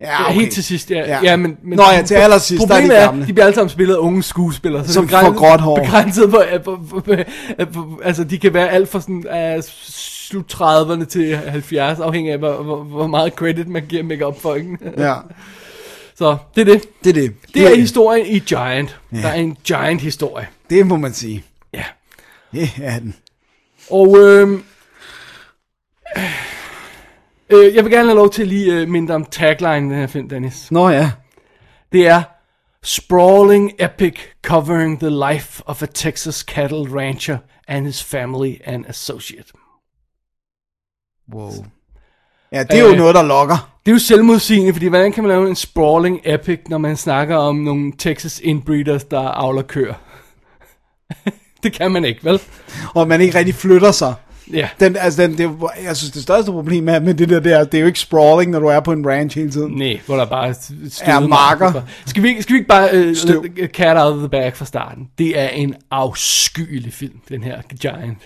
Speaker 3: Øh,
Speaker 4: ja, okay. helt til sidst, ja. ja.
Speaker 3: Ja.
Speaker 4: ja men, men,
Speaker 3: Nå ja, til allersidst, der er de
Speaker 4: problemet
Speaker 3: gamle.
Speaker 4: de bliver alle sammen spillet af unge skuespillere. Så
Speaker 3: Som
Speaker 4: det er begrænset-
Speaker 3: får gråt hår.
Speaker 4: Begrænset på, på, på, på, på, altså de kan være alt fra sådan, uh, slut 30'erne til 70, afhængig af, hvor, hvor, hvor meget credit man giver make-up folkene.
Speaker 3: Ja.
Speaker 4: Så det er det.
Speaker 3: Det er det.
Speaker 4: Det er historien i Giant.
Speaker 3: Ja.
Speaker 4: Der er en Giant-historie.
Speaker 3: Det må man sige.
Speaker 4: Ja.
Speaker 3: Det er den.
Speaker 4: Og øhm, øh, jeg vil gerne have lov til at lige øh, minde om tagline i den her film, Dennis.
Speaker 3: Nå ja.
Speaker 4: Det er Sprawling epic covering the life of a Texas cattle rancher and his family and associate.
Speaker 3: Wow. Ja, det er jo
Speaker 4: Øh,
Speaker 3: noget, der lokker.
Speaker 4: Det er jo selvmodsigende, fordi hvordan kan man lave en sprawling epic, når man snakker om nogle Texas inbreeders, der avler køer? det kan man ikke, vel?
Speaker 3: Og man ikke rigtig flytter sig.
Speaker 4: Ja.
Speaker 3: Den, altså, den, det, jeg synes, det største problem er med det der, det er, det er jo ikke sprawling, når du er på en ranch hele tiden.
Speaker 4: Nej, hvor der bare
Speaker 3: Er marker.
Speaker 4: Skal vi, ikke- skal vi ikke bare øh,
Speaker 3: Støv.
Speaker 4: let the cat out of the bag fra starten? Det er en afskyelig film, den her Giant.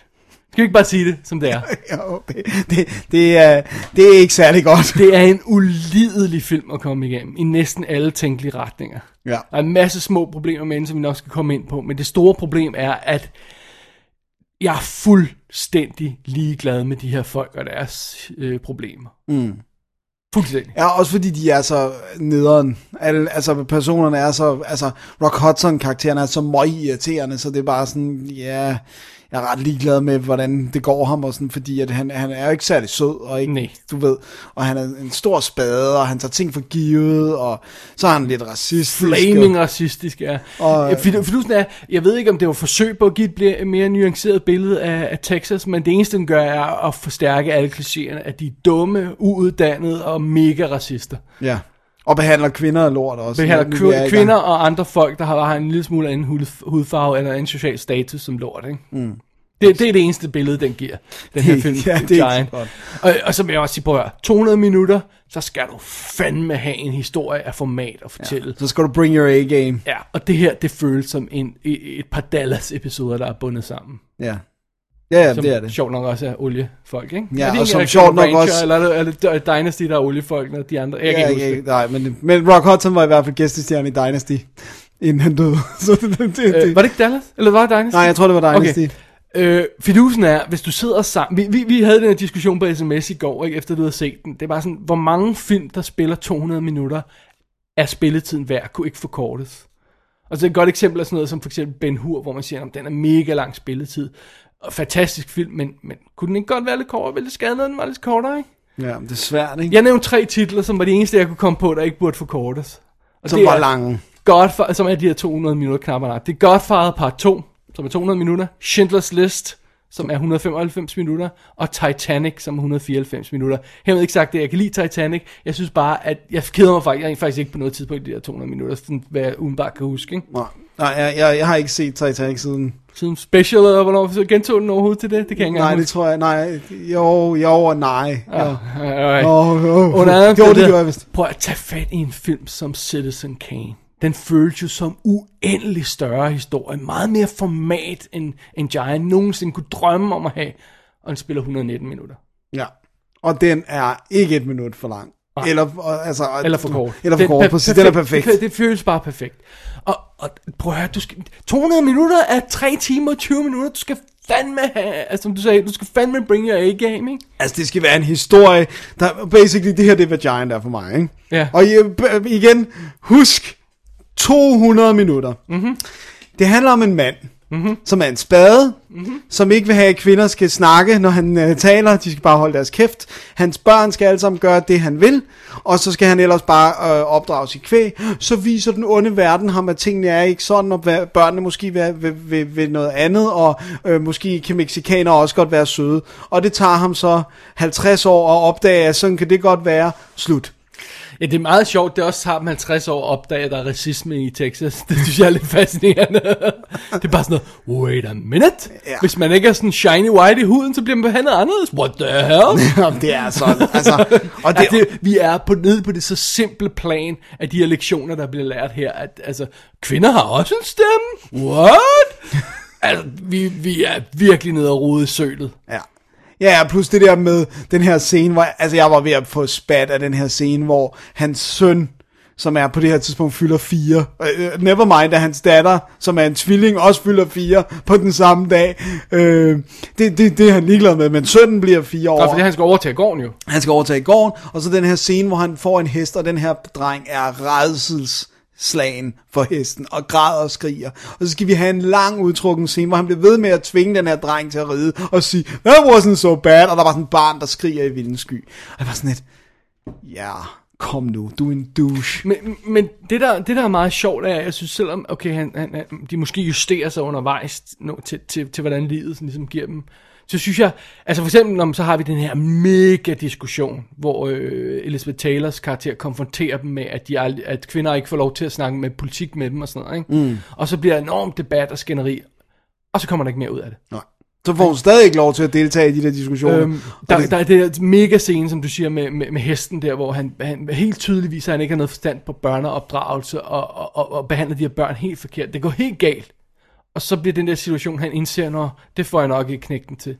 Speaker 4: Skal vi ikke bare sige det, som det er?
Speaker 3: Jo, det, det, det, er, det er ikke særlig godt.
Speaker 4: Det er en ulidelig film at komme igennem, i næsten alle tænkelige retninger.
Speaker 3: Ja.
Speaker 4: Der er en masse små problemer med den, som vi nok skal komme ind på, men det store problem er, at jeg er fuldstændig ligeglad med de her folk og deres øh, problemer.
Speaker 3: Mm.
Speaker 4: Fuldstændig.
Speaker 3: Ja, også fordi de er så nederen. Al, altså, personerne er så... Altså, Rock Hudson-karakteren er så møgirriterende, så det er bare sådan, ja... Jeg er ret ligeglad med, hvordan det går ham, og sådan, fordi at han, han er jo ikke særlig sød, og ikke,
Speaker 4: Nej.
Speaker 3: du ved, og han er en stor spade, og han tager ting for givet, og så er han lidt racistisk.
Speaker 4: flaming
Speaker 3: og,
Speaker 4: racistisk, ja.
Speaker 3: Og- øh,
Speaker 4: Og, Fidusen er, jeg ved ikke, om det var et forsøg på at give et bl- mere nuanceret billede af, af Texas, men det eneste, den gør, er at forstærke alle klichéerne, at de er dumme, uuddannede og mega racister.
Speaker 3: ja. og behandler kvinder og lort også.
Speaker 4: Behandler
Speaker 3: Nu er vi i
Speaker 4: kv-
Speaker 3: gang.
Speaker 4: kvinder og andre folk, der har, har en lille smule anden hud- hudfarve eller en social status som lort, ikke?
Speaker 3: Mm.
Speaker 4: Det, det er det eneste billede, den giver, den her
Speaker 3: Det-
Speaker 4: film,
Speaker 3: ja, det er ikke så
Speaker 4: Giant.
Speaker 3: godt.
Speaker 4: Og, og som jeg også siger, prøv at høre, 200 minutter, så skal du fandme have en historie af format at fortælle.
Speaker 3: Så skal du bring your A-game.
Speaker 4: Ja, og det her, det føles som en, e- et par Dallas-episoder, der er bundet sammen.
Speaker 3: Ja. Ja, ja,
Speaker 4: som
Speaker 3: det er det.
Speaker 4: sjovt nok også er oliefolk, ikke?
Speaker 3: Ja,
Speaker 4: er
Speaker 3: og
Speaker 4: det ikke
Speaker 3: som
Speaker 4: Rakuten
Speaker 3: sjovt nok
Speaker 4: Ranger,
Speaker 3: også-
Speaker 4: Eller er det, er det Dynasty, der er oliefolkene, og de andre? Jeg kan
Speaker 3: ja,
Speaker 4: ikke huske det.
Speaker 3: nej, men, men Rock Hudson var i hvert fald gæstestjerne i Dynasty, inden han døde. Så det, det, det,
Speaker 4: Øh, var det ikke Dallas? Eller var det Dynasty?
Speaker 3: Nej, jeg tror, det var Dynasty.
Speaker 4: Okay. Øh, fidusen er, hvis du sidder sammen... Vi, vi, vi havde den her diskussion på sms i går, ikke, efter du havde set den. Det er bare sådan, hvor mange film, der spiller 200 minutter, er spilletiden værd, kunne ikke forkortes. Og så et godt eksempel er sådan noget som for eksempel Ben Hur, hvor man siger, at den er mega lang spilletid. Og fantastisk film, men, men kunne den ikke godt være lidt kortere? Ville det skade noget, den var lidt kortere, ikke?
Speaker 3: Ja, det er svært, ikke?
Speaker 4: Jeg nævnte tre titler, som var de eneste, jeg kunne komme på, der ikke burde forkortes. Og
Speaker 3: Som
Speaker 4: det
Speaker 3: var
Speaker 4: er
Speaker 3: lange.
Speaker 4: Godfather, som er de her 200 minutter knapper. langt. Det er Godfather part 2, som er 200 minutter. Schindlers List, som er 195 minutter. Og Titanic, som er 194 minutter. Hermed ikke sagt det, jeg kan lide Titanic. Jeg synes bare, at jeg keder mig faktisk, jeg faktisk ikke på noget tidspunkt i de her 200 minutter, sådan, hvad jeg udenbart kan huske. Ikke?
Speaker 3: Nej, nej jeg, jeg, jeg har ikke set Titanic siden.
Speaker 4: Siden special, eller hvornår så gentog den overhovedet til det? Det kan jeg ikke
Speaker 3: Nej,
Speaker 4: engang
Speaker 3: det tror jeg, nej. Jo, jo og nej. Ja.
Speaker 4: Alright.
Speaker 3: Åh, åh.
Speaker 4: Under andet
Speaker 3: Jo, det
Speaker 4: der-
Speaker 3: gjorde jeg vist.
Speaker 4: Prøv at tage fat i en film som Citizen Kane. Den føles jo som uendelig større historie. Meget mere format, end, end Giant nogensinde kunne drømme om at have. Og den spiller 119 minutter.
Speaker 3: ja. Og den er ikke et minut for lang.
Speaker 4: Nej.
Speaker 3: Eller, og- altså, og-
Speaker 4: Eller for kort.
Speaker 3: Eller for
Speaker 4: Den-
Speaker 3: kort,
Speaker 4: per-
Speaker 3: præcis. Den er perfekt.
Speaker 4: Det, det føles bare perfekt. Og, og prøv at høre, du skal, 200 minutter er 3 timer og 20 minutter. Du skal fandme have, altså som du sagde, du skal fandme bring your A-game, ikke?
Speaker 3: Altså, det skal være en historie, der basically, det her, det er, hvad Giant er for mig, ikke?
Speaker 4: Ja.
Speaker 3: Og i- b- igen, husk, 200 minutter. Mm-hmm. Det handler om en mand, mm-hmm. som er en spade, mm-hmm. som ikke vil have, at kvinder skal snakke, når han øh, taler. De skal bare holde deres kæft. Hans børn skal alle sammen gøre det, han vil. Og så skal han ellers bare øh, opdrage sit kvæg. Så viser den onde verden ham, at tingene er ikke sådan, og hvad- børnene måske vil, vil, vil, vil noget andet, og øh, måske kan mexikanere også godt være søde. Og det tager ham så 50 år at opdage, at sådan kan det godt være. Slut.
Speaker 4: Ja, det er meget sjovt, det er også tager dem 50 år at opdage, at der er racisme i Texas. Det synes jeg er lidt fascinerende. det er bare sådan noget, wait a minute. Ja. Hvis man ikke er sådan shiny white i huden, så bliver man behandlet anderledes. What the hell?
Speaker 3: Jamen, det er sådan. Altså,
Speaker 4: og det... Ja, det, vi er på, nede på det så simple plan af de her lektioner, der bliver lært her. At, altså, kvinder har også en stemme. What? altså, vi, vi er virkelig nede og rode i sølet.
Speaker 3: Ja. Ja, ja, plus det der med den her scene, hvor, altså jeg var ved at få spat af den her scene, hvor hans søn, som er på det her tidspunkt fylder 4, øh, nevermind at hans datter, som er en tvilling, også fylder 4 på den samme dag, øh, det, det, det er han ligeglad med, men sønnen bliver 4 år.
Speaker 4: Nå, fordi han skal overtage gården jo.
Speaker 3: Han skal overtage gården, og så den her scene, hvor han får en hest, og den her dreng er redsels slagen for hesten, og græder og skriger. Og så skal vi have en lang udtrukken scene, hvor han bliver ved med at tvinge den her dreng til at ride, og sige, that wasn't so bad, og der var sådan et barn, der skriger i vildens sky. Og jeg var sådan lidt, ja, kom nu, du er en douche.
Speaker 4: Men, men det, der, det, der er meget sjovt, er, at jeg synes, selvom okay, han, han, han- de måske justerer sig undervejs nå, til, til, til, hvordan livet sådan, ligesom giver dem, så synes jeg, altså for eksempel, når, man- så har vi den her mega diskussion, hvor øh, Elizabeth Taylors karakter konfronterer dem med, at, de ald- at kvinder ikke får lov til at snakke med politik med dem og sådan noget. Ikke?
Speaker 3: Mm.
Speaker 4: Og så bliver der enormt debat og skænderi, og så kommer der ikke mere ud af det.
Speaker 3: Nej. Så får hun stadig ikke lov til at deltage i de der diskussioner.
Speaker 4: Øhm, der,
Speaker 3: Altså-
Speaker 4: det... der er det der mega scene, som du siger, med, med, med hesten der, hvor han, han helt tydeligt viser, at han ikke har noget forstand på børneopdragelse, og, og, og, og behandler de her børn helt forkert. Det går helt galt. Og så bliver den der situation, han indser, når det får jeg nok ikke knægten til.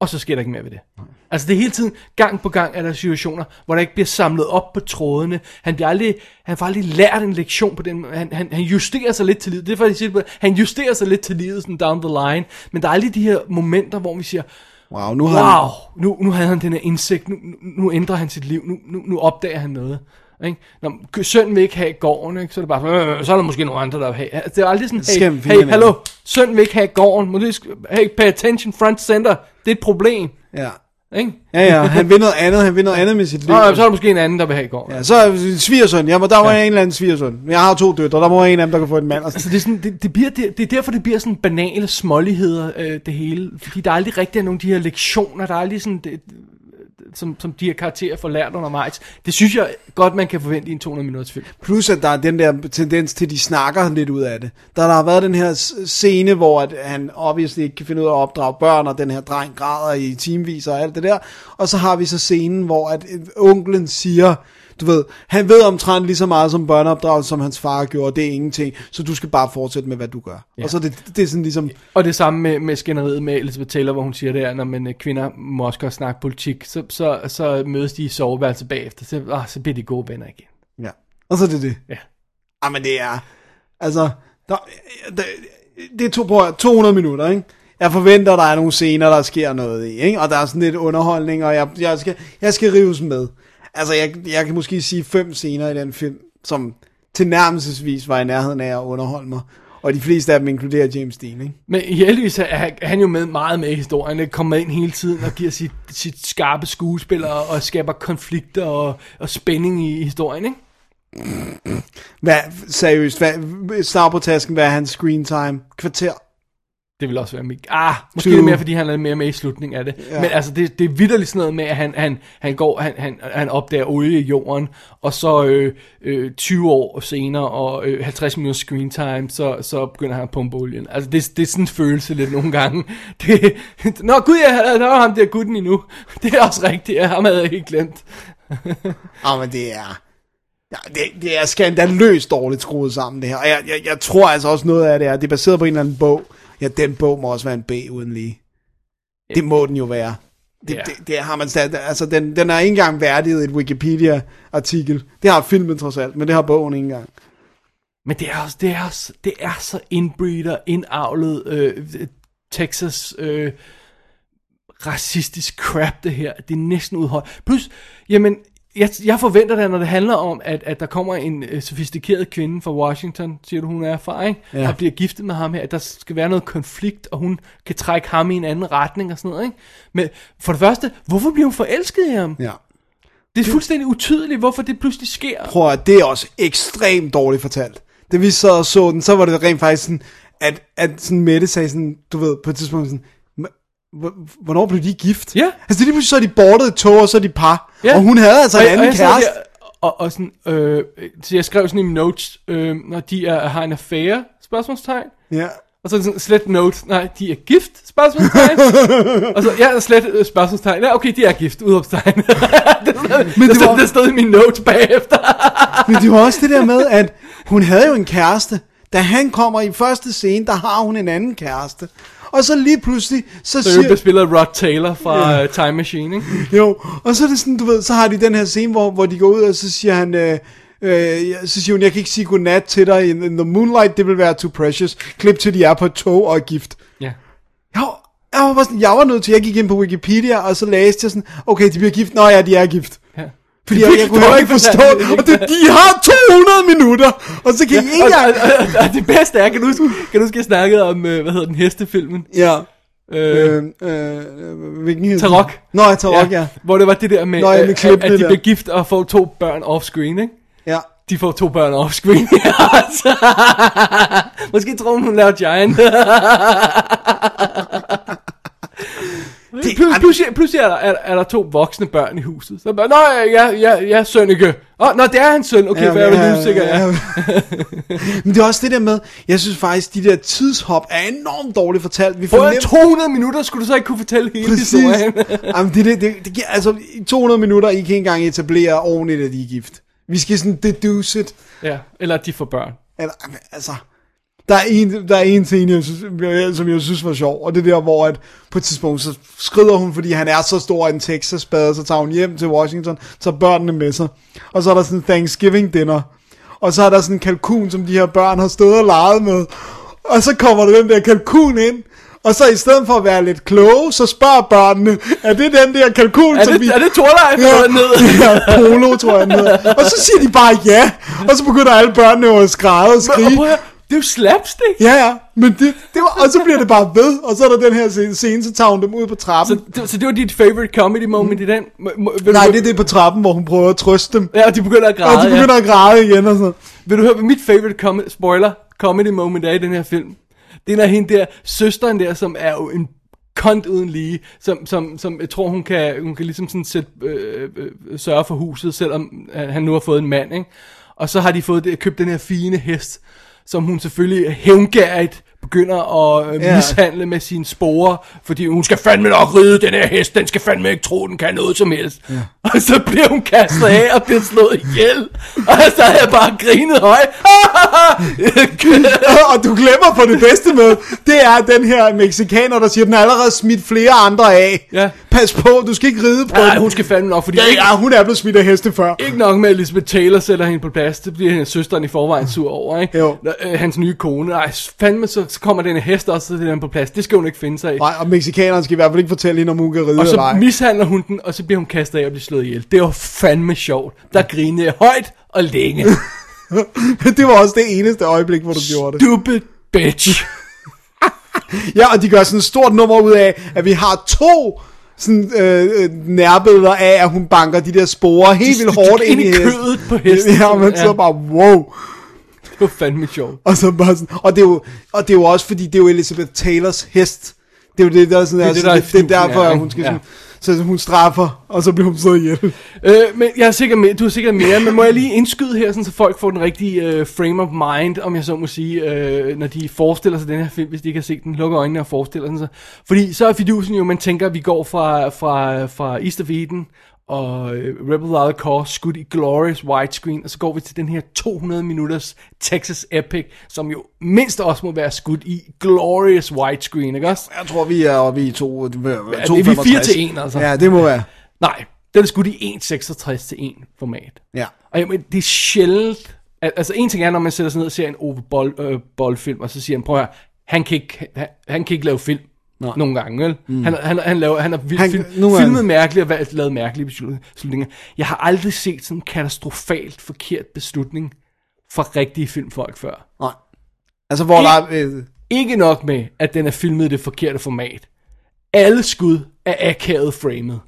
Speaker 4: Og så sker der ikke mere ved det. Altså det er hele tiden, gang på gang, er der situationer, hvor der ikke bliver samlet op på trådene. Han, bliver aldrig, han får aldrig lært en lektion på den måde. han, han, han justerer sig lidt til livet. Det er faktisk, jeg siger, han justerer sig lidt til livet sådan down the line. Men der er aldrig de her momenter, hvor vi siger,
Speaker 3: Wow, nu har
Speaker 4: wow,
Speaker 3: han...
Speaker 4: nu, nu havde han den her indsigt, nu, nu, nu ændrer han sit liv, nu, nu, nu opdager han noget. Ikke? Når k- søn vil ikke have gården, ikke? så er det bare sådan, øh, så er der måske nogle andre, der vil have. Altså, Det er aldrig
Speaker 3: Så skal
Speaker 4: sådan,
Speaker 3: vi
Speaker 4: hey, hey
Speaker 3: finde
Speaker 4: hallo,
Speaker 3: en anden.
Speaker 4: søn vil ikke have gården, må du, sk- hey, pay attention, front center, det er et problem.
Speaker 3: Ja.
Speaker 4: Ikke?
Speaker 3: Ja, ja, han vil noget andet, han vil noget andet med sit liv.
Speaker 4: Nå, jamen, så er der måske en anden, der vil have gården.
Speaker 3: Ja, så er det en svigersøn, ja, men der må ja. en eller anden svigersøn. Jeg har to døtre, der må være en af dem, der kan få en mand. Og
Speaker 4: Altså, det, er sådan, det, det, bliver, det, det er derfor, det bliver sådan banale småligheder, øh, det hele. Fordi der aldrig rigtig er nogen af de her lektioner, der er aldrig sådan, det, som, som de her karakterer får lært undervejs. Det synes jeg godt, man kan forvente i en 200-minutters film.
Speaker 3: Plus at der er den der tendens til, at de snakker lidt ud af det. Der, der har været den her s- scene, hvor at han obviously ikke kan finde ud af at opdrage børn, og den her dreng græder i timevis og alt det der. Og så har vi så scenen, hvor at øh, onklen siger, du ved, han ved omtrent lige så meget som børneopdragelse, som hans far gjorde, og det er ingenting, så du skal bare fortsætte med, hvad du gør. Ja. Og så er det, det er sådan ligesom,
Speaker 4: Og det samme med, med skænderiet med Elizabeth Taylor, hvor hun siger det er, når man, øh, kvinder må også godt snakke politik, så, så, så mødes de i soveværelset bagefter, så, ah, så bliver de gode venner igen.
Speaker 3: ja. Og så er det det.
Speaker 4: Ja.
Speaker 3: Ah, men det er... Altså, der, der, det er to, prøv, at høre, 200 minutter, ikke? Jeg forventer, der er nogle scener, der sker noget i, ikke? Og der er sådan lidt underholdning, og jeg, jeg, skal, jeg skal rives med. Altså, jeg, jeg kan måske sige fem scener i den film, som tilnærmelsesvis var i nærheden af at underholde mig. Og de fleste af dem inkluderer James Dean, ikke?
Speaker 4: Men heldigvis er han- er han jo med meget med i historien, Han kommer ind hele tiden og giver sit, sit skarpe skuespil og, og skaber konflikter og, og spænding i historien, ikke?
Speaker 3: Hvad, seriøst, hvad, snart på tasken, hvad er hans screen time? Kvarter?
Speaker 4: Det vil også være mig. Ah, måske
Speaker 3: True.
Speaker 4: er det mere, fordi han er lidt mere med i slutningen af det.
Speaker 3: Ja.
Speaker 4: Ja. Men altså, det, det er vidderligt sådan noget med, at han, han, han, går, han, han, han opdager olie i jorden, og så øh, øh, 20 år senere og øh, 50 minutter screen time, så, så begynder han at pumpe olien. Altså, det, det er sådan en følelse lidt nogle gange. Det, Nå, gud, jeg, der var ham der gutten endnu. Det er også rigtigt, jeg ham havde jeg helt glemt.
Speaker 3: Ah, men det er... Ja, det, det er skandaløst dårligt skruet sammen, det her. Og jeg, jeg, jeg tror altså også noget af det er, det er baseret på en eller anden bog. Ja, den bog må også være en B uden lige. Det må den jo være. Det,
Speaker 4: Ja.
Speaker 3: det, det har man stat, altså den, den er ikke engang værdiget et Wikipedia-artikel. Det har filmen trods alt, men det har bogen ikke engang.
Speaker 4: Men det er også, det er, også, det er så inbreeder, indavlet øh, Texas øh, racistisk crap det her. Det er næsten udholdt. Plus, jamen, jeg, jeg forventer da, når det handler om, at, at der kommer en øh, sofistikeret kvinde fra Washington, siger du, hun er fra, ikke?
Speaker 3: Ja.
Speaker 4: Ja. og bliver giftet med ham her, at der skal være noget konflikt, og hun kan trække ham i en anden retning og sådan noget. Ikke? Men for det første, hvorfor bliver hun forelsket i ham?
Speaker 3: Ja.
Speaker 4: Det er fuldstændig utydeligt, hvorfor det pludselig sker.
Speaker 3: Prøv at høre, det er også ekstremt dårligt fortalt. Da vi sad og så den, så var det rent faktisk sådan, at, at sådan Mette sagde sådan, du ved, på et tidspunkt sådan, "Hva- hv- hvornår blev de gift?
Speaker 4: Ja.
Speaker 3: Altså det er lige pludselig, så er de bortet i tog, og så er de par. Ja. Og hun havde altså en
Speaker 4: Og- og
Speaker 3: anden
Speaker 4: jeg sad
Speaker 3: kæreste.
Speaker 4: der, Og, og sådan, øh, så jeg skrev sådan i mine notes, øh, når de er, har en affære, spørgsmålstegn.
Speaker 3: Ja.
Speaker 4: Og så sådan, slet note, nej, de er gift, spørgsmålstegn. og så, ja, slet øh, spørgsmålstegn. Ja, okay, de er gift, udopstegn. det, Men det, stod, det stod i mine notes bagefter.
Speaker 3: Men det var også det der med, at hun havde jo en kæreste. Da han kommer i første scene, der har hun en anden kæreste. Og så lige pludselig, så,
Speaker 4: Så
Speaker 3: siger...
Speaker 4: jo bliver spillet af Rod Taylor fra øh, Time Machine, ikke?
Speaker 3: Jo, og så er det sådan, du ved, så har de den her scene, hvor, hvor de går ud, og så siger han, øh, øh, ja, så siger hun, jeg kan ikke sige godnat til dig in, in the moonlight, det vil være too precious. Klip til, de er på et tog og er gift.
Speaker 4: Ja.
Speaker 3: Jo, jeg var, bare sådan, jeg var nødt til, jeg gik ind på Wikipedia, og så læste jeg sådan, okay, de bliver gift, nå ja, de er gift.
Speaker 4: Ja.
Speaker 3: Fordi jeg, jeg kunne heller ikke forstå, det. og det, de har 200 minutter, og så kan ja, I ikke
Speaker 4: og,
Speaker 3: engang...
Speaker 4: og, og, og, det bedste er, kan du huske, kan du huske jeg snakkede om, øh, hvad hedder den, hestefilmen?
Speaker 3: Ja.
Speaker 4: Øh,
Speaker 3: Øh, øh, hvilken hed den?
Speaker 4: Tarok.
Speaker 3: Nå, ja, Tarok, ja. ja.
Speaker 4: Hvor det var det der med,
Speaker 3: Nå, ja, med
Speaker 4: øh, at,
Speaker 3: klippene
Speaker 4: at, de
Speaker 3: der.
Speaker 4: bliver gift og får to børn off-screen, ikke?
Speaker 3: Ja.
Speaker 4: De får to børn off-screen. altså. Måske tror hun, hun laver Giant. Plus, pludselig, pludselig er, der, er, er der to voksne børn i huset. Så bare, nå, ja, ja, ja, ja Sønneke. Åh, oh, nå, det er hans søn. Okay,
Speaker 3: Ja,
Speaker 4: ja, hvad er
Speaker 3: men-
Speaker 4: det nu, sikkert? Ja.
Speaker 3: Men det er også det der med, jeg synes faktisk, de der tidshop er enormt dårligt fortalt. Vi
Speaker 4: Prøv at 200 minutter skulle du så ikke kunne fortælle hele
Speaker 3: Præcis.
Speaker 4: historien.
Speaker 3: Jamen, det, det, det, det, giver- altså, i 200 minutter, I kan ikke engang etablere ordentligt, at I er gift. Vi skal sådan deduce it.
Speaker 4: ja, eller at de får børn.
Speaker 3: Eller, altså, der er en, der er en scene, jeg synes, jeg- som jeg synes var sjov, og det er der, hvor at på et tidspunkt, så skrider hun, fordi han er så stor en Texas-spade, så tager hun hjem til Washington, tager børnene med sig, og så er der sådan en Thanksgiving-dinner, og så er der sådan en kalkun, som de her børn har stået og leget med, og så kommer der den der kalkun ind, og så i stedet for at være lidt kloge, så spørger børnene, er det den der kalkun,
Speaker 4: Er
Speaker 3: som
Speaker 4: det,
Speaker 3: vi...
Speaker 4: er det Torleif, der er ned?
Speaker 3: Ja, polo, tror jeg, den hedder. Og så siger de bare ja, og så begynder alle børnene jo at skræde og
Speaker 4: Og
Speaker 3: skrige.
Speaker 4: prøv at høre, det er jo slapstick.
Speaker 3: Ja, ja, men det, det var, og så bliver det bare ved, og så er der den her scene, scene så tager hun dem ud på trappen. Så,
Speaker 4: Så, så det var dit favorite comedy moment i den? Må, må, vil
Speaker 3: Nej,
Speaker 4: du,
Speaker 3: det er det på trappen, hvor hun prøver at trøste dem,
Speaker 4: Ja, og de begynder at græde.
Speaker 3: og de begynder ja. at græde igen og sådan
Speaker 4: ja. Vil du høre, hvad mit favorite com- spoiler comedy moment er i den her film? Det er når hende der, søsteren der, som er jo en kont uden lige, som, som, som jeg tror, hun kan, hun kan ligesom sådan set, øh, øh, sørge for huset, selvom øh, han nu har fået en mand, ikke? Og så har de fået det, købt den her fine hest, som hun selvfølgelig hævngærigt begynder at øh,
Speaker 3: Ja.
Speaker 4: mishandle med sine sporer, fordi hun skal fandme nok ride den her hest, den skal fandme ikke tro, den kan noget som helst. Ja. Og så bliver hun kastet af og bliver slået ihjel, og så har jeg bare grinet højt.
Speaker 3: og, og du glemmer på det bedste med, det er den her mexikaner, der siger, den har allerede smidt flere andre af.
Speaker 4: Ja.
Speaker 3: Pas på, du skal ikke ride på
Speaker 4: Nej,
Speaker 3: den.
Speaker 4: hun skal fandme nok, fordi
Speaker 3: Ja, ja, hun er blevet smidt af heste før.
Speaker 4: Ikke nok med, at Elizabeth Taylor sætter hende på plads. Det bliver hendes søsteren i forvejen sur over, ikke?
Speaker 3: Jo.
Speaker 4: Nå, Øh, hans nye kone. Ej, fandme, så, så kommer den her hest også, så sætter den på plads. Det skal hun ikke finde sig i.
Speaker 3: Nej, og mexikaneren skal i hvert fald ikke fortælle hende, om hun kan ride
Speaker 4: Og
Speaker 3: eller
Speaker 4: så
Speaker 3: ej.
Speaker 4: mishandler hun den, og så bliver hun kastet af og bliver slået ihjel. Det var fandme sjovt. Der grinede jeg højt og længe.
Speaker 3: det var også det eneste øjeblik, hvor du gjorde det.
Speaker 4: Stupid bitch.
Speaker 3: Ja, og de gør sådan et stort nummer ud af, at vi har to sådan, øh, øh, nærbilleder af, at hun banker de der sporer helt vildt
Speaker 4: de
Speaker 3: hårdt
Speaker 4: gik
Speaker 3: ind i
Speaker 4: ind i
Speaker 3: hesten.
Speaker 4: kødet på hesten.
Speaker 3: Ja, men
Speaker 4: Ja.
Speaker 3: så bare, wow.
Speaker 4: Det var fandme sjovt.
Speaker 3: Og, så bare sådan, og, det er jo, og det er jo også, fordi det er jo Elizabeth Taylors hest. Det er jo det, der er sådan, altså,
Speaker 4: Det er det, der er i
Speaker 3: det, det er
Speaker 4: fidusen,
Speaker 3: derfor,
Speaker 4: ja,
Speaker 3: at
Speaker 4: ikke?
Speaker 3: hun skal sådan, så hun straffer, og så bliver hun så ihjel.
Speaker 4: Øh, men jeg er sikkert mere, du er sikkert mere, men må jeg lige indskyde her, sådan, så folk får den rigtige øh, frame of mind, om jeg så må sige, øh, når de forestiller sig den her film, hvis de ikke har set den, lukker øjnene og forestiller sig. den så. Fordi så er fidusen jo, man tænker, at vi går fra, fra, fra East of Eden og øh, Rebel Without a Cause skudt i glorious widescreen, og så går vi til den her 200 minutters Texas Epic, som jo mindst også må være skudt i glorious widescreen, ikke også?
Speaker 3: Jeg tror, vi er oppe i to, to
Speaker 4: vi er fire til en, altså.
Speaker 3: Ja, det må være.
Speaker 4: Nej, den er skudt i 1.66 til 1 format.
Speaker 3: Ja.
Speaker 4: Og jamen, det er sjældent... al- Altså en ting er, når man sætter sig ned og ser en Ove Boll, øh, Boll-film, og så siger han, prøv at høre, han kan ikke, han, han kan ikke lave film. Nej. Nogle gange, vel? Mm. Han, han, han, laver, han har vildt
Speaker 3: Han-
Speaker 4: film,
Speaker 3: nogle gange.
Speaker 4: filmet mærkeligt og valgt- lavet mærkelige beslutninger- beslutninger. Jeg har aldrig set sådan en katastrofalt forkert beslutning fra rigtige filmfolk før.
Speaker 3: Nej. Altså, hvor der er... Øh,
Speaker 4: Ikke nok med, at den er filmet i det forkerte format. Alle skud er akavet framet.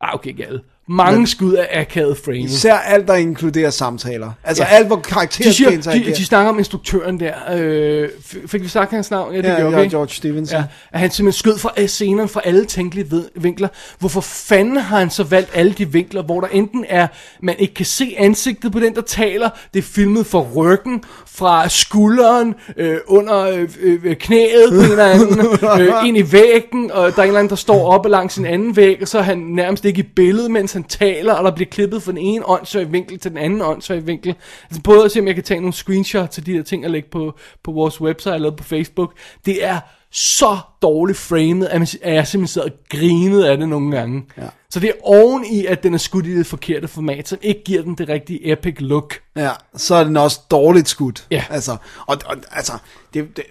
Speaker 4: Ah, okay, ikke alle. Mange
Speaker 3: Men-
Speaker 4: skud af akavet frame.
Speaker 3: Især alt, der inkluderer samtaler. Altså ja. alt, hvor karakteren skal
Speaker 4: de, siger, de,
Speaker 3: interagere.
Speaker 4: de snakker om instruktøren der. Øh, f- fik vi sagt hans navn? Ja, det
Speaker 3: Ja,
Speaker 4: gjorde
Speaker 3: ja,
Speaker 4: vi. ikke?
Speaker 3: George Stevenson.
Speaker 4: Ja, at han simpelthen skød fra øh, scenerne fra alle tænkelige ved- vinkler. Hvorfor fanden har han så valgt alle de vinkler, hvor der enten er, man ikke kan se ansigtet på den, der taler, det er filmet fra ryggen, fra skulderen, øh, under øh, øh, knæet på en eller anden, øh, ind i væggen, og der er en eller anden, der står oppe langs en anden væg, og så er han nærmest ikke i billedet, mens han taler, og der bliver klippet fra den ene åndssvage vinkel til den anden åndssvage vinkel. Altså både at se, om jeg kan tage nogle screenshots af de der ting og lægge på, på vores website eller på Facebook. Det er så dårligt framet, at man- at jeg simpelthen sad og grinede af det nogle gange. Ja. Så det er oven i, at den er skudt i det forkerte format, som ikke giver den det rigtige epic look.
Speaker 3: Ja, så er den også dårligt skudt.
Speaker 4: Ja.
Speaker 3: Altså, og, og altså, det, det,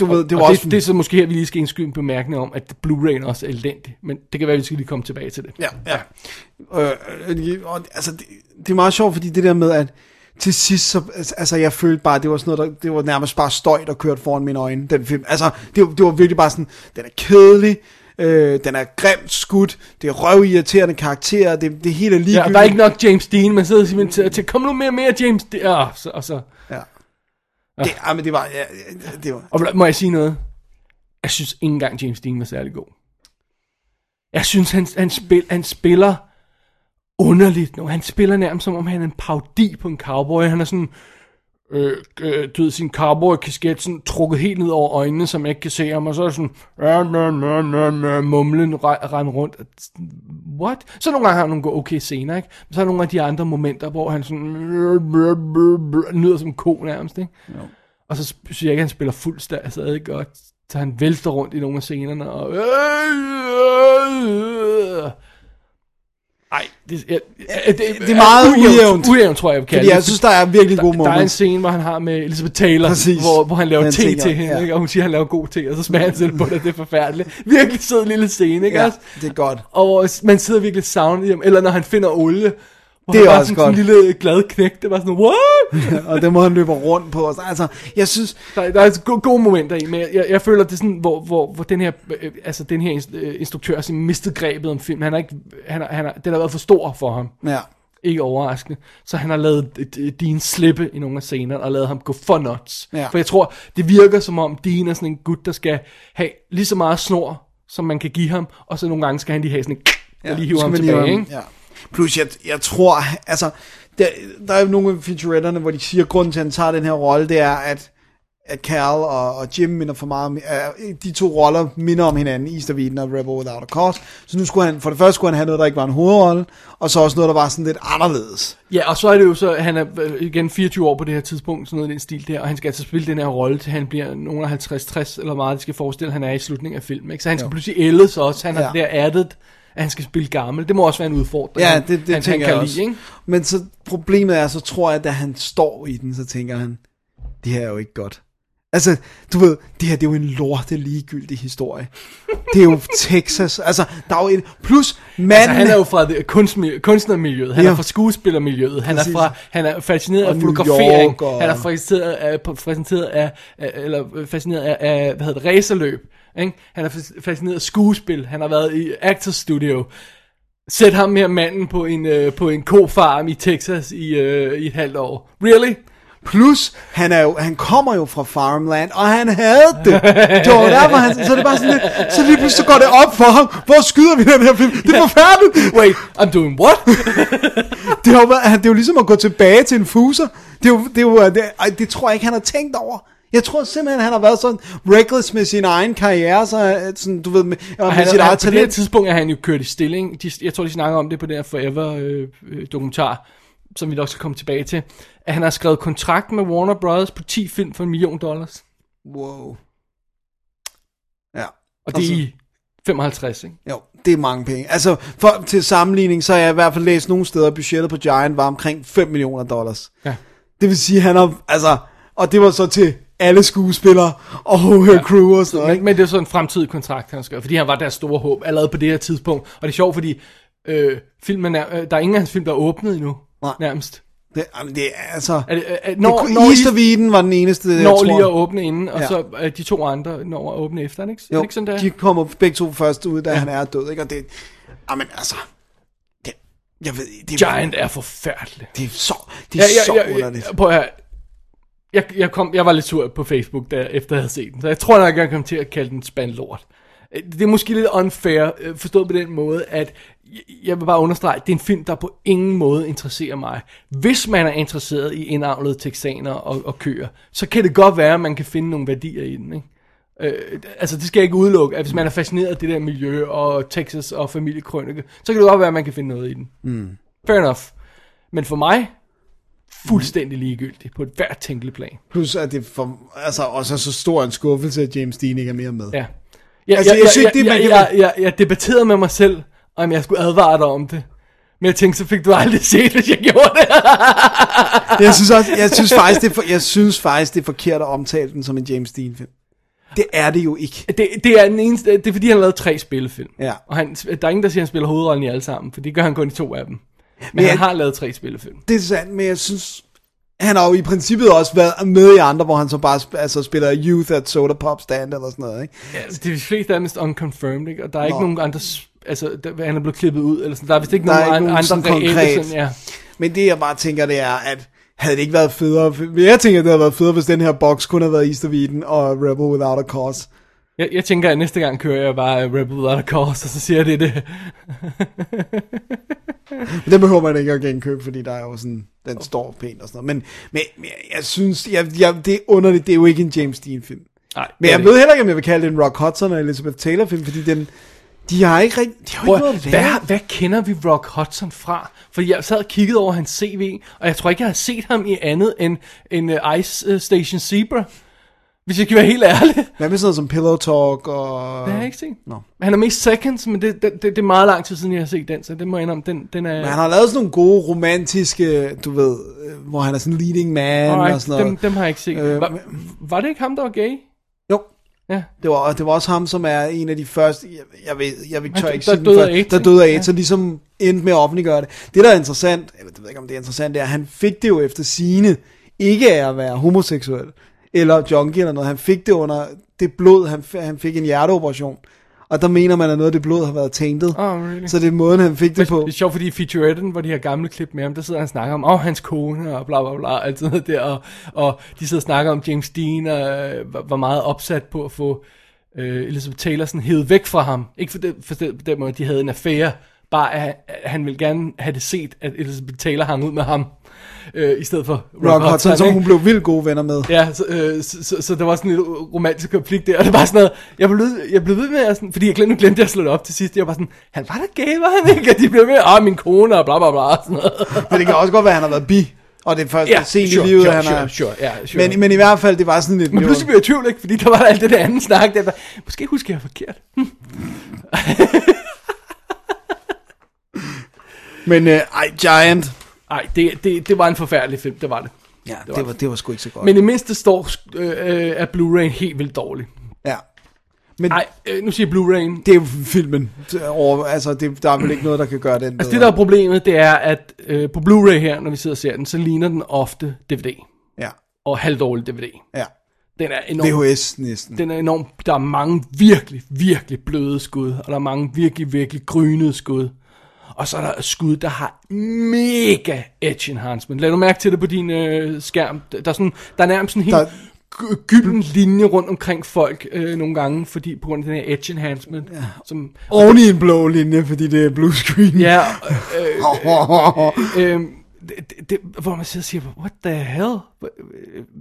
Speaker 3: du ved, det
Speaker 4: og
Speaker 3: var
Speaker 4: og
Speaker 3: også...
Speaker 4: det, det, er så måske her, vi lige skal indskyde en bemærkning om, at Blu-ray'en også er elendig. Men det kan være, at vi skal lige komme tilbage til det.
Speaker 3: Ja, ja. Øh, øh, og, altså, det, det er meget sjovt, fordi det der med, at til sidst, så, altså jeg følte bare, det var sådan noget, der, det var nærmest bare støj, der kørte foran mine øjne, den film. Altså, det, var- det var virkelig bare sådan, den er kedelig, øh, den er grimt skudt, det er røvirriterende karakterer, det, det hele er
Speaker 4: Ja,
Speaker 3: ligegyldigt.
Speaker 4: og der er ikke nok James Dean, man sidder simpelthen til, til kom nu mere og mere James Dean. Og så, og så.
Speaker 3: Ja.
Speaker 4: Ah.
Speaker 3: Det, ja, men det var, ja, det var,
Speaker 4: Og vil- må jeg sige noget? Jeg synes ikke engang James Dean var særlig god. Jeg synes, han, han, spil, han spiller underligt nu. Han spiller nærmest som om han er en parodi på en cowboy. Han er sådan, øh, øh, du ved, sin cowboy-kasket sådan trukket helt ned over øjnene, som jeg ikke kan se ham, og så er det sådan, "Ja, næ, næ, næ, næ," mumlen re- rende rundt. What? Så nogle gange har han nogle gode okay scener, ikke? Men så er der nogle af de andre momenter, hvor han sådan, "Øh, brr, brr, brr," lyder som en ko nærmest, ikke? Og så sp- synes jeg ikke, at han spiller fuldt stadig godt. Så han vælter rundt i nogle af scenerne, og... Ej, det, jeg, jeg, det,
Speaker 3: det er meget ujævnt.
Speaker 4: Ujævnt, tror jeg, vi kalder
Speaker 3: Fordi jeg
Speaker 4: det.
Speaker 3: synes, der er virkelig gode
Speaker 4: Der er en
Speaker 3: moments.
Speaker 4: scene, hvor han har med Elizabeth Taylor,
Speaker 3: Præcis.
Speaker 4: hvor, hvor han laver
Speaker 3: Den
Speaker 4: te
Speaker 3: tænker
Speaker 4: til
Speaker 3: jeg,
Speaker 4: hende,
Speaker 3: ja.
Speaker 4: ikke? og hun siger, at han laver god te, og så smager han selv på det, og det er forfærdeligt. Virkelig sød lille scene, ikke
Speaker 3: Ja,
Speaker 4: også?
Speaker 3: det er godt.
Speaker 4: Og hvor s- man sidder virkelig savnet i ham, eller når han finder olie, hvor
Speaker 3: Det
Speaker 4: han
Speaker 3: er
Speaker 4: bare
Speaker 3: også
Speaker 4: sådan, en
Speaker 3: godt.
Speaker 4: lille glad knæk, det var sådan, what?
Speaker 3: og det må han løbe rundt på. og så- Altså, jeg synes...
Speaker 4: Der, der er altså gode, gode momenter i, men jeg, jeg, jeg føler, det er sådan, hvor, hvor, hvor den her, øh, altså den her inst- øh, instruktør har mistet grebet om filmen. Han har ikke, han har, han har, den har været for stor for ham.
Speaker 3: Ja.
Speaker 4: Ikke overraskende. Så han har lavet øh, øh, Dean slippe i nogle af scenerne, og lavet ham gå for nuts.
Speaker 3: Ja.
Speaker 4: For jeg tror, det virker som om Dean er sådan en gut, der skal have lige så meget snor, som man kan give ham, og så nogle gange skal han lige have sådan en, ja, og lige hive
Speaker 3: skal
Speaker 4: ham
Speaker 3: man
Speaker 4: tilbage,
Speaker 3: hive ham-
Speaker 4: ikke?
Speaker 3: Ja. Plus, jeg, jeg tror, altså, der, der er jo nogle af featuretterne, hvor de siger, at grunden til, at han tager den her rolle, det er, at, at Carl og, og Jim minder for meget om, øh, de to roller minder om hinanden, East of Eden og Rebel Without a Cause. Så nu skulle han, for det første skulle han have noget, der ikke var en hovedrolle, og så også noget, der var sådan lidt anderledes.
Speaker 4: Ja, og så er det jo så, han er øh, igen 24 år på det her tidspunkt, sådan noget i den stil der, og han skal altså spille den her rolle, til han bliver nogen af 50-60, eller meget, det skal forestille, han er i slutningen af filmen, ikke? Så han skal
Speaker 3: Jo.
Speaker 4: pludselig ældes også, han har
Speaker 3: Ja.
Speaker 4: det der added, at han skal spille gammel, det må også være en udfordring,
Speaker 3: Ja,
Speaker 4: han-
Speaker 3: det, det
Speaker 4: han,
Speaker 3: tænker
Speaker 4: han kan
Speaker 3: jeg også.
Speaker 4: Lide, ikke?
Speaker 3: Men så problemet er, så tror jeg, at da han står i den, så tænker han, det her er jo ikke godt. Altså, du ved, det her det er jo en lorte ligegyldig historie. Det er jo Texas. Altså, der er jo en... Plus, manden...
Speaker 4: Altså, han er jo fra det kunstmi- kunstnermiljøet, han
Speaker 3: Ja.
Speaker 4: er fra skuespillermiljøet, han er,
Speaker 3: Præcis.
Speaker 4: fra, han er fascineret
Speaker 3: Og
Speaker 4: af
Speaker 3: New York,
Speaker 4: fotografering,
Speaker 3: og-
Speaker 4: han er fascineret af, fascineret af, af eller øh, fascineret af, af hvad hedder det, racerløb, ikke? han er fas- fascineret af skuespil, han har været i Actors Studio, Sæt ham her manden på en, øh, på en kofarm i Texas i, øh, i et halvt år. Really?
Speaker 3: Plus, han, er jo, han kommer jo fra farmland, og han havde det. Det var derfor, han, så det er bare sådan lidt, så lige pludselig så går det op for ham. Hvor skyder vi den her film? Det er forfærdeligt.
Speaker 4: Wait, I'm doing what?
Speaker 3: Det er, jo, han- det er jo ligesom at gå tilbage til en fuser. Det, er jo, det, er jo, det, ej, det tror jeg ikke, han har tænkt over. Jeg tror simpelthen, han har været sådan reckless med sin egen karriere, så øh, sådan, du ved, med, og med
Speaker 4: Og han,
Speaker 3: sit
Speaker 4: han,
Speaker 3: eget
Speaker 4: på det her
Speaker 3: talent.
Speaker 4: tidspunkt er han jo kørt i stilling. De, jeg tror, de snakker om det på den her Forever øh, øh, dokumentar, som vi nok skal komme tilbage til. At han har skrevet kontrakt med Warner Brothers på 10 film for en million dollars.
Speaker 3: Wow. Ja.
Speaker 4: Og det er i 55, ikke?
Speaker 3: Jo, det er mange penge. Altså, for, til sammenligning, så har jeg i hvert fald læst nogle steder, at budgettet på Giant var omkring 5 millioner dollars.
Speaker 4: Ja.
Speaker 3: Det vil sige, han har, altså, og det var så til alle skuespillere og ja. crew og sådan noget.
Speaker 4: Men, men det er sådan en fremtidig kontrakt, han har skrevet, fordi han var deres store håb allerede på det her tidspunkt. Og det er sjovt, fordi øh, filmen er, øh, der er ingen af hans film, der er åbnet endnu,
Speaker 3: Nej.
Speaker 4: nærmest.
Speaker 3: Det, jamen, det er altså...
Speaker 4: Er det, er, er,
Speaker 3: Når,
Speaker 4: når,
Speaker 3: det,
Speaker 4: når,
Speaker 3: East of Eden var den eneste, jeg
Speaker 4: når
Speaker 3: tror.
Speaker 4: lige at åbne inden, og
Speaker 3: Ja.
Speaker 4: ja. så øh, de to andre når at åbne efter, er det ikke, er det
Speaker 3: Jo,
Speaker 4: ikke sådan der?
Speaker 3: de kommer begge to først ud, da ja. han er død, ikke? Og ah, det, jamen altså, det, Jeg ved, det
Speaker 4: Giant er forfærdelig.
Speaker 3: Det er så, det er så underligt.
Speaker 4: Jeg, prøv at høre. jeg, jeg, kom, jeg var lidt sur på Facebook, der, efter jeg havde set den. Så jeg tror nok, jeg kom til at kalde den spandlort. Øh, Det er måske lidt unfair, øh, forstået på den måde, at jeg- jeg vil bare understrege, det er en film, der på ingen måde interesserer mig. Hvis man er interesseret i indavlede texaner og, og køer, så kan det godt være, at man kan finde nogle værdier i den, ikke? Øh, altså det skal jeg ikke udelukke, at hvis man er fascineret af det der miljø og Texas og familiekrønike, så kan det godt være, at man kan finde noget i den.
Speaker 3: Mm.
Speaker 4: Fair enough. Men for mig, fuldstændig ligegyldigt på et hvert tænkeligt plan.
Speaker 3: Plus, at det for, altså, også er så stor en skuffelse, at James Dean ikke er mere med.
Speaker 4: Ja.
Speaker 3: Jeg, altså, jeg, jeg, synes, det,
Speaker 4: jeg,
Speaker 3: man
Speaker 4: jeg,
Speaker 3: kan...
Speaker 4: jeg, jeg, jeg debatterede med mig selv, om jeg skulle advare dig om det. Men jeg tænkte, så fik du aldrig set, hvis jeg gjorde det.
Speaker 3: jeg synes også, jeg synes faktisk, det er, for, jeg synes faktisk, det er forkert at omtale den som en James Dean film. Det er det jo ikke.
Speaker 4: Det, det er den eneste, det er fordi, han lavede tre spillefilm.
Speaker 3: Ja.
Speaker 4: Og han, der er ingen, der siger, at han spiller hovedrollen i alle sammen, for det gør han kun i to af dem. Men,
Speaker 3: Men
Speaker 4: Men
Speaker 3: jeg-
Speaker 4: han har lavet tre spillefilm.
Speaker 3: Det er sandt, men jeg synes, han har jo i princippet også været med i andre, hvor han så bare sp- altså, spiller Youth at Soda Pop Stand eller sådan noget, ikke?
Speaker 4: Ja, altså, de fleste af dem er vist unconfirmed, ikke? og der er Nå.
Speaker 3: Nå.
Speaker 4: ikke nogen andre... s- Altså, der, han er blevet klippet ud, eller sådan. Der er vist ikke
Speaker 3: Der er
Speaker 4: nogen,
Speaker 3: ikke
Speaker 4: an-
Speaker 3: nogen
Speaker 4: andre
Speaker 3: sådan
Speaker 4: reelle,
Speaker 3: konkret.
Speaker 4: Sådan, ja.
Speaker 3: Men det jeg bare tænker, det er, at havde det ikke været federe, men jeg tænker, det havde været federe, hvis den her box kun havde været Easter Eden og Rebel Without a Cause.
Speaker 4: Jeg, jeg tænker, at næste gang kører jeg bare øh, Rebel Without a Cause, og så siger jeg det er det.
Speaker 3: Men den behøver man ikke at genkøbe, fordi der er jo sådan, den står pænt og sådan noget. Men, men men jeg, jeg synes, jeg, jeg, det er underligt, det er jo ikke en James Dean film.
Speaker 4: Nej,
Speaker 3: Men jeg ved heller ikke, om jeg vil kalde det en Rock Hudson og Elizabeth Taylor film, fordi den, de har ikke rigtig, de har jo ikke noget at lave.
Speaker 4: hvad, hvad kender vi Rock Hudson fra? Fordi jeg sad og kiggede over hans CV, og jeg tror ikke, jeg har set ham i andet end, end uh, Ice øh, Station Zebra. Hvis jeg kan være helt ærlig.
Speaker 3: Hvad med sådan noget som Pillow Talk og...
Speaker 4: Det har jeg ikke set.
Speaker 3: Nå.
Speaker 4: Han er mest seconds, men det, det, det, det er meget lang tid siden, jeg har set den, så det må jeg indrømme. Den, den er...
Speaker 3: Men han har lavet sådan nogle gode romantiske, du ved, øh, hvor han er sådan en leading man
Speaker 4: Alright,
Speaker 3: og sådan noget.
Speaker 4: Dem, dem har jeg ikke set.
Speaker 3: Øh,
Speaker 4: Øh, var, var det ikke ham, der var gay?
Speaker 3: Jo.
Speaker 4: Ja.
Speaker 3: Det var, det var også ham, som er en af de første, jeg, jeg, ved, jeg vil
Speaker 4: Han-
Speaker 3: tør ikke
Speaker 4: der
Speaker 3: sige den
Speaker 4: døde af
Speaker 3: før,
Speaker 4: AIDS,
Speaker 3: der
Speaker 4: ikke?
Speaker 3: døde af AIDS,
Speaker 4: Ja.
Speaker 3: så ligesom endte med at offentliggøre det. Det, der er interessant, eller det ved jeg ikke, om det er interessant, det er, at han fik det jo efter sine ikke af at være homoseksuel, eller junkie eller noget. Han fik det under det blod, han, f- han fik en hjerteoperation. Og der mener man, at noget af det blod har været tainted. Oh,
Speaker 4: really?
Speaker 3: Så det er måden, han fik det på.
Speaker 4: Ah, Det er sjovt, fordi i featuretten, hvor de har gamle klip med ham, der sidder han og snakker om, åh, oh, hans kone, og bla bla bla, alt sådan noget der, og, og de sidder og snakker om James Dean, og øh, var- var meget opsat på at få øh, Elizabeth Taylor sådan hævet væk fra ham. Ikke for det, for det, på den måde, de havde en affære, bare at, at han ville gerne have det set, at Elizabeth Taylor hang ud med ham, øh, i stedet for
Speaker 3: Rock Hudson, som
Speaker 4: ikke?
Speaker 3: hun blev vildt gode venner med.
Speaker 4: Ja, så, øh, så, så, så der var sådan en romantisk konflikt der, og det var sådan noget, jeg blev, jeg blev ved med, at sådan, fordi jeg glemte, nu glemte jeg at slå det op til sidst, jeg var sådan, han var da gay, var han ikke? Og de blev ved, ah, min kone, og bla bla bla, og sådan noget.
Speaker 3: Men det kan også godt være, at han har været bi. Og det er først
Speaker 4: Ja,
Speaker 3: yeah, sent
Speaker 4: sure,
Speaker 3: i livet,
Speaker 4: sure,
Speaker 3: han er...
Speaker 4: sure, sure, ja, sure.
Speaker 3: Men, men i hvert fald, det var sådan lidt...
Speaker 4: Men pludselig blev jeg i tvivl, ikke? Fordi der var alt det der andet snak, der var, måske husker jeg forkert.
Speaker 3: men øh, ej, Giant.
Speaker 4: Nej, det, det, det var en forfærdelig film, det var det.
Speaker 3: Ja, det var, det var sgu ikke så godt.
Speaker 4: Men i mindste står øh, øh, er Blu-ray helt vildt dårlig.
Speaker 3: ja. Men
Speaker 4: Nej, øh, nu siger jeg Blu-rayen,
Speaker 3: det er jo filmen. Det er Over, altså, det, der er vel ikke noget, der kan gøre den
Speaker 4: Altså det, der er problemet, det er, at øh, på Blu-ray her, når vi sidder og ser den, så ligner den ofte DVD.
Speaker 3: Ja.
Speaker 4: Og halvdårlig DVD.
Speaker 3: Ja.
Speaker 4: Den er enormt...
Speaker 3: VHS næsten.
Speaker 4: Den er enormt... Der er mange virkelig, virkelig bløde skud, og der er mange virkelig, virkelig grynede skud. Og så er der skud, der har mega edge enhancement. Lad du mærke til det på din øh, skærm. Der er, sådan, der er nærmest en helt
Speaker 3: Der-
Speaker 4: gy- gylden linje rundt omkring folk øh, nogle gange, fordi på grund af den her edge enhancement. Ja. Som,
Speaker 3: Oven i en blå linje, fordi det er blue screen.
Speaker 4: Ja, øh, øh, øh, det, det- det, hvor man sidder og siger, what the hell?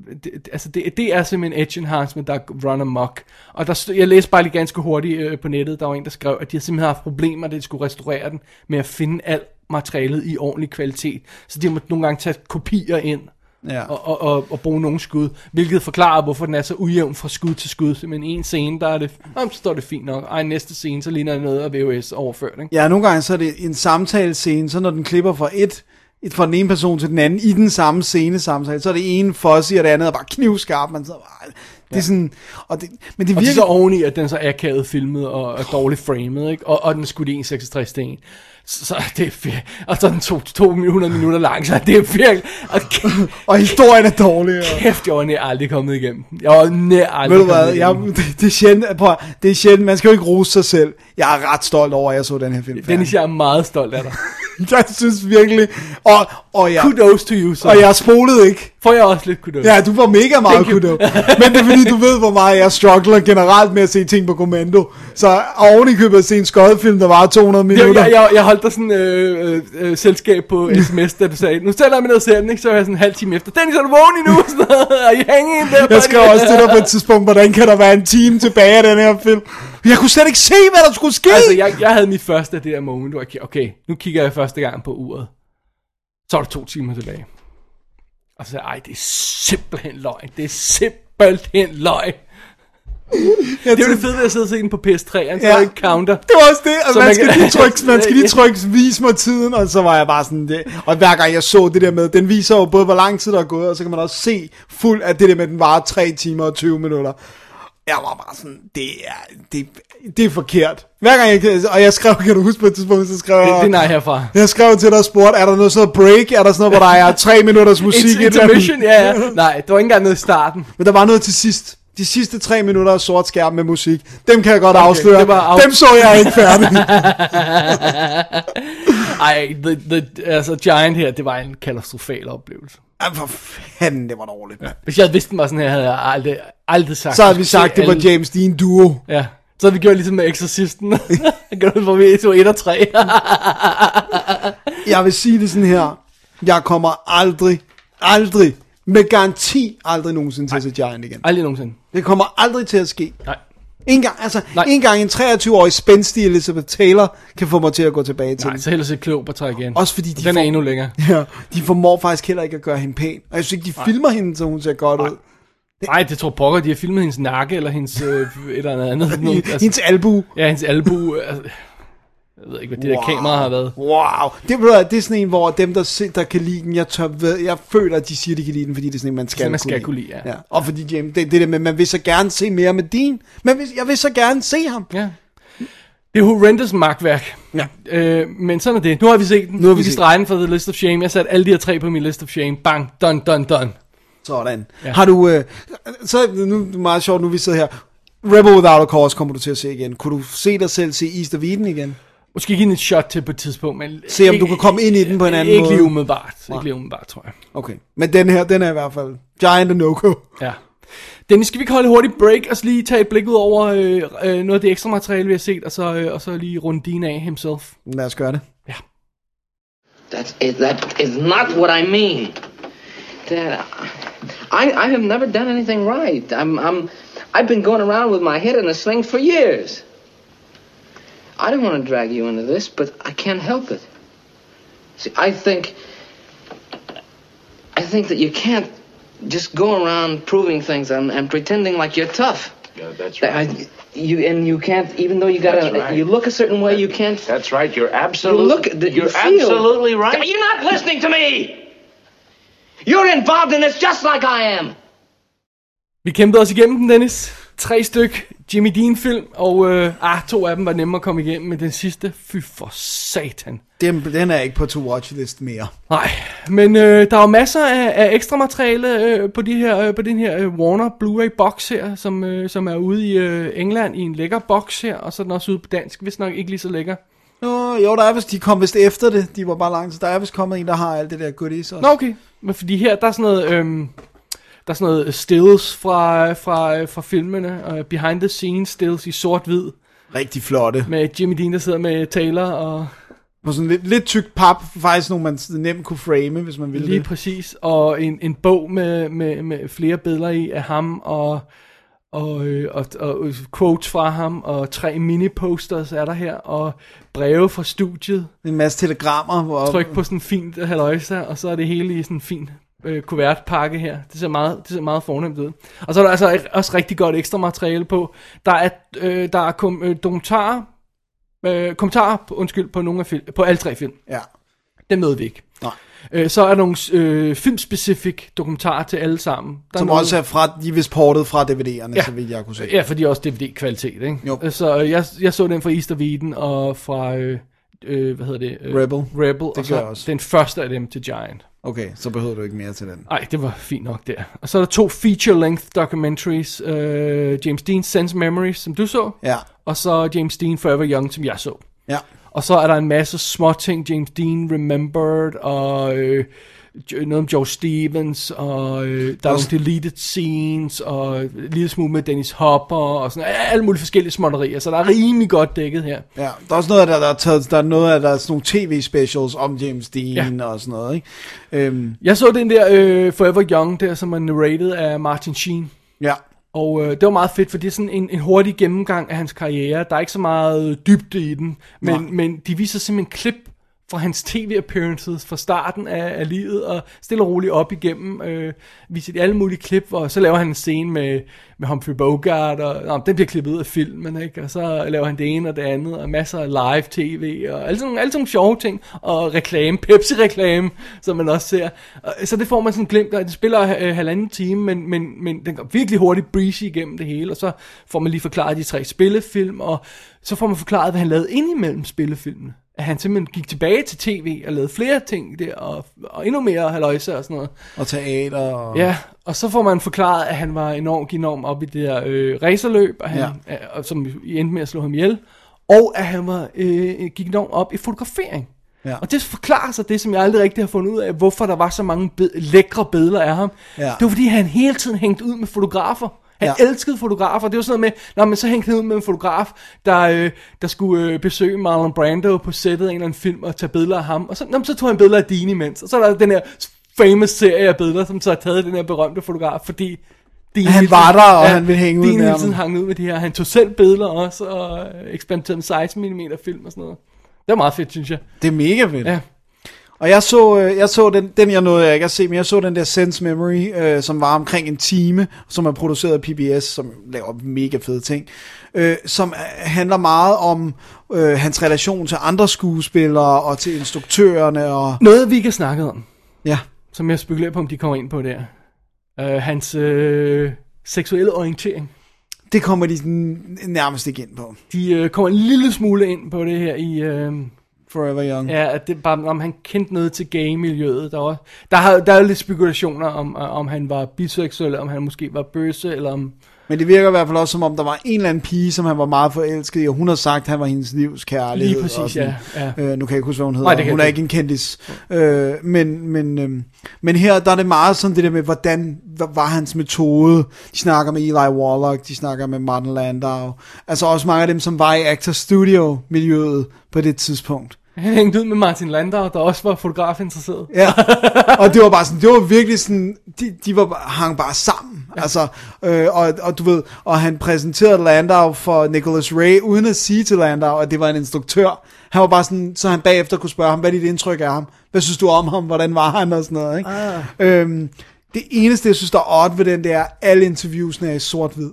Speaker 4: Det, det- altså, det, det er simpelthen edge enhancement, der run amok. Og der, stod- jeg læste bare lige ganske hurtigt øh, på nettet, der var en, der skrev, at de har simpelthen haft problemer, da de skulle restaurere den, med at finde alt materialet i ordentlig kvalitet. Så de har måttet nogle gange tage kopier ind.
Speaker 3: Ja.
Speaker 4: Og, og, og, og bruge nogle skud, hvilket forklarer, hvorfor den er så ujævn fra skud til skud. Men en scene, der er det, om, så står det fint nok. Ej, næste scene, så ligner det noget af VHS overført. Ikke?
Speaker 3: Ja, nogle gange så er det en samtalescene, så når den klipper fra et, et fra den ene person til den anden i den samme scene samtale, så er det ene fuzzy, og det andet er bare knivskarp. Man så, det er sådan, og det, men det
Speaker 4: Og det er
Speaker 3: virker...
Speaker 4: så oveni, at den så er akavet filmet og, og dårligt framet, ikke? Og, og den er skudt i 1,66 sten. Så, så det er vir- og så er den to, 200 minutter lang, så det er virkelig... Og kæft,
Speaker 3: Og historien er dårlig. Og...
Speaker 4: kæft jeg var nær aldrig kommet igennem. den. Jeg var nær aldrig
Speaker 3: Ved du hvad,
Speaker 4: kommet
Speaker 3: jeg,
Speaker 4: igennem. den.
Speaker 3: det, det, er sjældent, prøv, at- det er sjældent, man skal jo ikke rose sig selv. Jeg er ret stolt over, at jeg så den her film.
Speaker 4: Dennis, jeg er meget stolt af dig.
Speaker 3: jeg synes virkelig... Og, og jeg,
Speaker 4: kudos to you, så.
Speaker 3: Og jeg spolede ikke.
Speaker 4: Får jeg også lidt kudos?
Speaker 3: Ja, du var mega meget kudos. Men det er fordi, du ved, hvor meget jeg struggler generelt med at se ting på kommando. Så oven i købet at se en skodfilm, der var 200
Speaker 4: Jeg,
Speaker 3: minutter.
Speaker 4: jeg, jeg, jeg holdt dig sådan øh, øh, øh, selskab på sms, da du sagde, nu sætter jeg mig ned og ser den, ikke? så var jeg sådan en halv time efter, Dennis, er du vågen endnu? Sådan noget. Er I hanging in der?
Speaker 3: Jeg skrev også til dig på et tidspunkt, hvordan kan der være en time tilbage af den her film? Jeg kunne slet ikke se, hvad der skulle ske!
Speaker 4: Altså, jeg, jeg havde mit første af det der moment, hvor jeg ki- okay, nu kigger jeg første gang på uret. Så er der to timer tilbage. Og så sagde jeg, ej, det er simpelthen løgn. Det er simpelthen løgn. det er jo det fede ved at sidde og se den på PS3, så ja. er der en counter.
Speaker 3: Det var også det, og
Speaker 4: Så
Speaker 3: man,
Speaker 4: man
Speaker 3: skal
Speaker 4: kan-
Speaker 3: lige trykke, man skal lige
Speaker 4: Ja.
Speaker 3: trykke, vis mig tiden, og så var jeg bare sådan det. Og hver gang jeg så det der med, den viser jo både, hvor lang tid der er gået, og så kan man også se fuld af det der med, at den varer 3 timer og 20 minutter. Jeg var bare sådan, det er, det, det er forkert. Hver gang jeg, og jeg skrev, kan du huske på et tidspunkt, så skrev
Speaker 4: Det, det er
Speaker 3: jeg,
Speaker 4: nej herfra.
Speaker 3: jeg skrev til dig og spurgte, er der noget sådan noget break, er der sådan noget, hvor der er 3 minutters musik?
Speaker 4: Inter-
Speaker 3: i den?
Speaker 4: intermission, ja, ja. Nej, der var ikke engang noget i starten.
Speaker 3: Men der var noget til sidst. De sidste tre minutter af sort skærm med musik, dem kan jeg godt
Speaker 4: Okay,
Speaker 3: okay, afsløre.
Speaker 4: det var af-
Speaker 3: Dem så jeg ikke færdig.
Speaker 4: Ej, the, the, altså Giant her, det var en katastrofal oplevelse.
Speaker 3: Ej, for fanden, det var dårligt. Ja.
Speaker 4: Hvis jeg havde vidst, den var sådan her, havde jeg aldrig, aldrig sagt.
Speaker 3: Så havde
Speaker 4: at
Speaker 3: vi
Speaker 4: skulle
Speaker 3: sagt,
Speaker 4: se
Speaker 3: det var
Speaker 4: alle-
Speaker 3: James Dean Duo.
Speaker 4: Ja. Så havde vi gjort ligesom med Exorcisten. Gør det for vi to 1 og 3.
Speaker 3: Jeg vil sige det sådan her. Jeg kommer aldrig, aldrig, med garanti aldrig nogensinde til at se Giant igen.
Speaker 4: aldrig nogensinde.
Speaker 3: Det kommer aldrig til at ske.
Speaker 4: Nej.
Speaker 3: En gang, altså,
Speaker 4: Nej.
Speaker 3: en gang en 23-årig spændstig Elizabeth Taylor kan få mig til at gå tilbage til
Speaker 4: Nej,
Speaker 3: den.
Speaker 4: så hellere se Kleopatra igen.
Speaker 3: Også fordi de
Speaker 4: Den
Speaker 3: får-
Speaker 4: er endnu længere.
Speaker 3: Ja, de formår faktisk heller ikke at gøre hende pæn. Og jeg synes ikke, de filmer hende, så hun ser godt ud.
Speaker 4: Nej, det tror pokker, de har filmet hendes nakke, eller hendes øh, et eller andet. Noget,
Speaker 3: Hendes albu.
Speaker 4: ja, hendes albu. Altså, jeg ved ikke, hvad det wow. der kamera har været.
Speaker 3: Wow. Det, ved du, det er sådan en, hvor dem, der, se- der kan lide den, jeg, tør, ved, jeg føler, at de siger, de kan lide den, fordi det er sådan en, man skal,
Speaker 4: Sådan, man skal kunne lide, ja.
Speaker 3: Og fordi James, det, det der med, man vil så gerne se mere med din. Man vil, jeg vil så gerne se ham.
Speaker 4: Ja. Det er horrendous magtværk.
Speaker 3: Ja.
Speaker 4: Øh, men sådan er det. Nu har vi set den. Nu
Speaker 3: har vi
Speaker 4: vi kan
Speaker 3: set
Speaker 4: strege den for The List of Shame. Jeg satte alle de her tre på min List of Shame. Bang. Done, done, done.
Speaker 3: Sådan. Ja. Har du, øh, så nu er det meget sjovt, nu vi sidder her. Rebel Without a Cause kommer du til at se igen. Kunne du se dig selv se East of Eden igen?
Speaker 4: Måske give den et shot til på et tidspunkt. Men
Speaker 3: Se, om du kan komme ind i den på en anden
Speaker 4: ikke
Speaker 3: måde.
Speaker 4: Ikke lige umiddelbart.
Speaker 3: Nej.
Speaker 4: Ikke lige umiddelbart, tror jeg.
Speaker 3: Okay. Men den her, den er i hvert fald Giant and Noco.
Speaker 4: Ja. Dennis, skal vi ikke holde et hurtigt break, og så lige tage et blik ud over øh, øh, noget af det ekstra materiale, vi har set, og så, øh, og så lige runde Dean af himself.
Speaker 3: Lad os gøre det.
Speaker 9: That is, that is not what I mean.
Speaker 5: Dad, I, I have never done anything right. I'm, I'm, I've been going around with my head in a sling for years. I don't want to drag you into this, but I can't help it. See, I think, I think that you can't just go around proving things and, and pretending like you're tough.
Speaker 8: Yeah, that's
Speaker 5: I, you and you can't, even though you got
Speaker 8: That's
Speaker 5: to
Speaker 8: right.
Speaker 5: you look a certain way, you can't.
Speaker 8: That's right. You're
Speaker 5: You
Speaker 8: absolutely.
Speaker 5: look at the,
Speaker 8: You're
Speaker 5: you feel-
Speaker 8: absolutely right.
Speaker 5: You're not listening to me. You're involved in this just like I am.
Speaker 4: Vi kæmpede os igennem den, Dennis. Tre styk Jimmy Dean-film, og øh, ah, to af dem var nemme at komme igennem, men den sidste, fy for satan.
Speaker 3: Den, den er ikke på to-watch list mere.
Speaker 4: Nej, men øh, der er jo masser af, af ekstra materiale øh, på, de her, øh, på den her øh, Warner Blu-ray box her, som, øh, som er ude i øh, England i en lækker box her, og så er den også ude på dansk, hvis nok ikke lige så lækker.
Speaker 3: Nå, jo, der er vist, de kom vist efter det. De var bare langt, så der er vist kommet en, der har alt det der goodies. Også.
Speaker 4: Nå okay, men fordi her, der er sådan noget, øhm, der er sådan noget stills fra, fra, fra filmene, og behind the scenes stills i sort-hvid,
Speaker 3: Rigtig flotte.
Speaker 4: med Jimmy Dean, der sidder med Taylor, og
Speaker 3: På sådan lidt, lidt tykt pap, faktisk nogle, man nemt kunne frame, hvis man ville
Speaker 4: lige
Speaker 3: det.
Speaker 4: præcis, og en, en bog med, med, med flere billeder i af ham, og, og, øh, og, og øh, quotes fra ham, og tre mini-posters er der her, og breve fra studiet,
Speaker 3: En masse telegrammer. Hvor...
Speaker 4: tryk på sådan en fint haløjsa, og så er det hele i sådan en fin øh, kuvertpakke her. Det ser, meget, det ser meget fornemt ud. Og så er der altså ikke- også rigtig godt ekstra materiale på. Der er, øh, der er kom, øh, dokumentarer, øh, kommentarer på, undskyld, på, nogle af film, på alle tre film.
Speaker 3: Ja.
Speaker 4: Dem nåede vi ikke.
Speaker 3: Nej.
Speaker 4: Øh, så er der nogle øh, filmspecifik dokumentarer til alle sammen. Der
Speaker 3: Som
Speaker 4: nogle,
Speaker 3: også er fra, de er vist portet fra DVD'erne,
Speaker 4: Ja.
Speaker 3: så vidt jeg kunne se.
Speaker 4: Ja, fordi også DVD-kvalitet, ikke?
Speaker 3: Jo.
Speaker 4: Øh, Så øh, jeg, jeg så den fra Easter Eden og fra, øh, øh, hvad hedder det? Øh,
Speaker 3: Rebel.
Speaker 4: Rebel,
Speaker 3: Det
Speaker 4: og så
Speaker 3: gør jeg også.
Speaker 4: den første af dem til Giant.
Speaker 3: Okay, så behøver du ikke mere til den.
Speaker 4: Ej, det var fint nok der. Og så er der to feature-length documentaries. Øh, James Dean's Sense Memories, som du så.
Speaker 3: Ja,
Speaker 4: Og så James Dean Forever Young, som jeg så.
Speaker 3: ja.
Speaker 4: Og så er der en masse små ting, James Dean Remembered, og øh, jo- noget om Joe Stevens, og øh, der er nogle
Speaker 3: Også-
Speaker 4: deleted scenes, og en lille smule med Dennis Hopper, og sådan alle mulige forskellige småtterier, så der er rimelig godt dækket her.
Speaker 3: Ja, der er også noget af, der, der er taget, der er noget af, der er sådan nogle tv-specials om James Dean ja. og sådan noget, ikke? Øhm,
Speaker 4: Jeg så den der øh, Forever Young der, som er narrated af Martin Sheen.
Speaker 3: Ja.
Speaker 4: Og øh, det var meget fedt, for det er sådan en, en hurtig gennemgang af hans karriere. Der er ikke så meget dybde i den,
Speaker 3: Nej.
Speaker 4: men, men de viser simpelthen klip fra hans tv-appearances fra starten af, af livet, og stille og roligt op igennem, øh, viser de alle mulige klip, og så laver han en scene med, med Humphrey Bogart, og nå, den bliver klippet ud af filmen, ikke? og så laver han det ene og det andet, og masser af live-tv, og alle sådan, alle sådan nogle sjove ting, og reklame, Pepsi-reklame, som man også ser. Og, så det får man sådan glemt, og det spiller øh, halvanden time, men, men, men den går virkelig hurtigt breezy igennem det hele, og så får man lige forklaret de tre spillefilm, og så får man forklaret, hvad han lavede indimellem spillefilmene. At han simpelthen gik tilbage til tv og lavede flere ting der, og, og endnu mere haløjse og sådan noget.
Speaker 3: og teater og...
Speaker 4: Ja, og så får man forklaret, at han var enormt enorm op i det der øh, racerløb, og han, ja. og, som endte med at slå ham ihjel, og at han var, øh, gik enormt op i fotografering.
Speaker 3: Ja.
Speaker 4: Og det forklarer sig det, som jeg aldrig rigtig har fundet ud af, hvorfor der var så mange bed- lækre billeder af ham.
Speaker 3: Ja.
Speaker 4: Det var fordi, han hele tiden hængte ud med fotografer. Han
Speaker 3: Ja.
Speaker 4: ja. elskede fotografer. Det var sådan noget med, når man så hængte han ud med en fotograf, der, øh, der skulle øh, besøge Marlon Brando på sættet af en eller anden film og tage billeder af ham. Og så, jamen, så tog han billeder af Dean imens. Og så er der den her famous serie af billeder, som så har taget den her berømte fotograf, fordi Dean
Speaker 3: Han
Speaker 4: hele
Speaker 3: var
Speaker 4: tiden-
Speaker 3: der, og han ville hænge ud
Speaker 4: Dean
Speaker 3: med
Speaker 4: hele
Speaker 3: ham.
Speaker 4: tiden hang ud med de her. Han tog selv billeder også, og øh, eksperimenterede med 16 mm film og sådan noget. Det var meget fedt, synes jeg.
Speaker 3: Det er mega fedt.
Speaker 4: Ja.
Speaker 3: Og jeg så, øh, jeg så den, den jeg nåede jeg ikke at se, men jeg så den der Sense Memory, øh, som var omkring en time, som er produceret af PBS, som laver mega fede ting, øh, som øh, handler meget om øh, hans relation til andre skuespillere og til instruktørerne og...
Speaker 4: Noget vi ikke har snakket om.
Speaker 3: Ja.
Speaker 4: Som jeg spekulerer på, om de kommer ind på der. Øh, hans øh, seksuelle orientering.
Speaker 3: Det kommer de sådan nærmest ikke ind på.
Speaker 4: De øh, kommer en lille smule ind på det her i... Øh,
Speaker 3: Forever Young.
Speaker 4: ja, at det, bare, om han kendte noget til gay-miljøet. Der, var, der, har, der er jo lidt spekulationer om, øh, om han var biseksuel, eller om han måske var bøsse, eller om...
Speaker 3: Men det virker i hvert fald også, som om der var en eller anden pige, som han var meget forelsket i, og hun har sagt, at han var hendes livs kærlighed.
Speaker 4: Lige præcis,
Speaker 3: og sådan.
Speaker 4: ja,
Speaker 3: Øh, nu kan jeg ikke huske, hvad hun hedder.
Speaker 4: Nej, det
Speaker 3: Nej,
Speaker 4: kan
Speaker 3: hun
Speaker 4: jeg
Speaker 3: er
Speaker 4: ikke.
Speaker 3: ikke en kendis. Øh, men, men, øh, men her der er det meget sådan det der med, hvordan hvad var hans metode. De snakker med Eli Wallach, de snakker med Martin Landau. Altså også mange af dem, som var i Actors Studio-miljøet på det tidspunkt.
Speaker 4: Han hængte ud med Martin Landau, der også var fotograf interesseret.
Speaker 3: Ja, og det var bare sådan, det var virkelig sådan, de, de var, bare- hang bare sammen, ja. altså, øh, og, og du ved, og han præsenterede Landau for Nicholas Ray, uden at sige til Landau, at det var en instruktør, han var bare sådan, så han bagefter kunne spørge ham, hvad er dit indtryk af ham, hvad synes du om ham, hvordan var han, og sådan noget, ikke? Ah. Øhm, det eneste, jeg synes, der er odd ved den, det er, at alle interviewsene er i sort-hvid.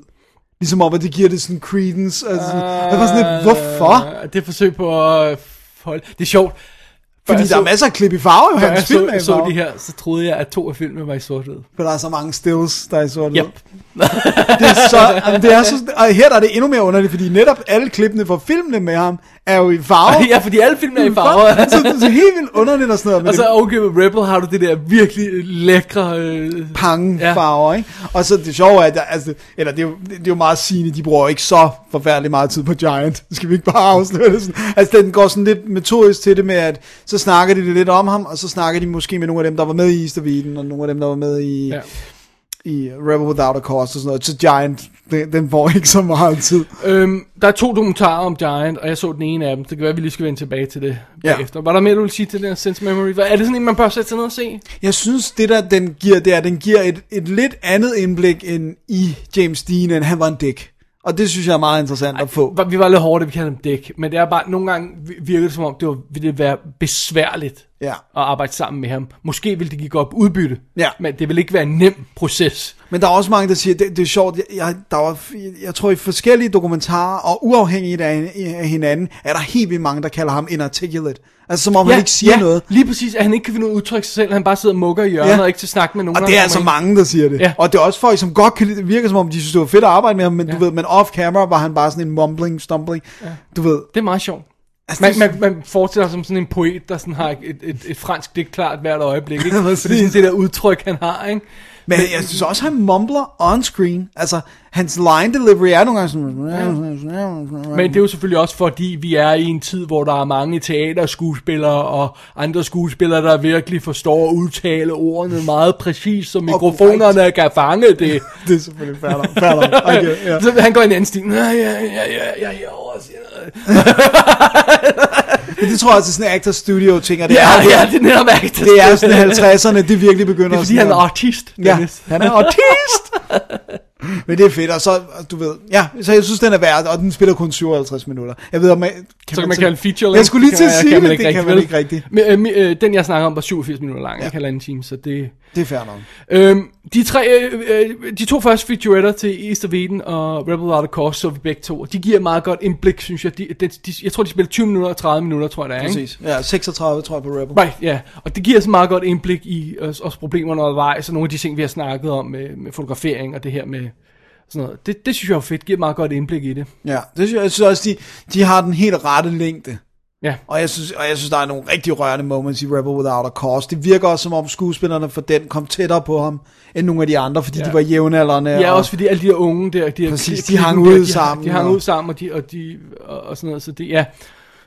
Speaker 3: Ligesom om, at det giver det sådan credence. Altså, uh,
Speaker 4: Ah.
Speaker 3: jeg var sådan lidt, hvorfor?
Speaker 4: Øh, Det er forsøg på at holde... Det er sjovt. Før
Speaker 3: Fordi
Speaker 4: jeg
Speaker 3: der er masser af klip i farve, jo,
Speaker 4: Før jeg
Speaker 3: hans film
Speaker 4: så,
Speaker 3: er i
Speaker 4: jeg så
Speaker 3: farve.
Speaker 4: de her, så troede jeg, at to af filmene var i sort-hvid.
Speaker 3: For der er så mange stills, der er i sort yep.
Speaker 4: Yep.
Speaker 3: det er så, jamen, det er så, og her der er det endnu mere underligt, fordi netop alle klippene fra filmene med ham er jo i farve.
Speaker 4: ja, fordi alle filmene er i farver.
Speaker 3: så det er så helt vildt underligt og sådan noget. men
Speaker 4: Og så
Speaker 3: det-
Speaker 4: okay med Rebel har du det der virkelig lækre... Øh,
Speaker 3: pange ja. farver, ikke? Og så det sjove er, at der, altså, eller det er, jo, det er jo meget sigende, de bruger jo ikke så forfærdelig meget tid på Giant. Det skal vi ikke bare afsløre det sådan. Altså, den går sådan lidt metodisk til det med, at så snakker de lidt om ham, og så snakker de måske med nogle af dem, der var med i Easterviden, og nogle af dem, der var med i...
Speaker 4: Ja.
Speaker 3: Ja. i Rebel Without a Cause og sådan noget, så Giant, den, den får ikke så meget tid.
Speaker 4: Øhm, der er to dokumentarer om Giant, og jeg så den ene af dem. Det kan være, at vi lige skal vende tilbage til det
Speaker 3: Ja.
Speaker 4: ja. bagefter. Var der mere, du ville sige til den her Sense Memory? Hvad- Er det sådan en, man bør sætte sig ned og se?
Speaker 3: Jeg synes, det der den giver, det er, at den giver et, et lidt andet indblik end i James Dean, end han var en dæk. Og det synes jeg er meget interessant at få.
Speaker 4: Var- Vi var lidt hårde, da vi kaldte dem dæk, men det er bare, nogle gange vi- virkede det som om, det var, ville det være besværligt
Speaker 3: Ja.
Speaker 4: at arbejde sammen med ham. Måske ville det give godt udbytte,
Speaker 3: Ja.
Speaker 4: men det vil ikke være en nem proces.
Speaker 3: Men der er også mange, der siger, det, det er sjovt, jeg, jeg, der var, jeg tror i forskellige dokumentarer, og uafhængigt af, af hinanden, er der helt vildt mange, der kalder ham inarticulate. Altså som om ja, han ikke siger
Speaker 4: ja,
Speaker 3: ja. noget.
Speaker 4: lige præcis, at han ikke kan finde ud af at udtrykke sig selv, han bare sidder og mukker i hjørnet
Speaker 3: Ja.
Speaker 4: og ikke til snakke med nogen.
Speaker 3: Og det er altså mange, der siger det.
Speaker 4: Ja.
Speaker 3: Og det er også folk, som godt kan lide, det virker som om, de synes, det var fedt at arbejde med ham, men ja. du ved, men off camera var han bare sådan en mumbling, stumbling. Ja. Du ved,
Speaker 4: Det er meget sjovt.
Speaker 3: Altså,
Speaker 4: Altså,
Speaker 3: det-
Speaker 4: man, man, man forestiller sig som sådan en poet, der sådan har et, et, et fransk digt klart hvert øjeblik. Ikke? For det er
Speaker 3: Præcis.
Speaker 4: sådan det der udtryk, han har. Ikke?
Speaker 3: Men jeg synes også, han mumbler on screen. Altså, hans line delivery er nogle gange sådan...
Speaker 4: Men det er jo selvfølgelig også fordi, vi er i en tid, hvor der er mange teaterskuespillere og andre skuespillere, der virkelig forstår at udtale ordene meget præcist, så mikrofonerne kan fange det.
Speaker 3: det er selvfølgelig fair nok, fair nok. Okay, ja.
Speaker 4: Så han går i en anden stil. "Nå, Ja, ja, ja, ja, ja, oversætter."
Speaker 3: Men det tror jeg også er sådan en actor studio ting. og Det
Speaker 4: Ja,
Speaker 3: er, jo-
Speaker 4: ja, det er netop actors.
Speaker 3: Det er sådan 50'erne, det virkelig begynder
Speaker 4: Det er fordi,
Speaker 3: sådan
Speaker 4: han er
Speaker 3: at-
Speaker 4: artist,
Speaker 3: Ja,
Speaker 4: Dennis.
Speaker 3: han er artist. Men det er fedt, og så, du ved, ja, så jeg synes, den er værd, og den spiller kun 57 minutter. Jeg ved, om man, kan
Speaker 4: så kan man kalde en feature
Speaker 3: Jeg skulle lige til at
Speaker 4: kan-
Speaker 3: sige,
Speaker 4: kan
Speaker 3: men
Speaker 4: man
Speaker 3: det kan man
Speaker 4: vel?
Speaker 3: ikke rigtigt.
Speaker 4: Men, øh, mi- øh, den jeg snakker om var 87 minutter lang, ja. ikke halvanden time, så det...
Speaker 3: Det er fair nok.
Speaker 4: Øhm, de, tre, øh, øh, de to første featuretter til East of Eden og Rebel Without a Cause, så vi begge to, og de giver meget godt indblik, synes jeg. De, de, de, jeg tror, de spiller 20 minutter og 30 minutter, tror jeg, det er. Ikke?
Speaker 3: Præcis. Ja, 36 tror jeg på Rebel.
Speaker 4: Right, ja. Og det giver så meget godt indblik i os, os problemerne undervejs, og nogle af de ting, vi har snakket om med, med fotografering og det her med sådan noget. Det, det synes jeg er fedt, giver meget godt indblik i det.
Speaker 3: Ja, det synes jeg, jeg synes også, de, de har den helt rette længde.
Speaker 4: Ja.
Speaker 3: Og jeg, synes, og jeg synes, der er nogle rigtig rørende moments i Rebel Without a Cause. Det virker også, som om skuespillerne for den kom tættere på ham, end nogle af de andre, fordi
Speaker 4: Ja.
Speaker 3: de var jævnaldrende.
Speaker 4: Ja,
Speaker 3: og,
Speaker 4: også fordi alle de der unge der, de, der
Speaker 3: Præcis,
Speaker 4: kli-
Speaker 3: de hang
Speaker 4: klikken
Speaker 3: ud
Speaker 4: der, de,
Speaker 3: sammen,
Speaker 4: De hang
Speaker 3: og-
Speaker 4: ud sammen, og, de, og, de, og, og sådan noget, så det, ja.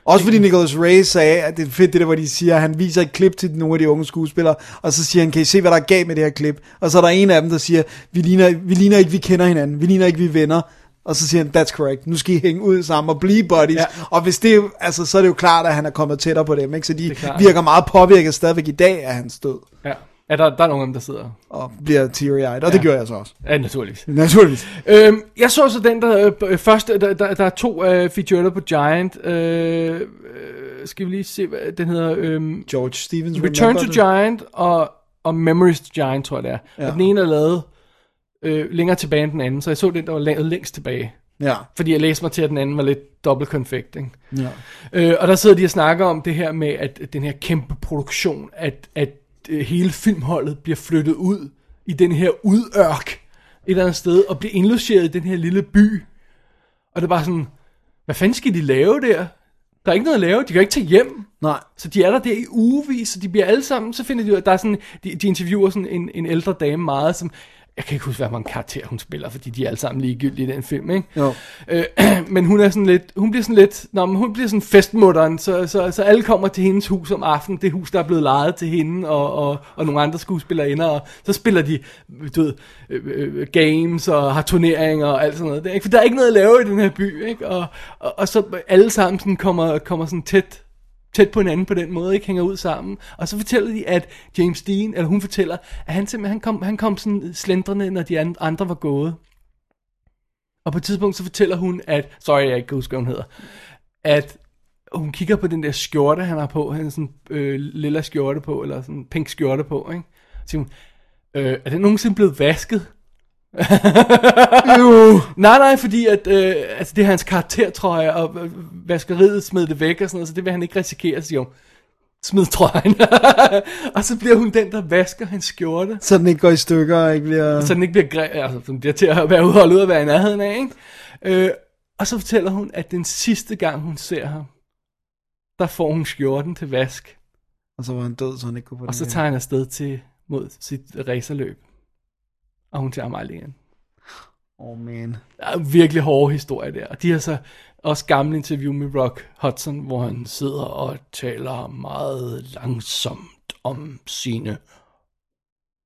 Speaker 3: Også fordi Nicholas Ray sagde, at det er fedt det der, hvor de siger, at han viser et klip til nogle af de unge skuespillere, og så siger han, kan I se, hvad der er galt med det her klip? Og så er der en af dem, der siger, vi ligner, vi ligner ikke, vi kender hinanden, vi ligner ikke, vi er venner. Og så siger han, that's correct, nu skal I hænge ud sammen og blive buddies. Ja. Og hvis det, er- altså, så er det jo klart, at han er kommet tættere på dem, ikke? så de
Speaker 4: klart.
Speaker 3: virker meget påvirket stadigvæk i dag af hans død,
Speaker 4: Ja, ja der, der er nogle af dem, der sidder.
Speaker 3: og bliver teary-eyed, og
Speaker 4: Ja.
Speaker 3: det gjorde jeg så også.
Speaker 4: Ja, naturligvis.
Speaker 3: Naturligvis.
Speaker 4: Øhm, jeg så så den der, øh, b- først, øh, der, der, der er to øh, featuretter på Giant. Øh, øh, skal vi lige se, hvad den hedder? Øhm,
Speaker 3: George Stevens
Speaker 4: Return to
Speaker 3: Remember det.
Speaker 4: Giant og, og Memories to Giant, tror jeg det er.
Speaker 3: Ja.
Speaker 4: Ja. Og den ene er lavet øh, længere tilbage end den anden, så jeg så den, der var lavet længst tilbage.
Speaker 3: Ja.
Speaker 4: Fordi jeg læste mig til, at den anden var lidt dobbelt konfekt, ikke?
Speaker 3: Ja.
Speaker 4: Øh, og der sidder de og snakker om det her med, at at den her kæmpe produktion, at, at øh, hele filmholdet bliver flyttet ud i den her udørk et eller andet sted, og bliver indlogeret i den her lille by. Og det er bare sådan, hvad fanden skal de lave der? Der er ikke noget at lave, de kan jo ikke tage hjem.
Speaker 3: Nej.
Speaker 4: Så de er der der i ugevis, så de bliver alle sammen, så finder de ud af, at der er sådan, de, de interviewer sådan en, en ældre dame meget, som, jeg kan ikke huske, hvad for en karakter hun spiller, fordi de er alle sammen ligegyldige i den film, ikke?
Speaker 3: Jo.
Speaker 4: Øh, men hun er sådan lidt, hun bliver sådan lidt, nå, men hun bliver sådan festmutteren, så, så, så alle kommer til hendes hus om aftenen, det hus, der er blevet lejet til hende, og, og, og nogle andre skuespillerinder, og så spiller de, du ved, øh, øh, games, og har turneringer, og alt sådan noget, der, ikke? for der er ikke noget at lave i den her by, ikke? Og, og, og så alle sammen sådan kommer, kommer sådan tæt, tæt på hinanden på den måde, ikke hænger ud sammen. Og så fortæller de, at James Dean, eller hun fortæller, at han simpelthen han kom, han kom sådan slendrende, når de an- andre var gået. Og på et tidspunkt så fortæller hun, at, sorry, jeg ikke kan huske, hvad hun hedder, at hun kigger på den der skjorte, han har på, han har sådan øh, lilla skjorte på, eller sådan pink skjorte på, ikke? Så siger hun, øh, er den nogensinde blevet vasket? Nej, nej, fordi at, øh, altså, det er hans karaktertrøje, og øh, vaskeriet smed det væk og sådan noget, så det vil han ikke risikere, siger hun. Smid trøjen. og så bliver hun den, der vasker hans skjorte.
Speaker 3: Så den ikke går i stykker og ikke bliver...
Speaker 4: Så den ikke bliver, gre- altså, den bliver til at være ude og ude at være i nærheden af, ikke? Øh, og så fortæller hun, at den sidste gang, hun ser ham, der får hun skjorten til vask.
Speaker 3: Og så var han død, så han ikke kunne få
Speaker 4: Og
Speaker 3: den
Speaker 4: så
Speaker 3: igen.
Speaker 4: tager han afsted til, mod sit racerløb. Og hun tager mig aldrig igen.
Speaker 3: Oh man.
Speaker 4: Der er virkelig hårde historier der. Og de har så også gamle interview med Rock Hudson, hvor han sidder og taler meget langsomt om sine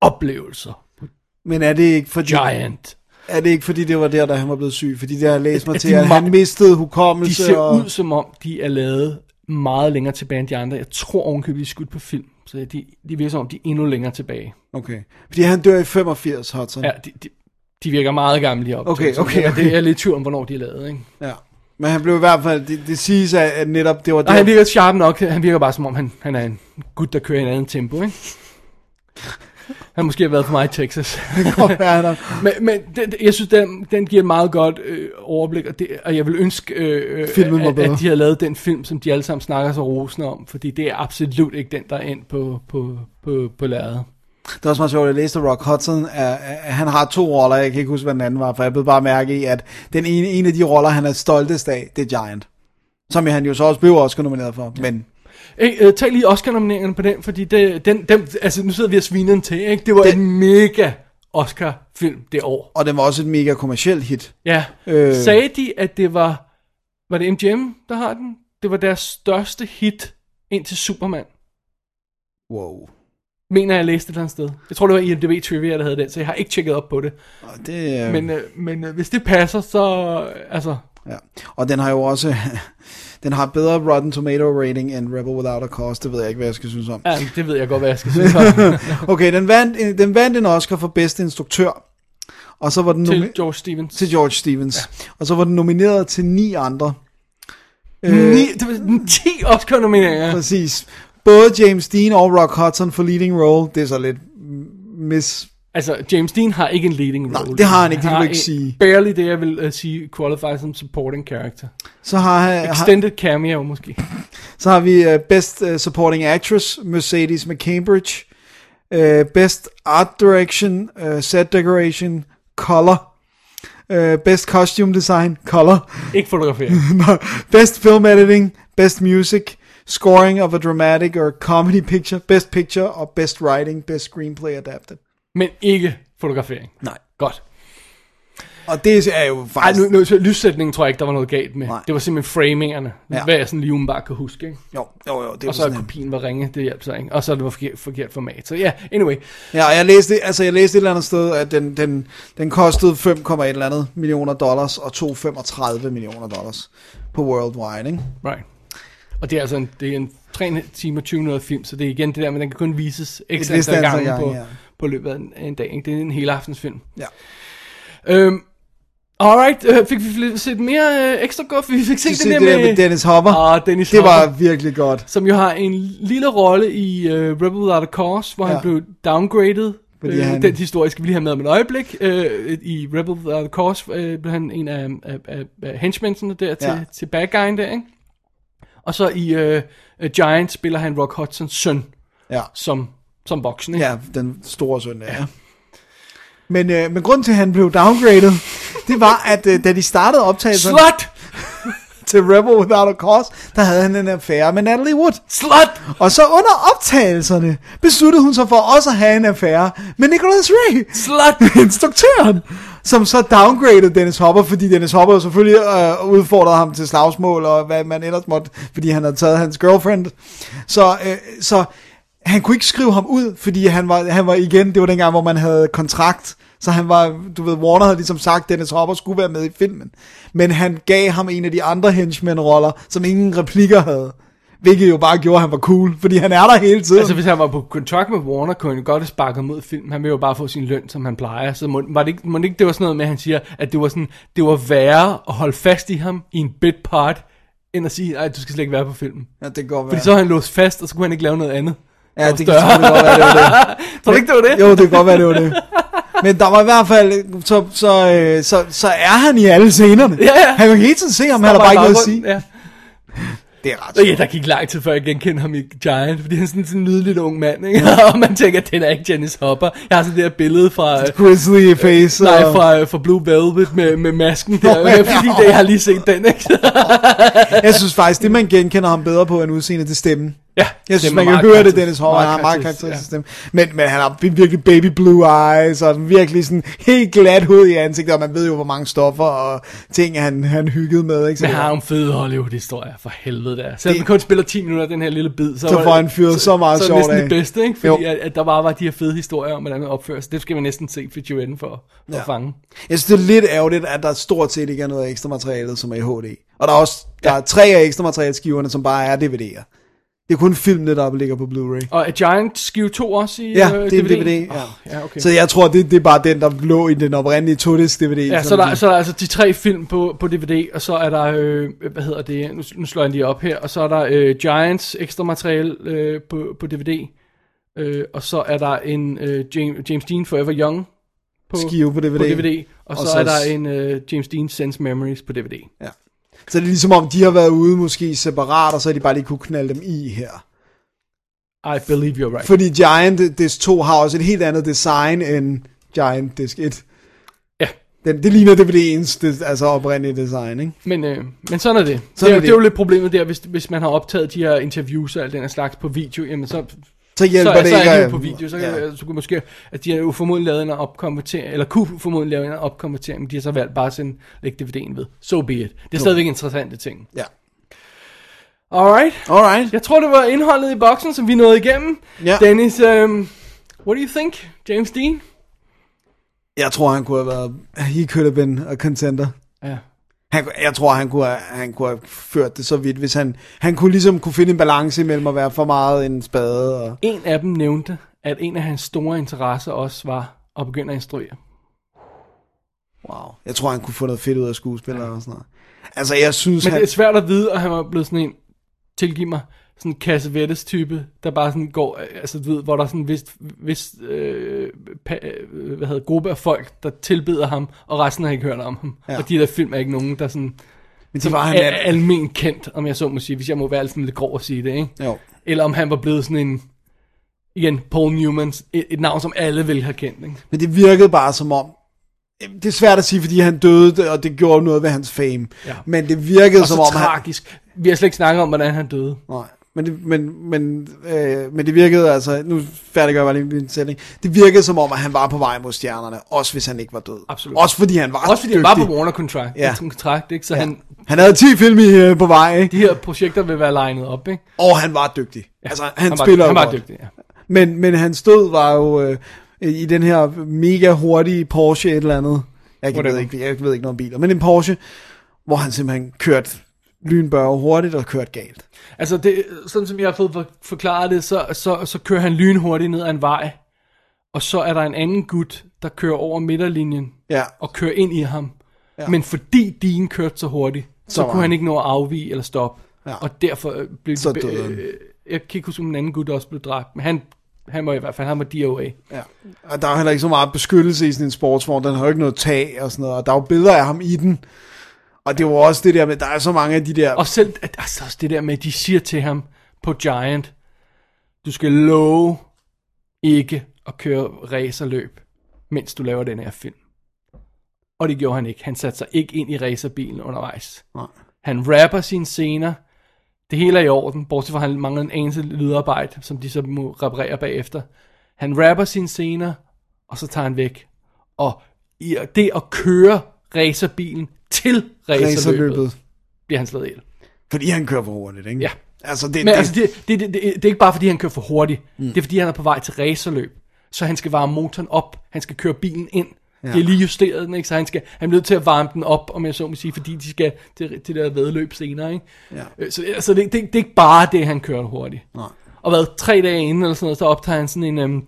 Speaker 4: oplevelser.
Speaker 3: Men er det ikke fordi...
Speaker 4: Giant.
Speaker 3: Er det ikke fordi, det var der, da han var blevet syg? Fordi det har jeg læst mig
Speaker 4: At
Speaker 3: til,
Speaker 4: de
Speaker 3: at han
Speaker 4: må-
Speaker 3: mistede
Speaker 4: De
Speaker 3: hukommelse
Speaker 4: ser
Speaker 3: og...
Speaker 4: ud som om, de er lavet meget længere tilbage end de andre. Jeg tror ovenkøbet, de er skudt på film. Så de, de virker som om, de er endnu længere tilbage.
Speaker 3: Okay. Fordi han dør i 85, Hudson.
Speaker 4: Ja, de, de, de virker meget gamle, de op.
Speaker 3: Okay, okay, okay.
Speaker 4: Det er lidt i tvivl om, hvornår de er lavet, ikke?
Speaker 3: ja. Men han blev i hvert fald... Det, det siges, at at netop det var
Speaker 4: Og
Speaker 3: der...
Speaker 4: han virker sharp nok. Han virker bare som om, han, han er en gut, der kører i en anden tempo, ikke? Han måske har været på mig i Texas. men men den, den- jeg synes, den, den giver et meget godt øh, overblik, og, det, og jeg vil ønske, øh, øh,
Speaker 3: Filmen var
Speaker 4: at,
Speaker 3: bedre.
Speaker 4: at de har lavet den film, som de alle sammen snakker så rosende om, fordi det er absolut ikke den, der er ind på, på, på, på lærredet.
Speaker 3: Det er også meget sjovt, at jeg læste at Rock Hudson. Er, er, han har to roller, jeg kan ikke huske, hvad den anden var, for jeg blev bare mærke i, at den ene, en af de roller, han er stoltest af, det er Giant. Som han jo så også blev også nomineret for. Men
Speaker 4: Hey, øh, tag lige Oscar-nomineringerne på den, fordi det, den, den, altså, nu sidder vi og sviner den til, ikke? Det var det, en mega Oscar-film det år.
Speaker 3: Og den var også et mega kommercielt hit.
Speaker 4: Ja. Øh. Sagde de, at det var... Var det MGM, der har den? Det var deres største hit indtil Superman.
Speaker 3: Wow.
Speaker 4: Mener jeg læste det et eller andet sted. Jeg tror, det var IMDb Trivia, der havde den, så jeg har ikke tjekket op på det.
Speaker 3: Det, øh,
Speaker 4: Men, øh, men øh, hvis det passer, så... øh, Altså,
Speaker 3: Ja. Og den har jo også... den har bedre Rotten Tomato rating end Rebel Without a Cause. Det ved jeg ikke, hvad jeg skal synes om.
Speaker 4: ja, det ved jeg godt, hvad jeg skal sige. om.
Speaker 3: okay, den vandt, en- den vandt en Oscar for bedste instruktør. Og så var den
Speaker 4: Til George Stevens.
Speaker 3: Til George Stevens. Ja. Og så var den nomineret til ni andre.
Speaker 4: Ni, Øh, det var 10 Oscar-nomineringer.
Speaker 3: Præcis. Både James Dean og Rock Hudson for leading role. Det er så lidt mm, mis...
Speaker 4: Altså, James Dean har ikke en leading role.
Speaker 3: det har han ikke, det kan
Speaker 4: har
Speaker 3: du ikke
Speaker 4: en-
Speaker 3: sige.
Speaker 4: Barely det, jeg vil uh, sige, qualify som supporting character.
Speaker 3: Så har, han- har,
Speaker 4: Extended cameo måske.
Speaker 3: så har vi uh, Best uh, Supporting Actress, Mercedes med Cambridge. Uh, best Art Direction, uh, Set Decoration, Color. Uh, best Costume Design, Color.
Speaker 4: Ikke fotografering.
Speaker 3: No, best film editing, best music, scoring of a dramatic or comedy picture, best picture og best writing, best screenplay adapted.
Speaker 4: Men ikke fotografering.
Speaker 3: Nej.
Speaker 4: Godt.
Speaker 3: Og det er jo
Speaker 4: Ej,
Speaker 3: faktisk...
Speaker 4: nu, nu, så lyssætningen tror jeg ikke, der var noget galt med.
Speaker 3: Nej.
Speaker 4: Det var simpelthen framingerne.
Speaker 3: Ja.
Speaker 4: Ja. Hvad jeg sådan lige umiddelbart kan huske. Ikke?
Speaker 3: Jo, jo, jo, det er
Speaker 4: Og så
Speaker 3: sådan
Speaker 4: at
Speaker 3: en-
Speaker 4: kopien var ringe, det hjalp så ikke. Og så det var forkert, forkert format. Så ja, yeah, anyway.
Speaker 3: Ja, og jeg læste, altså jeg læste et eller andet sted, at den, den, den kostede 5,1 eller andet millioner dollars, og tog 35 millioner dollars på worldwide, ikke?
Speaker 4: Right. Og det er altså en, det er en 3 timer 20 minutter film, så det er igen det der, men den kan kun vises
Speaker 3: Et
Speaker 4: ekstra
Speaker 3: vist
Speaker 4: antal
Speaker 3: antal
Speaker 4: gange,
Speaker 3: gange,
Speaker 4: på,
Speaker 3: ja.
Speaker 4: på løbet af en, af en dag. Ikke? Det er en hele aftens film.
Speaker 3: Ja.
Speaker 4: Øhm, alright, øh, fik vi lidt- set mere øh, ekstra godt? Vi fik set
Speaker 3: Se
Speaker 4: den der
Speaker 3: det der med
Speaker 4: med,
Speaker 3: Dennis Hopper.
Speaker 4: Ah, Dennis
Speaker 3: det var
Speaker 4: Hopper.
Speaker 3: virkelig godt.
Speaker 4: som jo har en lille rolle i øh, Rebel Without a Cause, hvor ja.
Speaker 3: Ja.
Speaker 4: han blev downgraded.
Speaker 3: Fordi
Speaker 4: øh,
Speaker 3: han-
Speaker 4: Den historie skal vi lige have med om et øjeblik. Øh, I Rebel Without a Cause øh, blev han en af, af, af, af henchmændene der til,
Speaker 3: Ja.
Speaker 4: ja. til bad guyen der, ikke? Og så i øh, øh, Giant spiller han Rock Hudsons søn
Speaker 3: Ja.
Speaker 4: som, som voksen, ikke?
Speaker 3: Ja, den store søndag. Ja. Men, øh, men grunden til, at han blev downgraded, det var, at øh, da de startede optagelserne
Speaker 4: Slut!
Speaker 3: til Rebel Without a Cause, der havde han en affære med Natalie Wood.
Speaker 4: Slut!
Speaker 3: Og så under optagelserne besluttede hun sig for også at have en affære med Nicholas Ray,
Speaker 4: Slut!
Speaker 3: instruktøren, som så downgradede Dennis Hopper, fordi Dennis Hopper jo selvfølgelig øh, udfordrede ham til slagsmål og hvad man ellers måtte, fordi han havde taget hans girlfriend. Så, øh, så han kunne ikke skrive ham ud, fordi han var, han var igen, det var dengang, hvor man havde kontrakt, så han var, du ved, Warner havde ligesom sagt, Dennis Hopper skulle være med i filmen. Men han gav ham en af de andre henchmen-roller, som ingen replikker havde. Hvilket jo bare gjorde, at han var cool, fordi han er der hele tiden.
Speaker 4: Altså hvis han var på kontrakt med Warner, kunne han jo godt have sparket mod film. Han vil jo bare få sin løn, som han plejer. Så må, var det ikke, må det ikke, det var sådan noget med, at han siger, at det var, sådan, det var værre at holde fast i ham i en bit part, end at sige, at du skal slet ikke være på filmen.
Speaker 3: ja, det kan godt
Speaker 4: Fordi
Speaker 3: være.
Speaker 4: så var han låst fast, og så kunne han ikke lave noget andet.
Speaker 3: ja, det kan
Speaker 4: større.
Speaker 3: selvfølgelig godt være, det var det.
Speaker 4: Tror du ikke, det var det?
Speaker 3: Jo, det kan godt være, det var det. Men der var i hvert fald, så, så, øh, så, så er han i alle scenerne.
Speaker 4: Ja, ja.
Speaker 3: Han kan hele tiden se ham, han har bare ikke noget at sige.
Speaker 4: Ja.
Speaker 3: Det er ret
Speaker 4: Og ja, der gik lang tid, før jeg genkendte ham i Giant, fordi han er sådan, sådan en nydelig ung mand, ikke? og man tænker, at den er ikke Janice Hopper. Jeg har sådan det her billede fra... øh,
Speaker 3: Grizzly face.
Speaker 4: Nej,
Speaker 3: og-
Speaker 4: fra, fra Blue Velvet med, med masken der,
Speaker 3: Nå, ja.
Speaker 4: fordi det, jeg har lige set den, ikke?
Speaker 3: Jeg synes faktisk, det man genkender ham bedre på end udseende til stemmen.
Speaker 4: Ja,
Speaker 3: Jeg synes,
Speaker 4: stemmen
Speaker 3: man
Speaker 4: er
Speaker 3: kan
Speaker 4: meget
Speaker 3: høre det,
Speaker 4: karakteristisk.
Speaker 3: Dennis Hopper, han har meget
Speaker 4: ja.
Speaker 3: karakteristisk stemme. Men, men han har virkelig baby blue eyes, og sådan virkelig sådan helt glat hud i ansigtet, og man ved jo, hvor mange stoffer og ting, han, han hyggede med. Ikke? Så
Speaker 4: Men
Speaker 3: det-
Speaker 4: har en fed Hollywood-historie, for helvede der. Selvom det... kun spiller 10 minutter af den her lille bid, så,
Speaker 3: Så
Speaker 4: var-
Speaker 3: får han fyret så meget
Speaker 4: så,
Speaker 3: sjovt
Speaker 4: Så er det
Speaker 3: af.
Speaker 4: næsten det bedste, ikke?
Speaker 3: Jo.
Speaker 4: Fordi at, at, der bare var de her fede historier om, hvordan man opfører sig. Det skal man næsten se featuretten for, for ja. at fange.
Speaker 3: Jeg synes, det er lidt ærgerligt, at der stort set ikke er noget ekstra materiale, som er i HD. Og der er også der er tre af ekstra materialeskiverne, som bare er DVD'er. Det er kun filmene, der ligger på Blu-ray.
Speaker 4: Og er Giant Skive 2 også i
Speaker 3: Ja,
Speaker 4: øh,
Speaker 3: det er DVD.
Speaker 4: DVD'en?
Speaker 3: DVD ja.
Speaker 4: Åh, ja, okay.
Speaker 3: Så jeg tror, det, det er bare den, der lå i den oprindelige 2 DVD.
Speaker 4: Ja, så der,
Speaker 3: ligesom
Speaker 4: så er der altså de tre film på, på DVD, og så er der, øh, hvad hedder det, nu, nu slår jeg lige op her, og så er der øh, Giants ekstra materiale øh, på, på DVD, øh, og så er der en øh, James, James Dean Forever Young på,
Speaker 3: Skive på DVD.
Speaker 4: på DVD og,
Speaker 3: Og
Speaker 4: så,
Speaker 3: så-
Speaker 4: er der en øh, James Dean Sense Memories på DVD.
Speaker 3: Ja. Så det er ligesom om, de har været ude måske separat, og så har de bare lige kunne knalde dem i her.
Speaker 4: I believe you're right.
Speaker 3: Fordi Giant Disk 2 har også et helt andet design end Giant Disk 1.
Speaker 4: Ja.
Speaker 3: Den, det ligner DVD'ens det, altså oprindelige design, ikke?
Speaker 4: Men, øh, men sådan er det. Sådan det,
Speaker 3: Sådan
Speaker 4: er,
Speaker 3: er
Speaker 4: jo-
Speaker 3: det.
Speaker 4: det er jo lidt problemet der, hvis, hvis man har optaget de her interviews og alt den her slags på video, jamen så
Speaker 3: Så hjælper
Speaker 4: så,
Speaker 3: det
Speaker 4: så
Speaker 3: ikke
Speaker 4: er de
Speaker 3: at-
Speaker 4: jo på video, så, ja. så kunne måske, at de har jo formodentlig lavet en opkonvertering, eller kunne formodentlig lave en opkonvertering, men de har så valgt bare at sende, lægge DVD'en ved. So be it. Det er
Speaker 3: Jo.
Speaker 4: stadigvæk interessante ting.
Speaker 3: Ja.
Speaker 4: Alright.
Speaker 3: Alright.
Speaker 4: Jeg tror, det var indholdet i boksen, som vi nåede igennem.
Speaker 3: Ja.
Speaker 4: Dennis, um, what do you think, James Dean?
Speaker 3: Jeg tror, han kunne have været... He could have been a contender.
Speaker 4: Ja.
Speaker 3: Han, kunne- jeg tror, han kunne, have, han kunne have ført det så vidt, hvis han... Han kunne ligesom kunne finde en balance imellem at være for meget en spade og...
Speaker 4: En af dem nævnte, at en af hans store interesser også var at begynde at instruere.
Speaker 3: Wow. Jeg tror, han kunne få noget fedt ud af skuespillere og sådan noget. Altså, jeg synes,
Speaker 4: Men
Speaker 3: han...
Speaker 4: det er svært at vide, og han var blevet sådan en, tilgiv mig, sådan en Cassavetes type, der bare sådan går, øh, altså du ved, hvor der er sådan en vis, vis øh, pa, øh, hvad hedder, gruppe af folk, der tilbeder ham, og resten har ikke hørt om ham.
Speaker 3: Ja.
Speaker 4: Ja. Og de der film er ikke nogen, der sådan,
Speaker 3: Men det
Speaker 4: som
Speaker 3: var han
Speaker 4: er
Speaker 3: al-
Speaker 4: almen kendt, om jeg så må sige, hvis jeg må være sådan lidt grov at sige det, ikke?
Speaker 3: Jo.
Speaker 4: Eller om han var blevet sådan en, igen, Paul Newmans, et, et navn, som alle ville have kendt, ikke?
Speaker 3: Men det virkede bare som om... Det er svært at sige, fordi han døde, og det gjorde noget ved hans fame.
Speaker 4: Ja.
Speaker 3: Men det virkede
Speaker 4: Og så
Speaker 3: som om...
Speaker 4: tragisk. Han... Vi har slet ikke snakket om, hvordan han døde.
Speaker 3: Nej, men det, men, men, øh, men det virkede altså, nu færdiggør jeg bare lige min sætning, det virkede som om, at han var på vej mod stjernerne, også hvis han ikke var død.
Speaker 4: Absolut.
Speaker 3: Også fordi han var
Speaker 4: Også fordi han
Speaker 3: dygtig.
Speaker 4: var på Warner Contract,
Speaker 3: Ja.
Speaker 4: ja. contract ikke? Så ja. han,
Speaker 3: Han havde 10 film i, øh, på vej, ikke?
Speaker 4: de her projekter vil være legnet op, ikke?
Speaker 3: og han var dygtig. Ja, altså, han,
Speaker 4: han var-
Speaker 3: spiller jo
Speaker 4: han var
Speaker 3: godt.
Speaker 4: dygtig, ja.
Speaker 3: Men, men hans død var jo øh, i den her mega hurtige Porsche et eller andet. Jeg, kan,
Speaker 4: Whatever.
Speaker 3: ved, ikke, jeg ved ikke noget om biler, men en Porsche, hvor han simpelthen kørte lynbørge hurtigt og kørte galt.
Speaker 4: Altså, det, sådan som jeg har fået for- forklaret det, så, så, så kører han lynhurtigt ned ad en vej, og så er der en anden gut, der kører over midterlinjen,
Speaker 3: Ja.
Speaker 4: og kører ind i ham.
Speaker 3: Ja.
Speaker 4: Ja. Men fordi Dean kørte så hurtigt,
Speaker 3: Så
Speaker 4: så, så
Speaker 3: var
Speaker 4: kunne
Speaker 3: han-
Speaker 4: han ikke nå at afvige eller stoppe.
Speaker 3: Ja.
Speaker 4: Og derfor øh, blev
Speaker 3: Så
Speaker 4: de,
Speaker 3: døde han.
Speaker 4: øh, Jeg kan ikke huske, om den anden gut også blev dræbt, men han, han var i hvert fald, han var DOA.
Speaker 3: Ja. Og der er jo heller ikke så meget beskyttelse i sådan en sportsvogn, den har jo ikke noget tag og sådan noget, og der er jo billeder af ham i den. Og det var også det der med, der er så mange af de der...
Speaker 4: Og selv at- altså, også det der med, at de siger til ham på Giant, du skal love ikke at køre racerløb, mens du laver den her film. Og det gjorde han ikke. Han satte sig ikke ind i racerbilen undervejs.
Speaker 3: Nej.
Speaker 4: Han rapper sine scener. Det hele er i orden, bortset fra, at han mangler en anelse lydarbejde, som de så må reparere bagefter. Han rapper sine scener, og så tager han væk. Og i det at køre racerbilen til racerløbet,
Speaker 3: Racerløbet.
Speaker 4: bliver han slået ihjel.
Speaker 3: Fordi han kører for hurtigt, ikke?
Speaker 4: Ja.
Speaker 3: Altså, det,
Speaker 4: Men
Speaker 3: det,
Speaker 4: altså, det, det, det, det, det er ikke bare, fordi han kører for hurtigt. Mm. Det er, fordi han er på vej til racerløb. Så han skal varme motoren op. Han skal køre bilen ind.
Speaker 3: Ja.
Speaker 4: Ja. De har lige justeret den, ikke? Så han, skal, han er nødt til at varme den op, om jeg så må sige, fordi de skal til, til det der vedløb senere, ikke?
Speaker 3: Ja.
Speaker 4: Øh, Så altså, det, det, det, er ikke bare det, han kører hurtigt.
Speaker 3: Nej.
Speaker 4: Og hvad, tre dage inden eller sådan noget, så optager han sådan en... Øhm,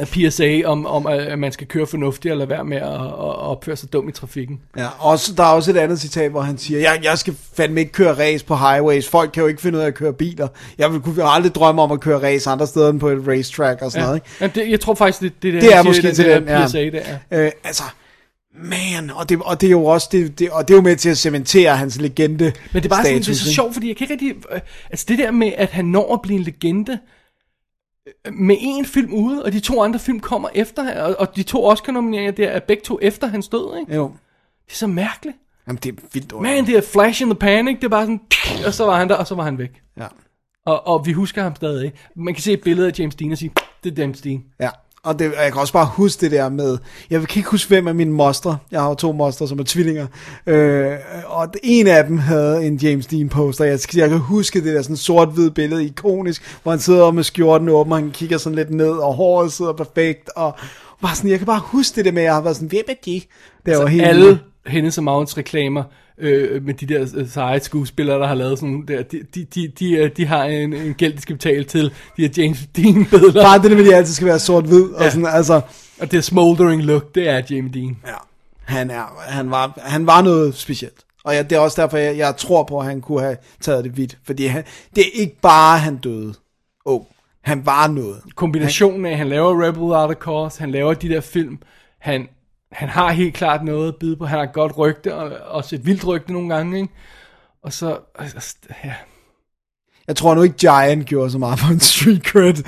Speaker 4: en PSA om, om, at at man skal køre fornuftigt og lade være med at, at opføre sig dum i trafikken.
Speaker 3: Ja, også, der er også et andet citat, hvor han siger, jeg, jeg skal fandme ikke køre race på highways, folk kan jo ikke finde ud af at køre biler, jeg vil kunne aldrig drømme om at køre race andre steder end på et racetrack og sådan ja. noget, ikke?
Speaker 4: Jamen, det, jeg tror faktisk, det, det,
Speaker 3: det er
Speaker 4: han siger i
Speaker 3: måske til
Speaker 4: der
Speaker 3: den, ja.
Speaker 4: PSA der. ja.
Speaker 3: Øh, altså, man, og det, og det er jo også, det, det, og det er jo med til at cementere hans legende
Speaker 4: Men det er bare sådan, det er så
Speaker 3: ikke?
Speaker 4: sjovt, fordi jeg kan ikke rigtig... øh, Altså det der med, at han når at blive en legende øh, med en film ude, og de to andre film kommer efter, og, og de to Oscar-nomineringer der er begge to efter hans død, ikke?
Speaker 3: Jo,
Speaker 4: Det er så mærkeligt.
Speaker 3: jamen det er vildt ondt.
Speaker 4: Man, det er flash in the panic, det er bare sådan... Og så var han der, og så var han væk.
Speaker 3: Ja.
Speaker 4: Og, og vi husker ham stadig, ikke? Man kan se et billede af James Dean og sige, det er James Dean.
Speaker 3: Ja, og, det, og jeg kan også bare huske det der med, jeg kan ikke huske, hvem af mine mostre, jeg har jo to mostre, som er tvillinger, øh, og en af dem havde en James Dean poster, jeg, jeg kan huske det der sådan sort-hvid billede, ikonisk, hvor han sidder med skjorten åben, og han kigger sådan lidt ned, og håret sidder perfekt, og bare sådan, jeg kan bare huske det der med, at jeg har været sådan, hvem er de? Det var helt
Speaker 4: Altså, alle Hennes og Magens reklamer øh, med de der øh, seje skuespillere, der har lavet sådan nogle der, de, de, de, de, øh, de har en, en gæld, de skal betale til de her James Dean billeder.
Speaker 3: Bare det der med, at de altid skal være sort-hvid, og
Speaker 4: Ja.
Speaker 3: sådan, altså,
Speaker 4: Og det er smoldering look, det er James Dean.
Speaker 3: Ja, han, er, han, var, han var noget specielt. Og jeg, det er også derfor, jeg, jeg tror på, at han kunne have taget det vidt. Fordi han, det er ikke bare, han døde. Oh, han var noget.
Speaker 4: Kombinationen af, at han laver Rebel Without a Cause, han laver de der film, han, han har helt klart noget at byde på, han har et godt rygte, og også et vildt rygte nogle gange, ikke? Og så, altså, ja,
Speaker 3: Jeg tror nu ikke, Giant gjorde så meget for en street cred.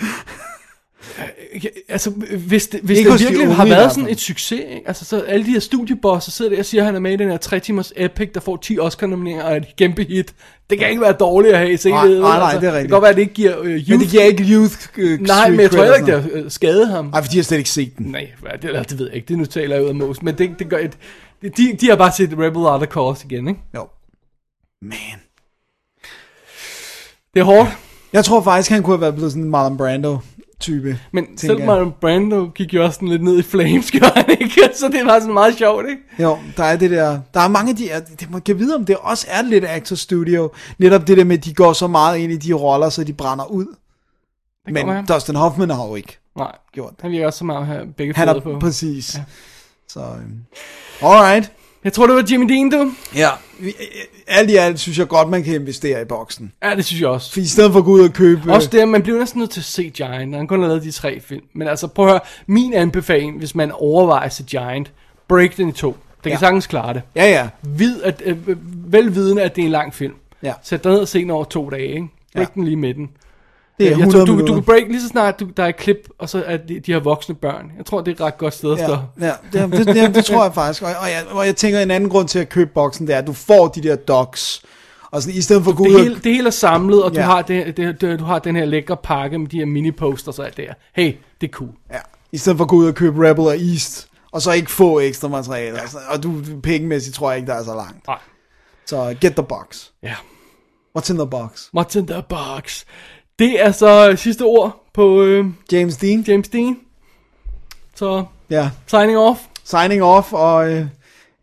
Speaker 4: altså, hvis det, hvis
Speaker 3: Ikke
Speaker 4: det
Speaker 3: hos de
Speaker 4: virkelig
Speaker 3: unge
Speaker 4: har
Speaker 3: i hvert
Speaker 4: været
Speaker 3: fald.
Speaker 4: sådan et succes, ikke? altså så alle de her studiebosser sidder der og siger, at han er med i den her 3 timers epic, der får 10 Oscar-nomineringer og et kæmpe hit. Det kan ikke være dårligt at have i
Speaker 3: Nej,
Speaker 4: singlet.
Speaker 3: nej, nej, det er rigtigt.
Speaker 4: Det kan godt være, at det ikke giver øh, youth.
Speaker 3: Men det giver ikke youth øh,
Speaker 4: Nej, men jeg tror heller ikke, det har øh, skadet ham.
Speaker 3: Nej, for de har slet ikke set den.
Speaker 4: Nej, hvad, det, eller, det ved jeg ikke. Det nu taler jeg ud af mos. Men det, det gør et, det- de, de har bare set Rebel Out of Cause igen, ikke?
Speaker 3: Jo. Man.
Speaker 4: Det er hårdt.
Speaker 3: Jeg tror faktisk, han kunne have været blevet sådan en Marlon Brando-type.
Speaker 4: Men
Speaker 3: tænker
Speaker 4: selv
Speaker 3: jeg.
Speaker 4: Marlon Brando gik jo også sådan lidt ned i flames, gør han ikke? Så det var sådan meget sjovt, ikke?
Speaker 3: Jo, der er det der. Der er mange af de, og det må kan vide, om det også er lidt actor studio. Netop det der med, at de går så meget ind i de roller, så de brænder ud. Men
Speaker 4: være.
Speaker 3: Dustin Hoffman har jo ikke
Speaker 4: Nej,
Speaker 3: gjort det.
Speaker 4: han virker også så meget at have begge
Speaker 3: Han
Speaker 4: fødder
Speaker 3: er
Speaker 4: på.
Speaker 3: præcis. Ja. Så, øhm. alright.
Speaker 4: Jeg tror, det var Jimmy Dean, du.
Speaker 3: Ja. Vi- øh, Alt i alt synes jeg godt, man kan investere i boksen.
Speaker 4: Ja, det synes jeg også.
Speaker 3: For i stedet for at gå ud og købe...
Speaker 4: Også det, at man bliver næsten nødt til at se Giant, når han kun har lavet de tre film. Men altså, prøv at høre, min anbefaling, hvis man overvejer at se Giant, break den i to. Det kan
Speaker 3: Ja.
Speaker 4: sagtens klare det.
Speaker 3: Ja, ja.
Speaker 4: Vid, at, øh, velvidende, at det er en lang film.
Speaker 3: Ja.
Speaker 4: Sæt dig ned og se den over to dage, ikke? Break
Speaker 3: Ja.
Speaker 4: ja. den lige i midten.
Speaker 3: Det er
Speaker 4: jeg
Speaker 3: 100
Speaker 4: tror, du, du
Speaker 3: minutter.
Speaker 4: kan break lige så snart, du, der er et klip, og så at de, de har voksne børn. Jeg tror, det er et ret godt sted at stå.
Speaker 3: Ja, ja det, det, det, det tror jeg faktisk. Og, og, jeg, og jeg tænker, en anden grund til at købe boksen, det er, at du får de der docs. Og sådan, i stedet for at gå ud
Speaker 4: Det
Speaker 3: og
Speaker 4: hele, det hele er samlet, og du,
Speaker 3: Ja.
Speaker 4: har det, det, det, du har den her lækre pakke med de her mini-posters og alt det her. Hey, det er cool.
Speaker 3: Ja, i stedet for at gå ud og købe Rebel og East, og så ikke få ekstra materiale. Ja. Og du, pengemæssigt tror jeg ikke, der er så langt.
Speaker 4: Nej.
Speaker 3: Så get the box.
Speaker 4: Ja.
Speaker 3: What's in the box?
Speaker 4: What's in the box? Det er så sidste ord på øh,
Speaker 3: James Dean.
Speaker 4: James Dean. Så
Speaker 3: Ja,
Speaker 4: signing off.
Speaker 3: signing off, og øh,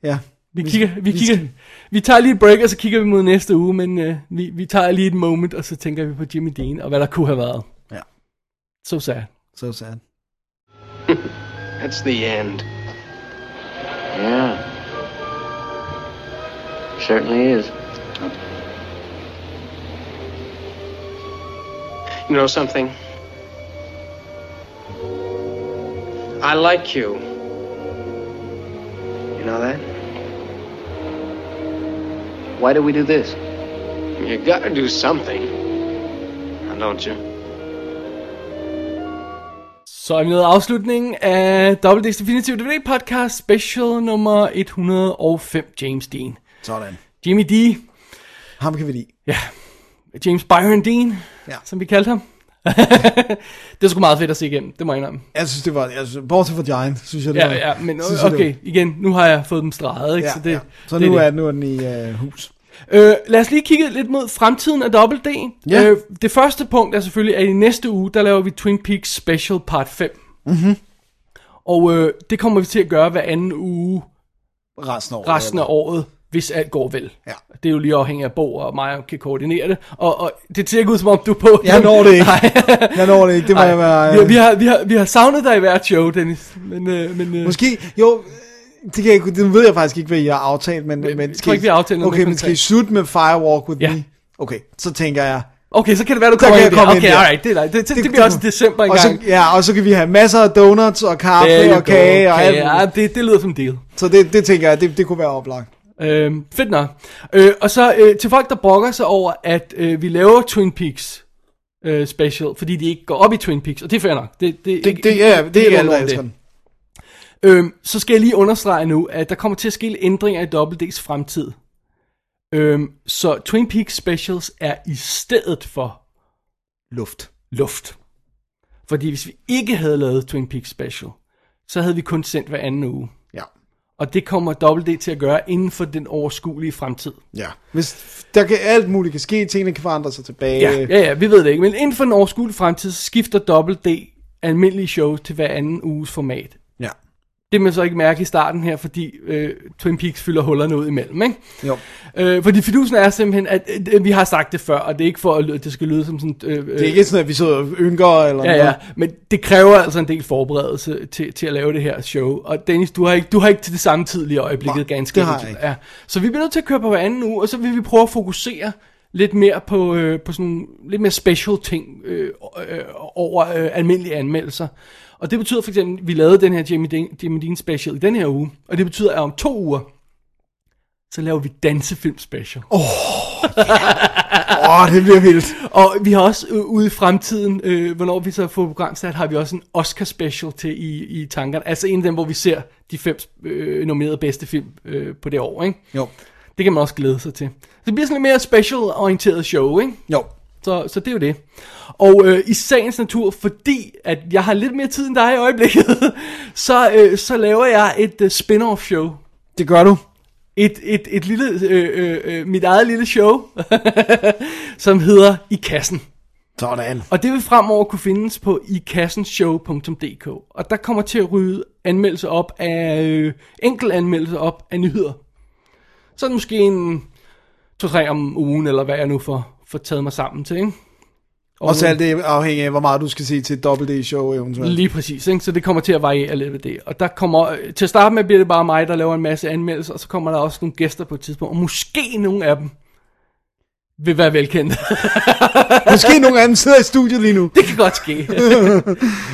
Speaker 3: ja,
Speaker 4: Vi, kigger, vi,
Speaker 3: vi
Speaker 4: kigger,
Speaker 3: skal-
Speaker 4: vi tager lige et break, og så kigger vi mod næste uge, men øh, vi, vi tager lige et moment, og så tænker vi på Jimmy Dean, og hvad der kunne have været.
Speaker 3: Ja.
Speaker 4: Så sad.
Speaker 3: so sad.
Speaker 8: That's the end.
Speaker 9: Yeah. Certainly is.
Speaker 8: You know something? I like you.
Speaker 9: You know that? Why do we do this?
Speaker 8: You gotta do something. Now, don't you?
Speaker 4: Så er vi nået afslutningen af WD's Definitive DVD podcast special nummer 105, James Dean.
Speaker 3: Sådan.
Speaker 4: Jimmy D,
Speaker 3: Ham kan vi lide.
Speaker 4: James Byron Dean,
Speaker 3: Ja.
Speaker 4: ja. som vi kaldte ham. det er sgu meget fedt at se igennem, det må jeg indrømme.
Speaker 3: Jeg synes, det var, jeg synes, bortset fra Giant, synes jeg, det
Speaker 4: Ja,
Speaker 3: var.
Speaker 4: ja, men
Speaker 3: synes jeg, det
Speaker 4: okay, igen, nu har jeg fået dem streget,
Speaker 3: var-
Speaker 4: ikke?
Speaker 3: Ja,
Speaker 4: så det,
Speaker 3: ja. så
Speaker 4: det
Speaker 3: nu,
Speaker 4: det.
Speaker 3: er, nu er den i øh, hus.
Speaker 4: Øh, lad os lige kigge lidt mod fremtiden af Double D.
Speaker 3: Ja.
Speaker 4: Øh, det første punkt er selvfølgelig, at i næste uge, der laver vi Twin Peaks Special Part 5. Mm-hmm.
Speaker 3: Mhm.
Speaker 4: Og øh, det kommer vi til at gøre hver anden uge
Speaker 3: Resten af året.
Speaker 4: resten af året, hvis alt går vel.
Speaker 3: Ja.
Speaker 4: Det er jo lige afhængigt af Bo og mig, og kan koordinere det. Og, og det ser ikke ud, som om du er på.
Speaker 3: Jeg når det ikke.
Speaker 4: Nej.
Speaker 3: Jeg når det ikke, det må jeg være...
Speaker 4: vi, har, vi, har, vi, har, vi har savnet dig i hvert show, Dennis. Men, øh, men, øh,
Speaker 3: Måske, jo, øh, det, kan jeg, det ved jeg faktisk ikke, hvad I har aftalt, men... men,
Speaker 4: jeg tror ikke, vi har aftalt noget
Speaker 3: Okay,
Speaker 4: med
Speaker 3: men skal I
Speaker 4: konkret.
Speaker 3: slutte med Firewalk With
Speaker 4: Ja.
Speaker 3: Me? Okay, så tænker jeg...
Speaker 4: Okay, så kan det være, du
Speaker 3: Så
Speaker 4: kommer
Speaker 3: kan
Speaker 4: ind
Speaker 3: jeg
Speaker 4: der.
Speaker 3: komme
Speaker 4: Okay,
Speaker 3: ind der.
Speaker 4: alright, det, er, det, det, det, det bliver også i december
Speaker 3: og
Speaker 4: engang.
Speaker 3: så, Ja, og så kan vi have masser af donuts og kaffe og kage og alt.
Speaker 4: ja,
Speaker 3: muligt.
Speaker 4: det, det lyder som en deal.
Speaker 3: Så det, det tænker jeg, det, det kunne være oplagt.
Speaker 4: Øhm, fedt nok. Øh, og så øh, til folk, der brokker sig over, at øh, vi laver Twin Peaks øh, special, fordi de ikke går op i Twin Peaks, og det er fair nok. Det, det,
Speaker 3: Det, det, ja, det, det er
Speaker 4: ikke
Speaker 3: alle,
Speaker 4: alle
Speaker 3: der
Speaker 4: om
Speaker 3: elsker den.
Speaker 4: Øhm, så skal jeg lige understrege nu, at der kommer til at ske lidt ændringer i WD's fremtid. Øhm, så Twin Peaks specials er i stedet for
Speaker 3: Luft.
Speaker 4: luft. Fordi hvis vi ikke havde lavet Twin Peaks special, så havde vi kun sendt hver anden uge.
Speaker 3: Ja.
Speaker 4: Og det kommer WD til at gøre inden for den overskuelige fremtid.
Speaker 3: ja. Hvis der kan, alt muligt kan ske, tingene kan forandre sig tilbage.
Speaker 4: Ja, ja, ja, vi ved det ikke. Men inden for den overskuelige fremtid, så skifter WD almindelige show til hver anden uges format.
Speaker 3: ja.
Speaker 4: Det vil man så ikke mærke i starten her, fordi øh, Twin Peaks fylder hullerne ud imellem, ikke?
Speaker 3: Jo.
Speaker 4: Øh, fordi fidusen er simpelthen, at øh, vi har sagt det før, og det er ikke for, at lyde- det skal lyde som sådan... Øh,
Speaker 3: Det er ikke sådan, at vi sidder og ynker eller
Speaker 4: Ja, ja,
Speaker 3: noget.
Speaker 4: men det kræver altså en del forberedelse til, til at lave det her show. Og Dennis, du har ikke, du har ikke til det samme tid lige i øjeblikket
Speaker 3: Nej,
Speaker 4: ganske
Speaker 3: det har
Speaker 4: enkelt.
Speaker 3: jeg ikke.
Speaker 4: Ja. Så vi bliver nødt til at køre på hver anden uge, og så vil vi prøve at fokusere lidt mere på, øh, på sådan lidt mere special ting øh, øh, over øh, almindelige anmeldelser. Og det betyder for eksempel, at vi lavede den her Jimmy Dean, Jimmy Dean special i den her uge, og det betyder, at om to uger, så laver vi dansefilm special.
Speaker 3: Åh, oh, oh, det bliver vildt.
Speaker 4: Og vi har også øh, ude i fremtiden, øh, hvornår vi så får programsat, har vi også en Oscar special til i, i tankerne. Altså en af dem, hvor vi ser de fem øh, nominerede bedste film øh, på det år, ikke?
Speaker 3: Jo.
Speaker 4: Det kan man også glæde sig til. Så det bliver sådan et mere special-orienteret show, ikke?
Speaker 3: Jo.
Speaker 4: Så, så det er jo det. Og øh, i sagens natur, fordi at jeg har lidt mere tid end dig i øjeblikket, så, øh, så laver jeg et øh, spin-off show.
Speaker 3: Det gør du.
Speaker 4: Et, et, et lille, øh, øh, øh, mit eget lille show, som hedder I Kassen.
Speaker 3: Sådan.
Speaker 4: Og det vil fremover kunne findes på ikassenshow.dk. Og der kommer til at ryge anmeldelser op af, øh, enkel anmeldelser op af nyheder. Sådan måske en to-tre om ugen, eller hvad jeg nu får, får taget mig sammen til, ikke?
Speaker 3: Og så alt det afhængig af, hvor meget du skal se til et dobbelt-D-show eventuelt.
Speaker 4: Lige præcis, ikke? så det kommer til at variere lidt af det. Og der kommer, øh, til at starte med bliver det bare mig, der laver en masse anmeldelser, og så kommer der også nogle gæster på et tidspunkt, og måske nogle af dem vil være velkendte.
Speaker 3: Måske nogen af dem sidder i studiet lige nu.
Speaker 4: Det kan godt ske.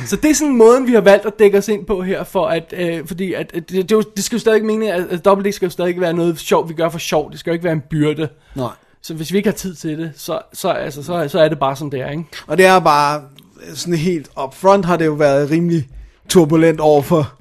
Speaker 4: så det er sådan måden, vi har valgt at dække os ind på her, for at, øh, fordi at, at det, det, er jo- det, skal jo stadig mene, at, at dobbelt skal jo stadig være noget sjovt, vi gør for sjov. Det skal jo ikke være en byrde.
Speaker 3: Nej.
Speaker 4: Så hvis vi ikke har tid til det, så, så, altså, så, så er det bare som det er, ikke?
Speaker 3: Og det er bare sådan helt upfront har det jo været rimelig turbulent over for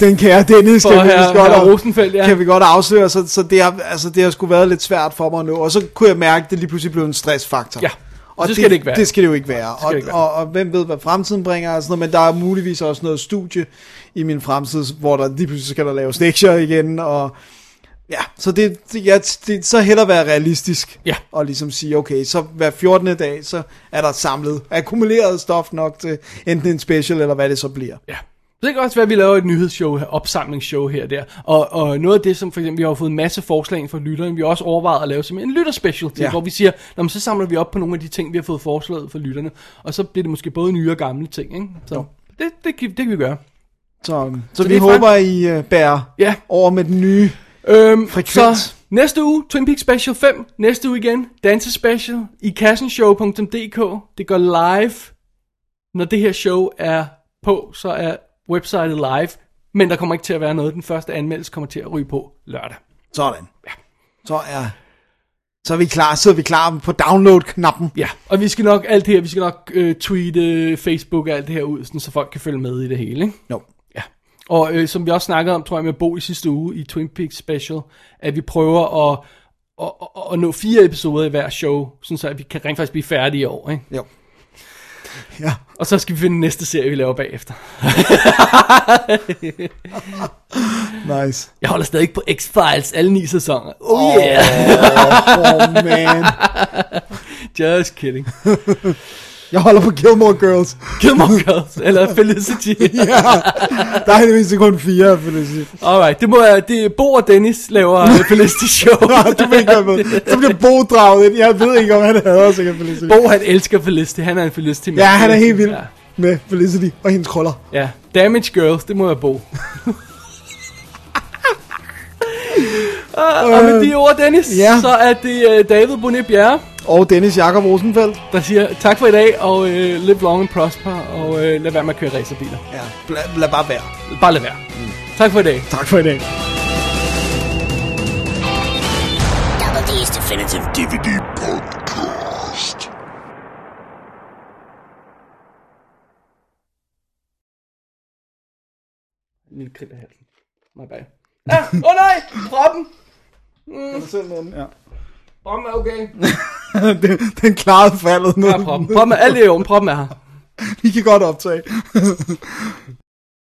Speaker 3: den kære Dennis,
Speaker 4: for
Speaker 3: kan vi,
Speaker 4: herre-
Speaker 3: vist godt,
Speaker 4: herre
Speaker 3: af-
Speaker 4: Rosenfeldt, ja.
Speaker 3: kan vi godt afsløre, så, så det, har, altså, det har sgu været lidt svært for mig nu, og så kunne jeg mærke, at det lige pludselig blev en stressfaktor.
Speaker 4: Ja.
Speaker 3: Og
Speaker 4: det skal det ikke være.
Speaker 3: Det skal det jo ikke være.
Speaker 4: skal
Speaker 3: og,
Speaker 4: det ikke være.
Speaker 3: Og, og hvem ved, hvad fremtiden bringer og sådan noget, men der er muligvis også noget studie i min fremtid, hvor der lige pludselig skal der laves lektier igen, og ja, så det, det, ja, det så heller være realistisk,
Speaker 4: Ja.
Speaker 3: og ligesom sige, okay, så hver 14. dag, så er der samlet, akkumuleret stof nok til enten en special, eller hvad det så bliver.
Speaker 4: Ja. Det kan også være, at vi laver et nyhedsshow her, opsamlingsshow her og der. Og, og noget af det, som for eksempel, vi har jo fået en masse forslag ind fra lytterne, vi har også overvejet at lave som en lytterspecial til,
Speaker 3: Ja.
Speaker 4: ja. hvor vi siger, Nå, men så samler vi op på nogle af de ting, vi har fået foreslået fra lytterne, og så bliver det måske både nye og gamle ting, ikke? Så det, det, kan, det kan vi gøre.
Speaker 3: Så, um, så, så
Speaker 4: det
Speaker 3: vi
Speaker 4: er
Speaker 3: håber,
Speaker 4: fun.
Speaker 3: I uh, bærer
Speaker 4: Ja.
Speaker 3: over med den nye
Speaker 4: Øhm,
Speaker 3: frekvens.
Speaker 4: Så næste uge, Twin Peaks Special 5, næste uge igen, Danse Special i kassenshow.dk. Det går live, når det her show er på, så er websitet live, men der kommer ikke til at være noget. Den første anmeldelse kommer til at ryge på lørdag.
Speaker 3: Sådan. Ja. Så er, så er vi klar, sidder vi klar på download-knappen.
Speaker 4: Ja, og vi skal nok alt det her, vi skal nok øh, tweete, Facebook og alt det her ud, sådan, så folk kan følge med i det hele, ikke?
Speaker 3: Jo.
Speaker 4: Ja. Og øh, som vi også snakkede om, tror jeg, med Bo i sidste uge i Twin Peaks Special, at vi prøver at, at, at, at nå fire episoder i hver show, sådan så at vi kan rent faktisk blive færdige i år, ikke?
Speaker 3: Jo. Ja.
Speaker 4: Og så skal vi finde næste serie, vi laver bagefter.
Speaker 3: Nice.
Speaker 4: Jeg holder stadig på X-Files alle ni sæsoner. Oh,
Speaker 3: Åh,
Speaker 4: oh yeah!
Speaker 3: Oh, man.
Speaker 4: Just kidding.
Speaker 3: Jeg holder på Gilmore Girls.
Speaker 4: Gilmore Girls, eller Felicity.
Speaker 3: ja. Der er heldigvis kun fire, for det sige.
Speaker 4: Alright, det må jeg, det er Bo og Dennis laver øh, Felicity Show.
Speaker 3: du ved ikke, hvad jeg ved. Så bliver Bo draget ind. Jeg ved ikke, om han hader sikkert Felicity.
Speaker 4: Bo han elsker Felicity, han er en Felicity
Speaker 3: Ja, han er helt vild med Felicity og hendes krøller.
Speaker 4: Ja, Damage Girls, det må være Bo. og, og med de ord, Dennis,
Speaker 3: Øh, Ja.
Speaker 4: så er det øh, David Bonnet Bjerre,
Speaker 3: Og Dennis Jakob Rosenfeldt.
Speaker 4: der siger tak for i dag, og øh, live long and prosper, og øh, lad være med at køre racerbiler.
Speaker 3: Ja, lad, lad bare være.
Speaker 4: Bare lad være. Mm. Tak for i dag.
Speaker 3: Tak for i dag.
Speaker 2: Double D's Definitive DVD Podcast.
Speaker 4: En lille kridt af halsen. My bad. Ah, åh oh nej, proppen!
Speaker 3: Ja.
Speaker 4: Proppen er okay.
Speaker 3: den, den klarede faldet nu.
Speaker 4: Ja, proppen. Proppen er alt i orden, proppen er her.
Speaker 3: Vi kan godt optage.